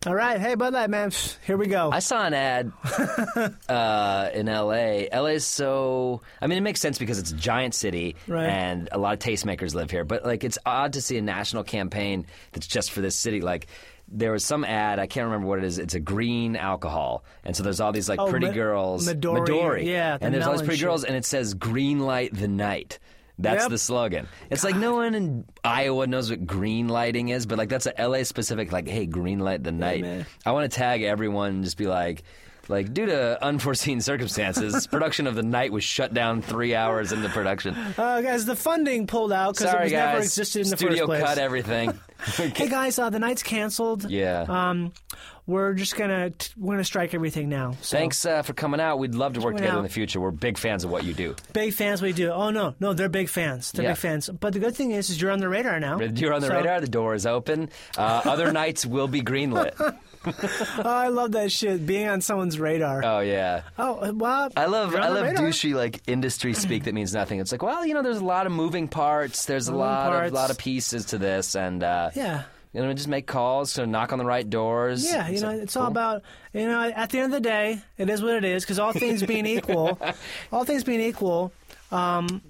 Speaker 3: All right, hey Bud Light man, Pfft, here we go.
Speaker 7: I saw an ad
Speaker 3: [laughs]
Speaker 7: uh, in L.A. L.A. is so. I mean, it makes sense because it's a giant city
Speaker 3: Right.
Speaker 7: and a lot of tastemakers live here. But like, it's odd to see a national campaign that's just for this city. Like, there was some ad I can't remember what it is. It's a green alcohol, and so there's all these like
Speaker 3: Oh,
Speaker 7: pretty
Speaker 3: Mi-
Speaker 7: girls,
Speaker 3: Midori, yeah, the
Speaker 7: and there's all these
Speaker 3: melon
Speaker 7: pretty
Speaker 3: shit.
Speaker 7: girls, and it says "Green Light the Night." That's
Speaker 3: Yep.
Speaker 7: the slogan. It's like no one in Iowa knows what green lighting is, but like that's a LA specific. Like, hey, green light the night.
Speaker 3: man.
Speaker 7: I want to tag everyone and just be like, like due to unforeseen [laughs] circumstances, production of the night was shut down three hours into
Speaker 3: [laughs]
Speaker 7: production.
Speaker 3: Uh, guys, the funding pulled out because it
Speaker 7: Sorry,
Speaker 3: was
Speaker 7: guys.
Speaker 3: never existed in the
Speaker 7: Studio
Speaker 3: first place.
Speaker 7: cut everything.
Speaker 3: [laughs]
Speaker 7: [laughs]
Speaker 3: Hey guys, uh, the night's canceled.
Speaker 7: Yeah.
Speaker 3: Um, we're just gonna t- we're gonna strike everything now. So.
Speaker 7: Thanks uh, for coming out. We'd love to work
Speaker 3: Coming
Speaker 7: together
Speaker 3: out.
Speaker 7: in the future. We're big fans of what you do.
Speaker 3: Big fans, we do. Oh no, no, they're big fans. They're
Speaker 7: Yeah.
Speaker 3: big fans. But the good thing is, is you're on the radar now.
Speaker 7: You're on the
Speaker 3: So-
Speaker 7: radar. The door is open. Uh, other [laughs] nights will be greenlit.
Speaker 3: oh, [laughs] I love that shit. Being on someone's radar.
Speaker 7: Oh yeah.
Speaker 3: oh well,
Speaker 7: I love
Speaker 3: you're on
Speaker 7: I
Speaker 3: the
Speaker 7: love
Speaker 3: radar.
Speaker 7: douchey like industry speak that means nothing. It's like, well, you know, there's a lot of moving parts. There's a
Speaker 3: Moving
Speaker 7: lot
Speaker 3: parts.
Speaker 7: of lot of pieces to this, and uh,
Speaker 3: Yeah.
Speaker 7: you know, just make calls, to knock on the right doors.
Speaker 3: Yeah, you know,
Speaker 7: like,
Speaker 3: it's all about you know. At the end of the day, it is what it is. Because all things being
Speaker 7: [laughs]
Speaker 3: equal, all things being equal, um,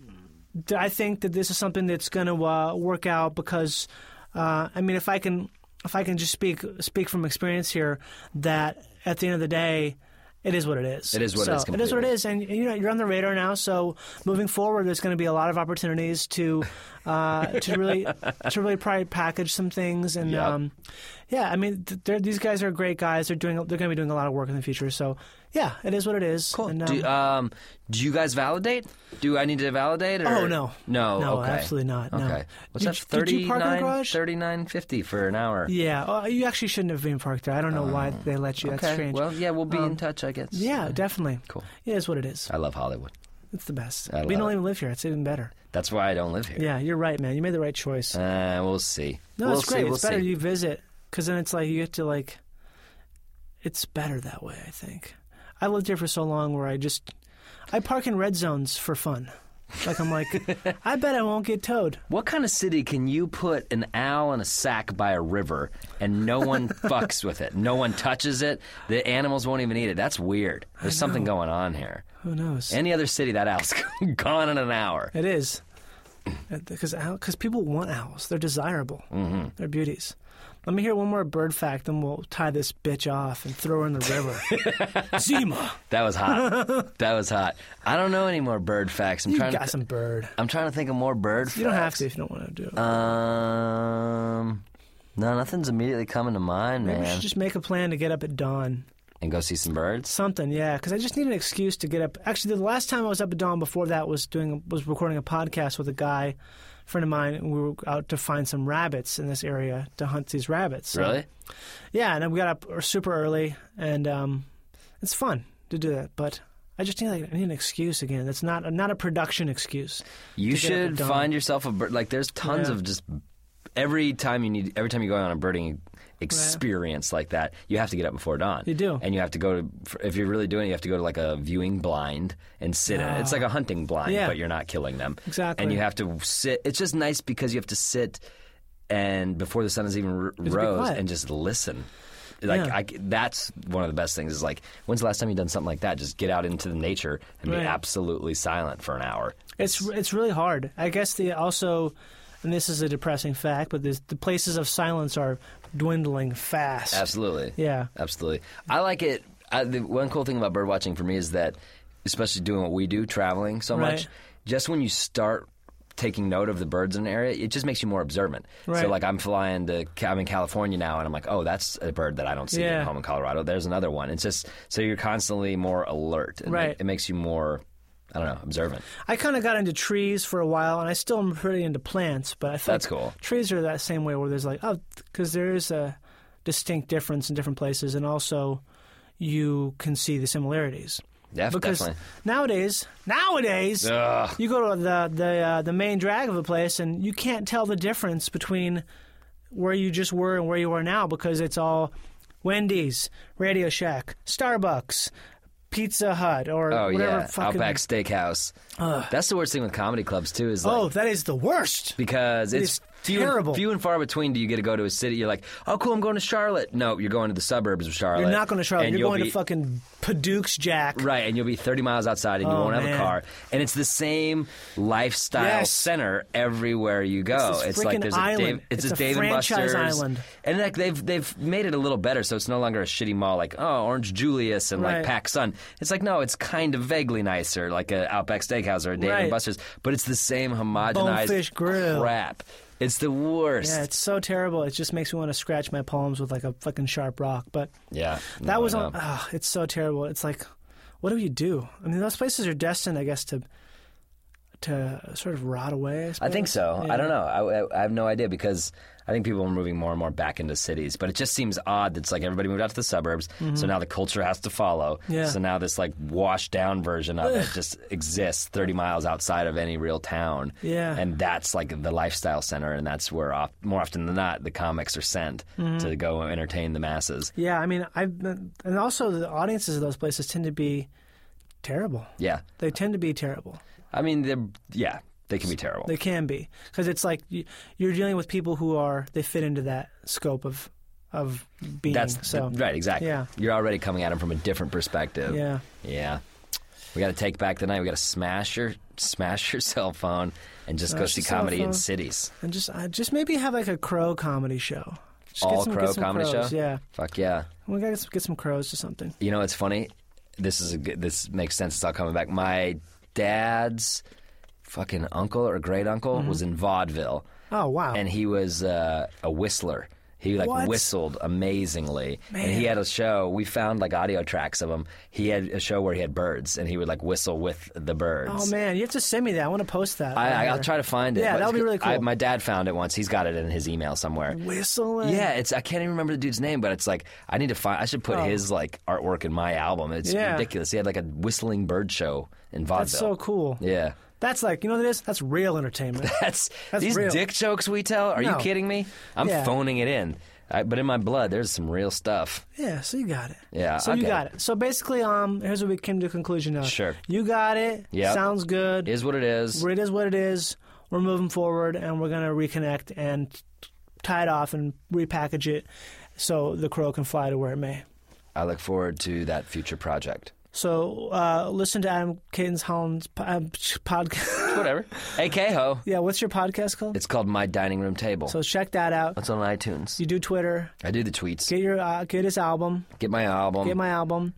Speaker 3: th- I think that this is something that's going to uh, work out. Because uh, I mean, if I can, if I can just speak speak from experience here, that at the end of the day. It is what it is.
Speaker 7: It is what it
Speaker 3: So,
Speaker 7: is
Speaker 3: It is what it is, and you know you're on the radar now. So moving forward, there's going to be a lot of opportunities to uh, to really to really probably package some things and
Speaker 7: [laughs] Yep.
Speaker 3: um, yeah, I mean, th- they're, these guys are great guys. They're doing. They're going to be doing a lot of work in the future. So, yeah, it is what it is. Cool. And, um,
Speaker 7: Do, um, do you guys validate? Do I need to validate? uh, Or?
Speaker 3: Oh, no.
Speaker 7: no,
Speaker 3: No,
Speaker 7: okay.
Speaker 3: absolutely not, no.
Speaker 7: Okay, what's
Speaker 3: Did
Speaker 7: that?
Speaker 3: you- did you park in the
Speaker 7: 39,
Speaker 3: garage?
Speaker 7: 39.50 for an hour.
Speaker 3: yeah, uh, you actually shouldn't have been parked there. I don't know why they let you. That's
Speaker 7: Oh, okay.
Speaker 3: strange. Um,
Speaker 7: Well, yeah, we'll be in touch, I guess.
Speaker 3: yeah, definitely.
Speaker 7: Cool.
Speaker 3: It is what it is.
Speaker 7: I love Hollywood.
Speaker 3: It's the best.
Speaker 7: I
Speaker 3: We
Speaker 7: love
Speaker 3: don't
Speaker 7: it.
Speaker 3: even live here. It's even better.
Speaker 7: That's why I don't live here.
Speaker 3: Yeah, you're right, man. You made the right choice.
Speaker 7: Uh, we'll see.
Speaker 3: no,
Speaker 7: we'll
Speaker 3: it's great.
Speaker 7: See, we'll
Speaker 3: it's better
Speaker 7: see.
Speaker 3: you visit because then it's like you get to like. It's better that way. I think. I lived here for so long where I just, I park in red zones for fun. Like I'm
Speaker 7: [laughs]
Speaker 3: like, I bet I won't get towed.
Speaker 7: What kind of city can you put an owl in a sack by a river and
Speaker 3: [laughs]
Speaker 7: no one fucks with it? No one touches it. The animals won't even eat it. That's weird. There's something going on here.
Speaker 3: Who knows?
Speaker 7: Any other city, that owl's [laughs] gone in an hour.
Speaker 3: It is. Because because people want owls. They're desirable. Mm-hmm. They're beauties. Let me hear one more bird fact, then we'll tie this bitch off and throw her in the
Speaker 7: [laughs]
Speaker 3: river. Zima,
Speaker 7: That
Speaker 3: [laughs]
Speaker 7: was hot. that was hot. I don't know any more bird facts. I'm
Speaker 3: you
Speaker 7: trying
Speaker 3: got
Speaker 7: to.
Speaker 3: some bird.
Speaker 7: I'm trying to think of more bird facts.
Speaker 3: You don't have to if you don't want to do it.
Speaker 7: Oh, Um, no, nothing's immediately coming to mind,
Speaker 3: Maybe we
Speaker 7: man.
Speaker 3: should just make a plan to get up at dawn.
Speaker 7: And go see some birds.
Speaker 3: Something, yeah. Because I just need an excuse to get up. Actually, the last time I was up at dawn before that was doing was recording a podcast with a guy, friend of mine, and we were out to find some rabbits in this area to hunt these rabbits. So-
Speaker 7: Really?
Speaker 3: Yeah, and then we got up er, super early, and um, it's fun to do that. But I just need like I need an excuse again. That's not not a production excuse.
Speaker 7: You
Speaker 3: to get up at
Speaker 7: should
Speaker 3: dawn.
Speaker 7: find yourself a bird. Like, there's tons
Speaker 3: Yeah.
Speaker 7: of just every time you need every time you go on a birding experience like that, you have to get up before dawn.
Speaker 3: You do.
Speaker 7: and you have to go to if you're really doing it, you have to go to like a viewing blind and sit in it. It's like a hunting blind,
Speaker 3: Ah. Yeah.
Speaker 7: but you're not killing them.
Speaker 3: Exactly.
Speaker 7: and you have to sit. It's just nice because you have to sit and before the sun has even r- rose
Speaker 3: quiet.
Speaker 7: and just listen. Like
Speaker 3: Yeah.
Speaker 7: I c that's one of the best things. Is like, when's the last time you've done something like that? Just get out into the nature and
Speaker 3: Right.
Speaker 7: be absolutely silent for an hour.
Speaker 3: It's it's really hard. I guess the also, and this is a depressing fact, but this, the places of silence are dwindling fast.
Speaker 7: Absolutely.
Speaker 3: Yeah.
Speaker 7: Absolutely. I like it. I, the one cool thing about bird watching for me is that, especially doing what we do, traveling so
Speaker 3: Right.
Speaker 7: much, just when you start taking note of the birds in an area, it just makes you more observant.
Speaker 3: Right.
Speaker 7: So, like, I'm flying to, Ca- I'm in California now, and I'm like, oh, that's a bird that I don't see
Speaker 3: Yeah.
Speaker 7: home in Colorado. There's another one. It's just, so you're constantly more alert. It ma-
Speaker 3: Right.
Speaker 7: it makes you more, I don't know, observant.
Speaker 3: I kind of got into trees for a while, and I still am pretty into plants. But I think
Speaker 7: That's cool.
Speaker 3: Trees are that same way where there's like oh, because there is a distinct difference in different places, and also you can see the similarities.
Speaker 7: Yeah,
Speaker 3: because
Speaker 7: definitely.
Speaker 3: nowadays, nowadays,
Speaker 7: Ugh.
Speaker 3: you go to the the uh, the main drag of a place, and you can't tell the difference between where you just were and where you are now because it's all Wendy's, Radio Shack, Starbucks. Pizza Hut or
Speaker 7: Oh,
Speaker 3: whatever
Speaker 7: yeah.
Speaker 3: fucking
Speaker 7: Outback Steakhouse. That's the worst thing with comedy clubs, too, is like,
Speaker 3: Oh, that is the worst.
Speaker 7: because
Speaker 3: It
Speaker 7: it's
Speaker 3: is
Speaker 7: few,
Speaker 3: terrible.
Speaker 7: Few and far between do you get to go to a city. You're like, oh, cool, I'm going to Charlotte. No, you're going to the suburbs of Charlotte.
Speaker 3: You're not going to Charlotte.
Speaker 7: And
Speaker 3: You're
Speaker 7: you'll
Speaker 3: going
Speaker 7: be-
Speaker 3: to fucking Paduke's Jack.
Speaker 7: Right, and you'll be 30 miles outside and you
Speaker 3: Oh,
Speaker 7: won't have
Speaker 3: man.
Speaker 7: a car. And it's the same lifestyle
Speaker 3: Yes.
Speaker 7: center everywhere you go.
Speaker 3: It's this
Speaker 7: like
Speaker 3: frickin'
Speaker 7: there's a Dave,
Speaker 3: island.
Speaker 7: it's,
Speaker 3: It's
Speaker 7: a
Speaker 3: a
Speaker 7: Dave and
Speaker 3: franchise
Speaker 7: Buster's
Speaker 3: island.
Speaker 7: And like they've they've made it a little better so it's no longer a shitty mall like oh Orange Julius and
Speaker 3: Right.
Speaker 7: like Pac Sun. It's like no, it's kind of vaguely nicer like a Outback Steakhouse or a Dave
Speaker 3: Right.
Speaker 7: and Buster's, but it's the same homogenized
Speaker 3: Bonefish Grill.
Speaker 7: crap. It's the worst.
Speaker 3: Yeah, it's so terrible. It just makes me want to scratch my palms with like a fucking sharp rock. But
Speaker 7: Yeah,
Speaker 3: that
Speaker 7: no,
Speaker 3: was
Speaker 7: I know.
Speaker 3: on. Oh, it's so terrible. It's like, what do you do? I mean, those places are destined, I guess, to to sort of rot away. I,
Speaker 7: I think
Speaker 3: suppose.
Speaker 7: so.
Speaker 3: Yeah.
Speaker 7: I don't know. I, I- I have no idea because I think people are moving more and more back into cities. But it just seems odd that it's like everybody moved out to the suburbs,
Speaker 3: Mhm.
Speaker 7: so now the culture has to follow.
Speaker 3: Yeah.
Speaker 7: So now this like washed down version of
Speaker 3: Ugh.
Speaker 7: it just exists 30 miles outside of any real town.
Speaker 3: Yeah.
Speaker 7: And that's like the lifestyle center, and that's where off, more often than not the comics are sent
Speaker 3: Mhm.
Speaker 7: to go entertain the masses.
Speaker 3: Yeah, I mean, I've been, and also the audiences of those places tend to be terrible.
Speaker 7: Yeah.
Speaker 3: They tend to be terrible.
Speaker 7: I mean, they're yeah, they can be terrible.
Speaker 3: They can be because it's like you- you're dealing with people who are they fit into that scope of of being.
Speaker 7: That's
Speaker 3: so
Speaker 7: right, exactly.
Speaker 3: Yeah.
Speaker 7: You're already coming at them from a different perspective.
Speaker 3: Yeah.
Speaker 7: Yeah. We got to take back the night. We got to smash your smash [laughs] your cell phone and just go
Speaker 3: Smash
Speaker 7: see
Speaker 3: your cell
Speaker 7: comedy in
Speaker 3: phone.
Speaker 7: cities.
Speaker 3: And just uh, just maybe have like a crow comedy show. Just get
Speaker 7: All
Speaker 3: some- get
Speaker 7: crow
Speaker 3: some
Speaker 7: comedy
Speaker 3: crows,
Speaker 7: show.
Speaker 3: Yeah,
Speaker 7: Fuck yeah.
Speaker 3: we gotta get some, get some crows or something.
Speaker 7: You know it's funny? This is a good, this makes sense. It's all coming back. My dad's fucking uncle or great uncle was in vaudeville.
Speaker 3: Mm-hmm. Oh wow!
Speaker 7: And he was uh, a whistler. He like
Speaker 3: What?
Speaker 7: whistled amazingly, and he
Speaker 3: Man.
Speaker 7: had a show. We found like audio tracks of him. He had a show where he had birds, and he would like whistle with the birds.
Speaker 3: Oh man, you have to send me that. I want to post that.
Speaker 7: I,
Speaker 3: later.
Speaker 7: I'll try to find it.
Speaker 3: Yeah,
Speaker 7: but
Speaker 3: that would be really cool.
Speaker 7: I, my dad found it once. He's got it in his email somewhere.
Speaker 3: Whistling.
Speaker 7: Yeah, it's I can't even remember the dude's name, but it's like I need to find. I should put
Speaker 3: Oh.
Speaker 7: his like artwork in my album. It's
Speaker 3: Yeah.
Speaker 7: ridiculous. He had like a whistling bird show in vaudeville.
Speaker 3: That's so cool.
Speaker 7: Yeah.
Speaker 3: That's like you know what it is. That's real
Speaker 7: [laughs]
Speaker 3: entertainment.
Speaker 7: That's,
Speaker 3: That's
Speaker 7: these
Speaker 3: real.
Speaker 7: dick jokes we tell. Are
Speaker 3: No.
Speaker 7: you kidding me? I'm
Speaker 3: Yeah.
Speaker 7: phoning it in. I, but in my blood, there's some real stuff.
Speaker 3: Yeah, so you got it.
Speaker 7: Yeah,
Speaker 3: So
Speaker 7: I
Speaker 3: you
Speaker 7: get
Speaker 3: got it. So basically, um, here's what we came to a conclusion of.
Speaker 7: Sure.
Speaker 3: You got it.
Speaker 7: Yep.
Speaker 3: Sounds good.
Speaker 7: Is what it is.
Speaker 3: Well, It is what it is. We're moving forward, and we're gonna reconnect and t- tie it off and repackage it so the crow can fly to where it may.
Speaker 7: I look forward to that future project.
Speaker 3: So uh, listen to Adam Caden's Holland's po- uh, podcast.
Speaker 7: Whatever. Hey, Keho.
Speaker 3: [laughs] yeah, what's your podcast called?
Speaker 7: It's called My Dining Room Table.
Speaker 3: So check that out.
Speaker 7: It's on iTunes.
Speaker 3: You do Twitter.
Speaker 7: I do the tweets.
Speaker 3: Get your uh, get his album.
Speaker 7: Get my album.
Speaker 3: Get my album.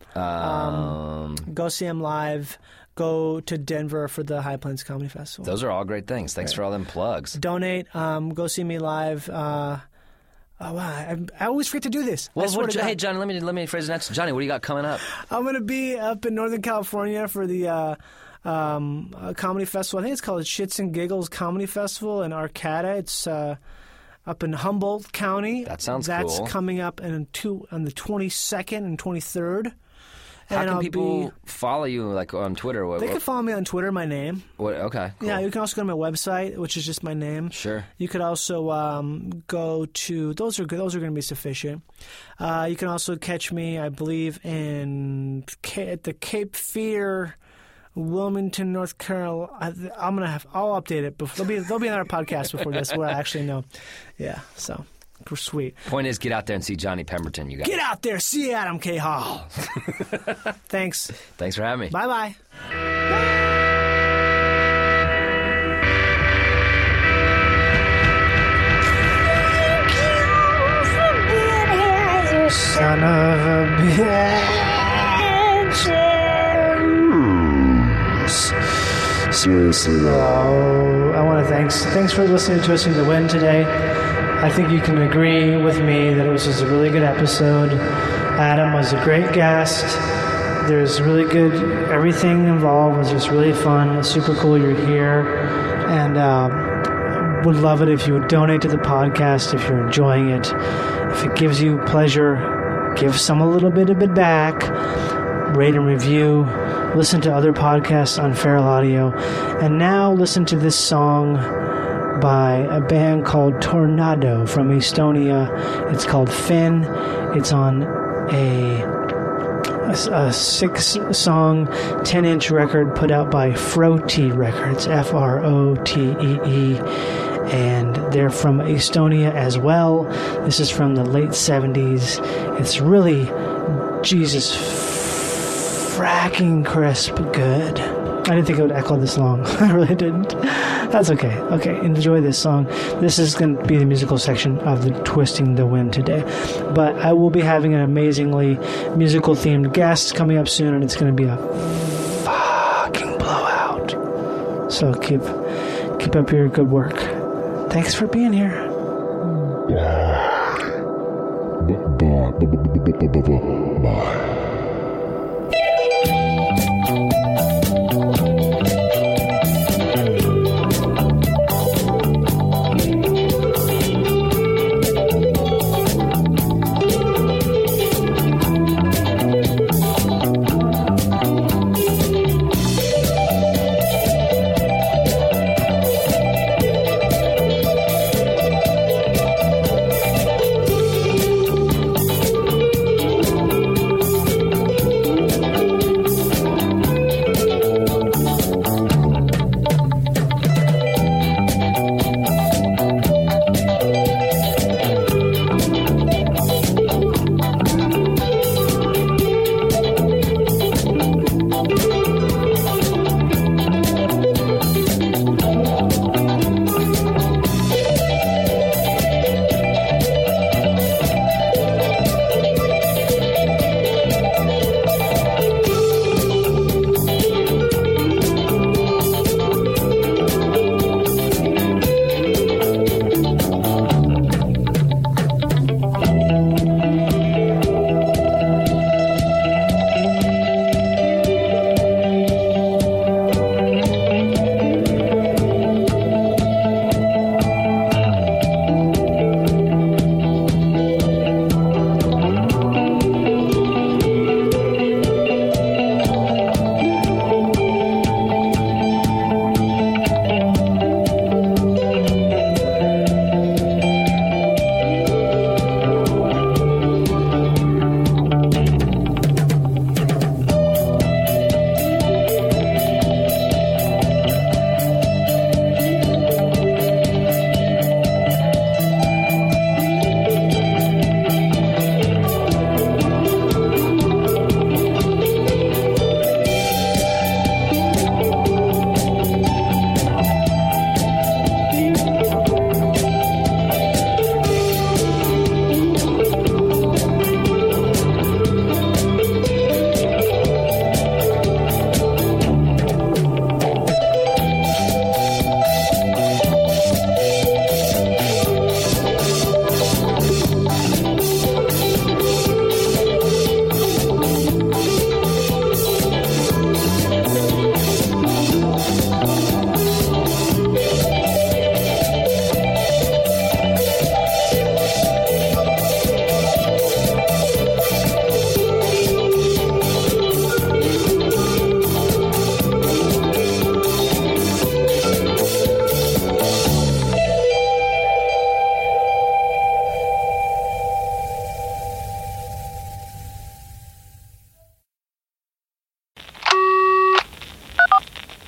Speaker 7: Um,
Speaker 3: Go see him live. Go to Denver for the High Plains Comedy Festival.
Speaker 7: those are all great things. Thanks for all them plugs.
Speaker 3: Donate. Um, go see me live. Uh, oh wow! I, I always forget to do this. I
Speaker 7: Well,
Speaker 3: swear
Speaker 7: what,
Speaker 3: to God.
Speaker 7: hey, Johnny, let me let me phrase it next. Johnny, what do you got coming up?
Speaker 3: I'm gonna be up in Northern California for the uh, um, uh, comedy festival. I think it's called Shits and Giggles Comedy Festival in Arcata. It's uh, up in Humboldt County. That
Speaker 7: sounds
Speaker 3: That's
Speaker 7: cool.
Speaker 3: coming up in two on the 22nd and 23rd.
Speaker 7: How
Speaker 3: and
Speaker 7: can
Speaker 3: I'll
Speaker 7: people
Speaker 3: Be,
Speaker 7: follow you like on Twitter? What,
Speaker 3: they can
Speaker 7: what,
Speaker 3: follow me on Twitter. My name.
Speaker 7: what- okay, cool.
Speaker 3: Yeah, you can also go to my website, which is just my name.
Speaker 7: sure.
Speaker 3: You could also um, go to those are good. Those are going to be sufficient. Uh, you can also catch me, I believe, in Ca- at the Cape Fear, Wilmington, North Carolina. I, I'm gonna have. I'll update it. Before, there'll be there'll be another podcast before this where I actually know. Yeah. So sweet.
Speaker 7: Point is, get out there and see Johnny Pemberton. You guys.
Speaker 3: Get out there, see Adam K. Hall. [laughs] Thanks.
Speaker 7: Thanks for having me.
Speaker 3: Bye bye.
Speaker 10: Son of a bitch.
Speaker 2: Seriously, though. [sighs]
Speaker 8: Oh, I want to thanks thanks for listening to Twisting the Wind today. I think you can agree with me that it was just a really good episode. Adam was a great guest. There's really good everything involved was just really fun. It's super cool you're here, and um, would love it if you would donate to the podcast if you're enjoying it. If it gives you pleasure, give some a little bit of it back rate and review, listen to other podcasts on Feral Audio, and now listen to this song by a band called Tornado from Estonia. It's called Finn. It's on a, a six song, 10 inch record put out by Froti Records, F R O T E E.
Speaker 3: and they're from Estonia as well. This is from the late 70s. It's really Jesus fracking crisp good. I didn't think it would echo this long. [laughs] I really didn't. That's okay. Okay, enjoy this song. This is going to be the musical section of the Twisting the Wind today. But I will be having an amazingly musical themed guest coming up soon, and it's going to be a fucking blowout. So keep keep up your good work. Thanks for being here.
Speaker 2: Bye. Bye. Bye. Bye. Bye. Bye.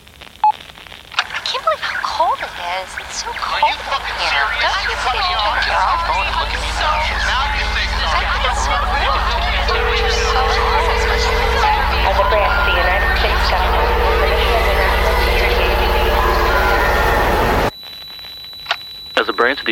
Speaker 9: I can't believe how cold it is. It's so cold in here. Don't you think you can go?
Speaker 11: As a branch of the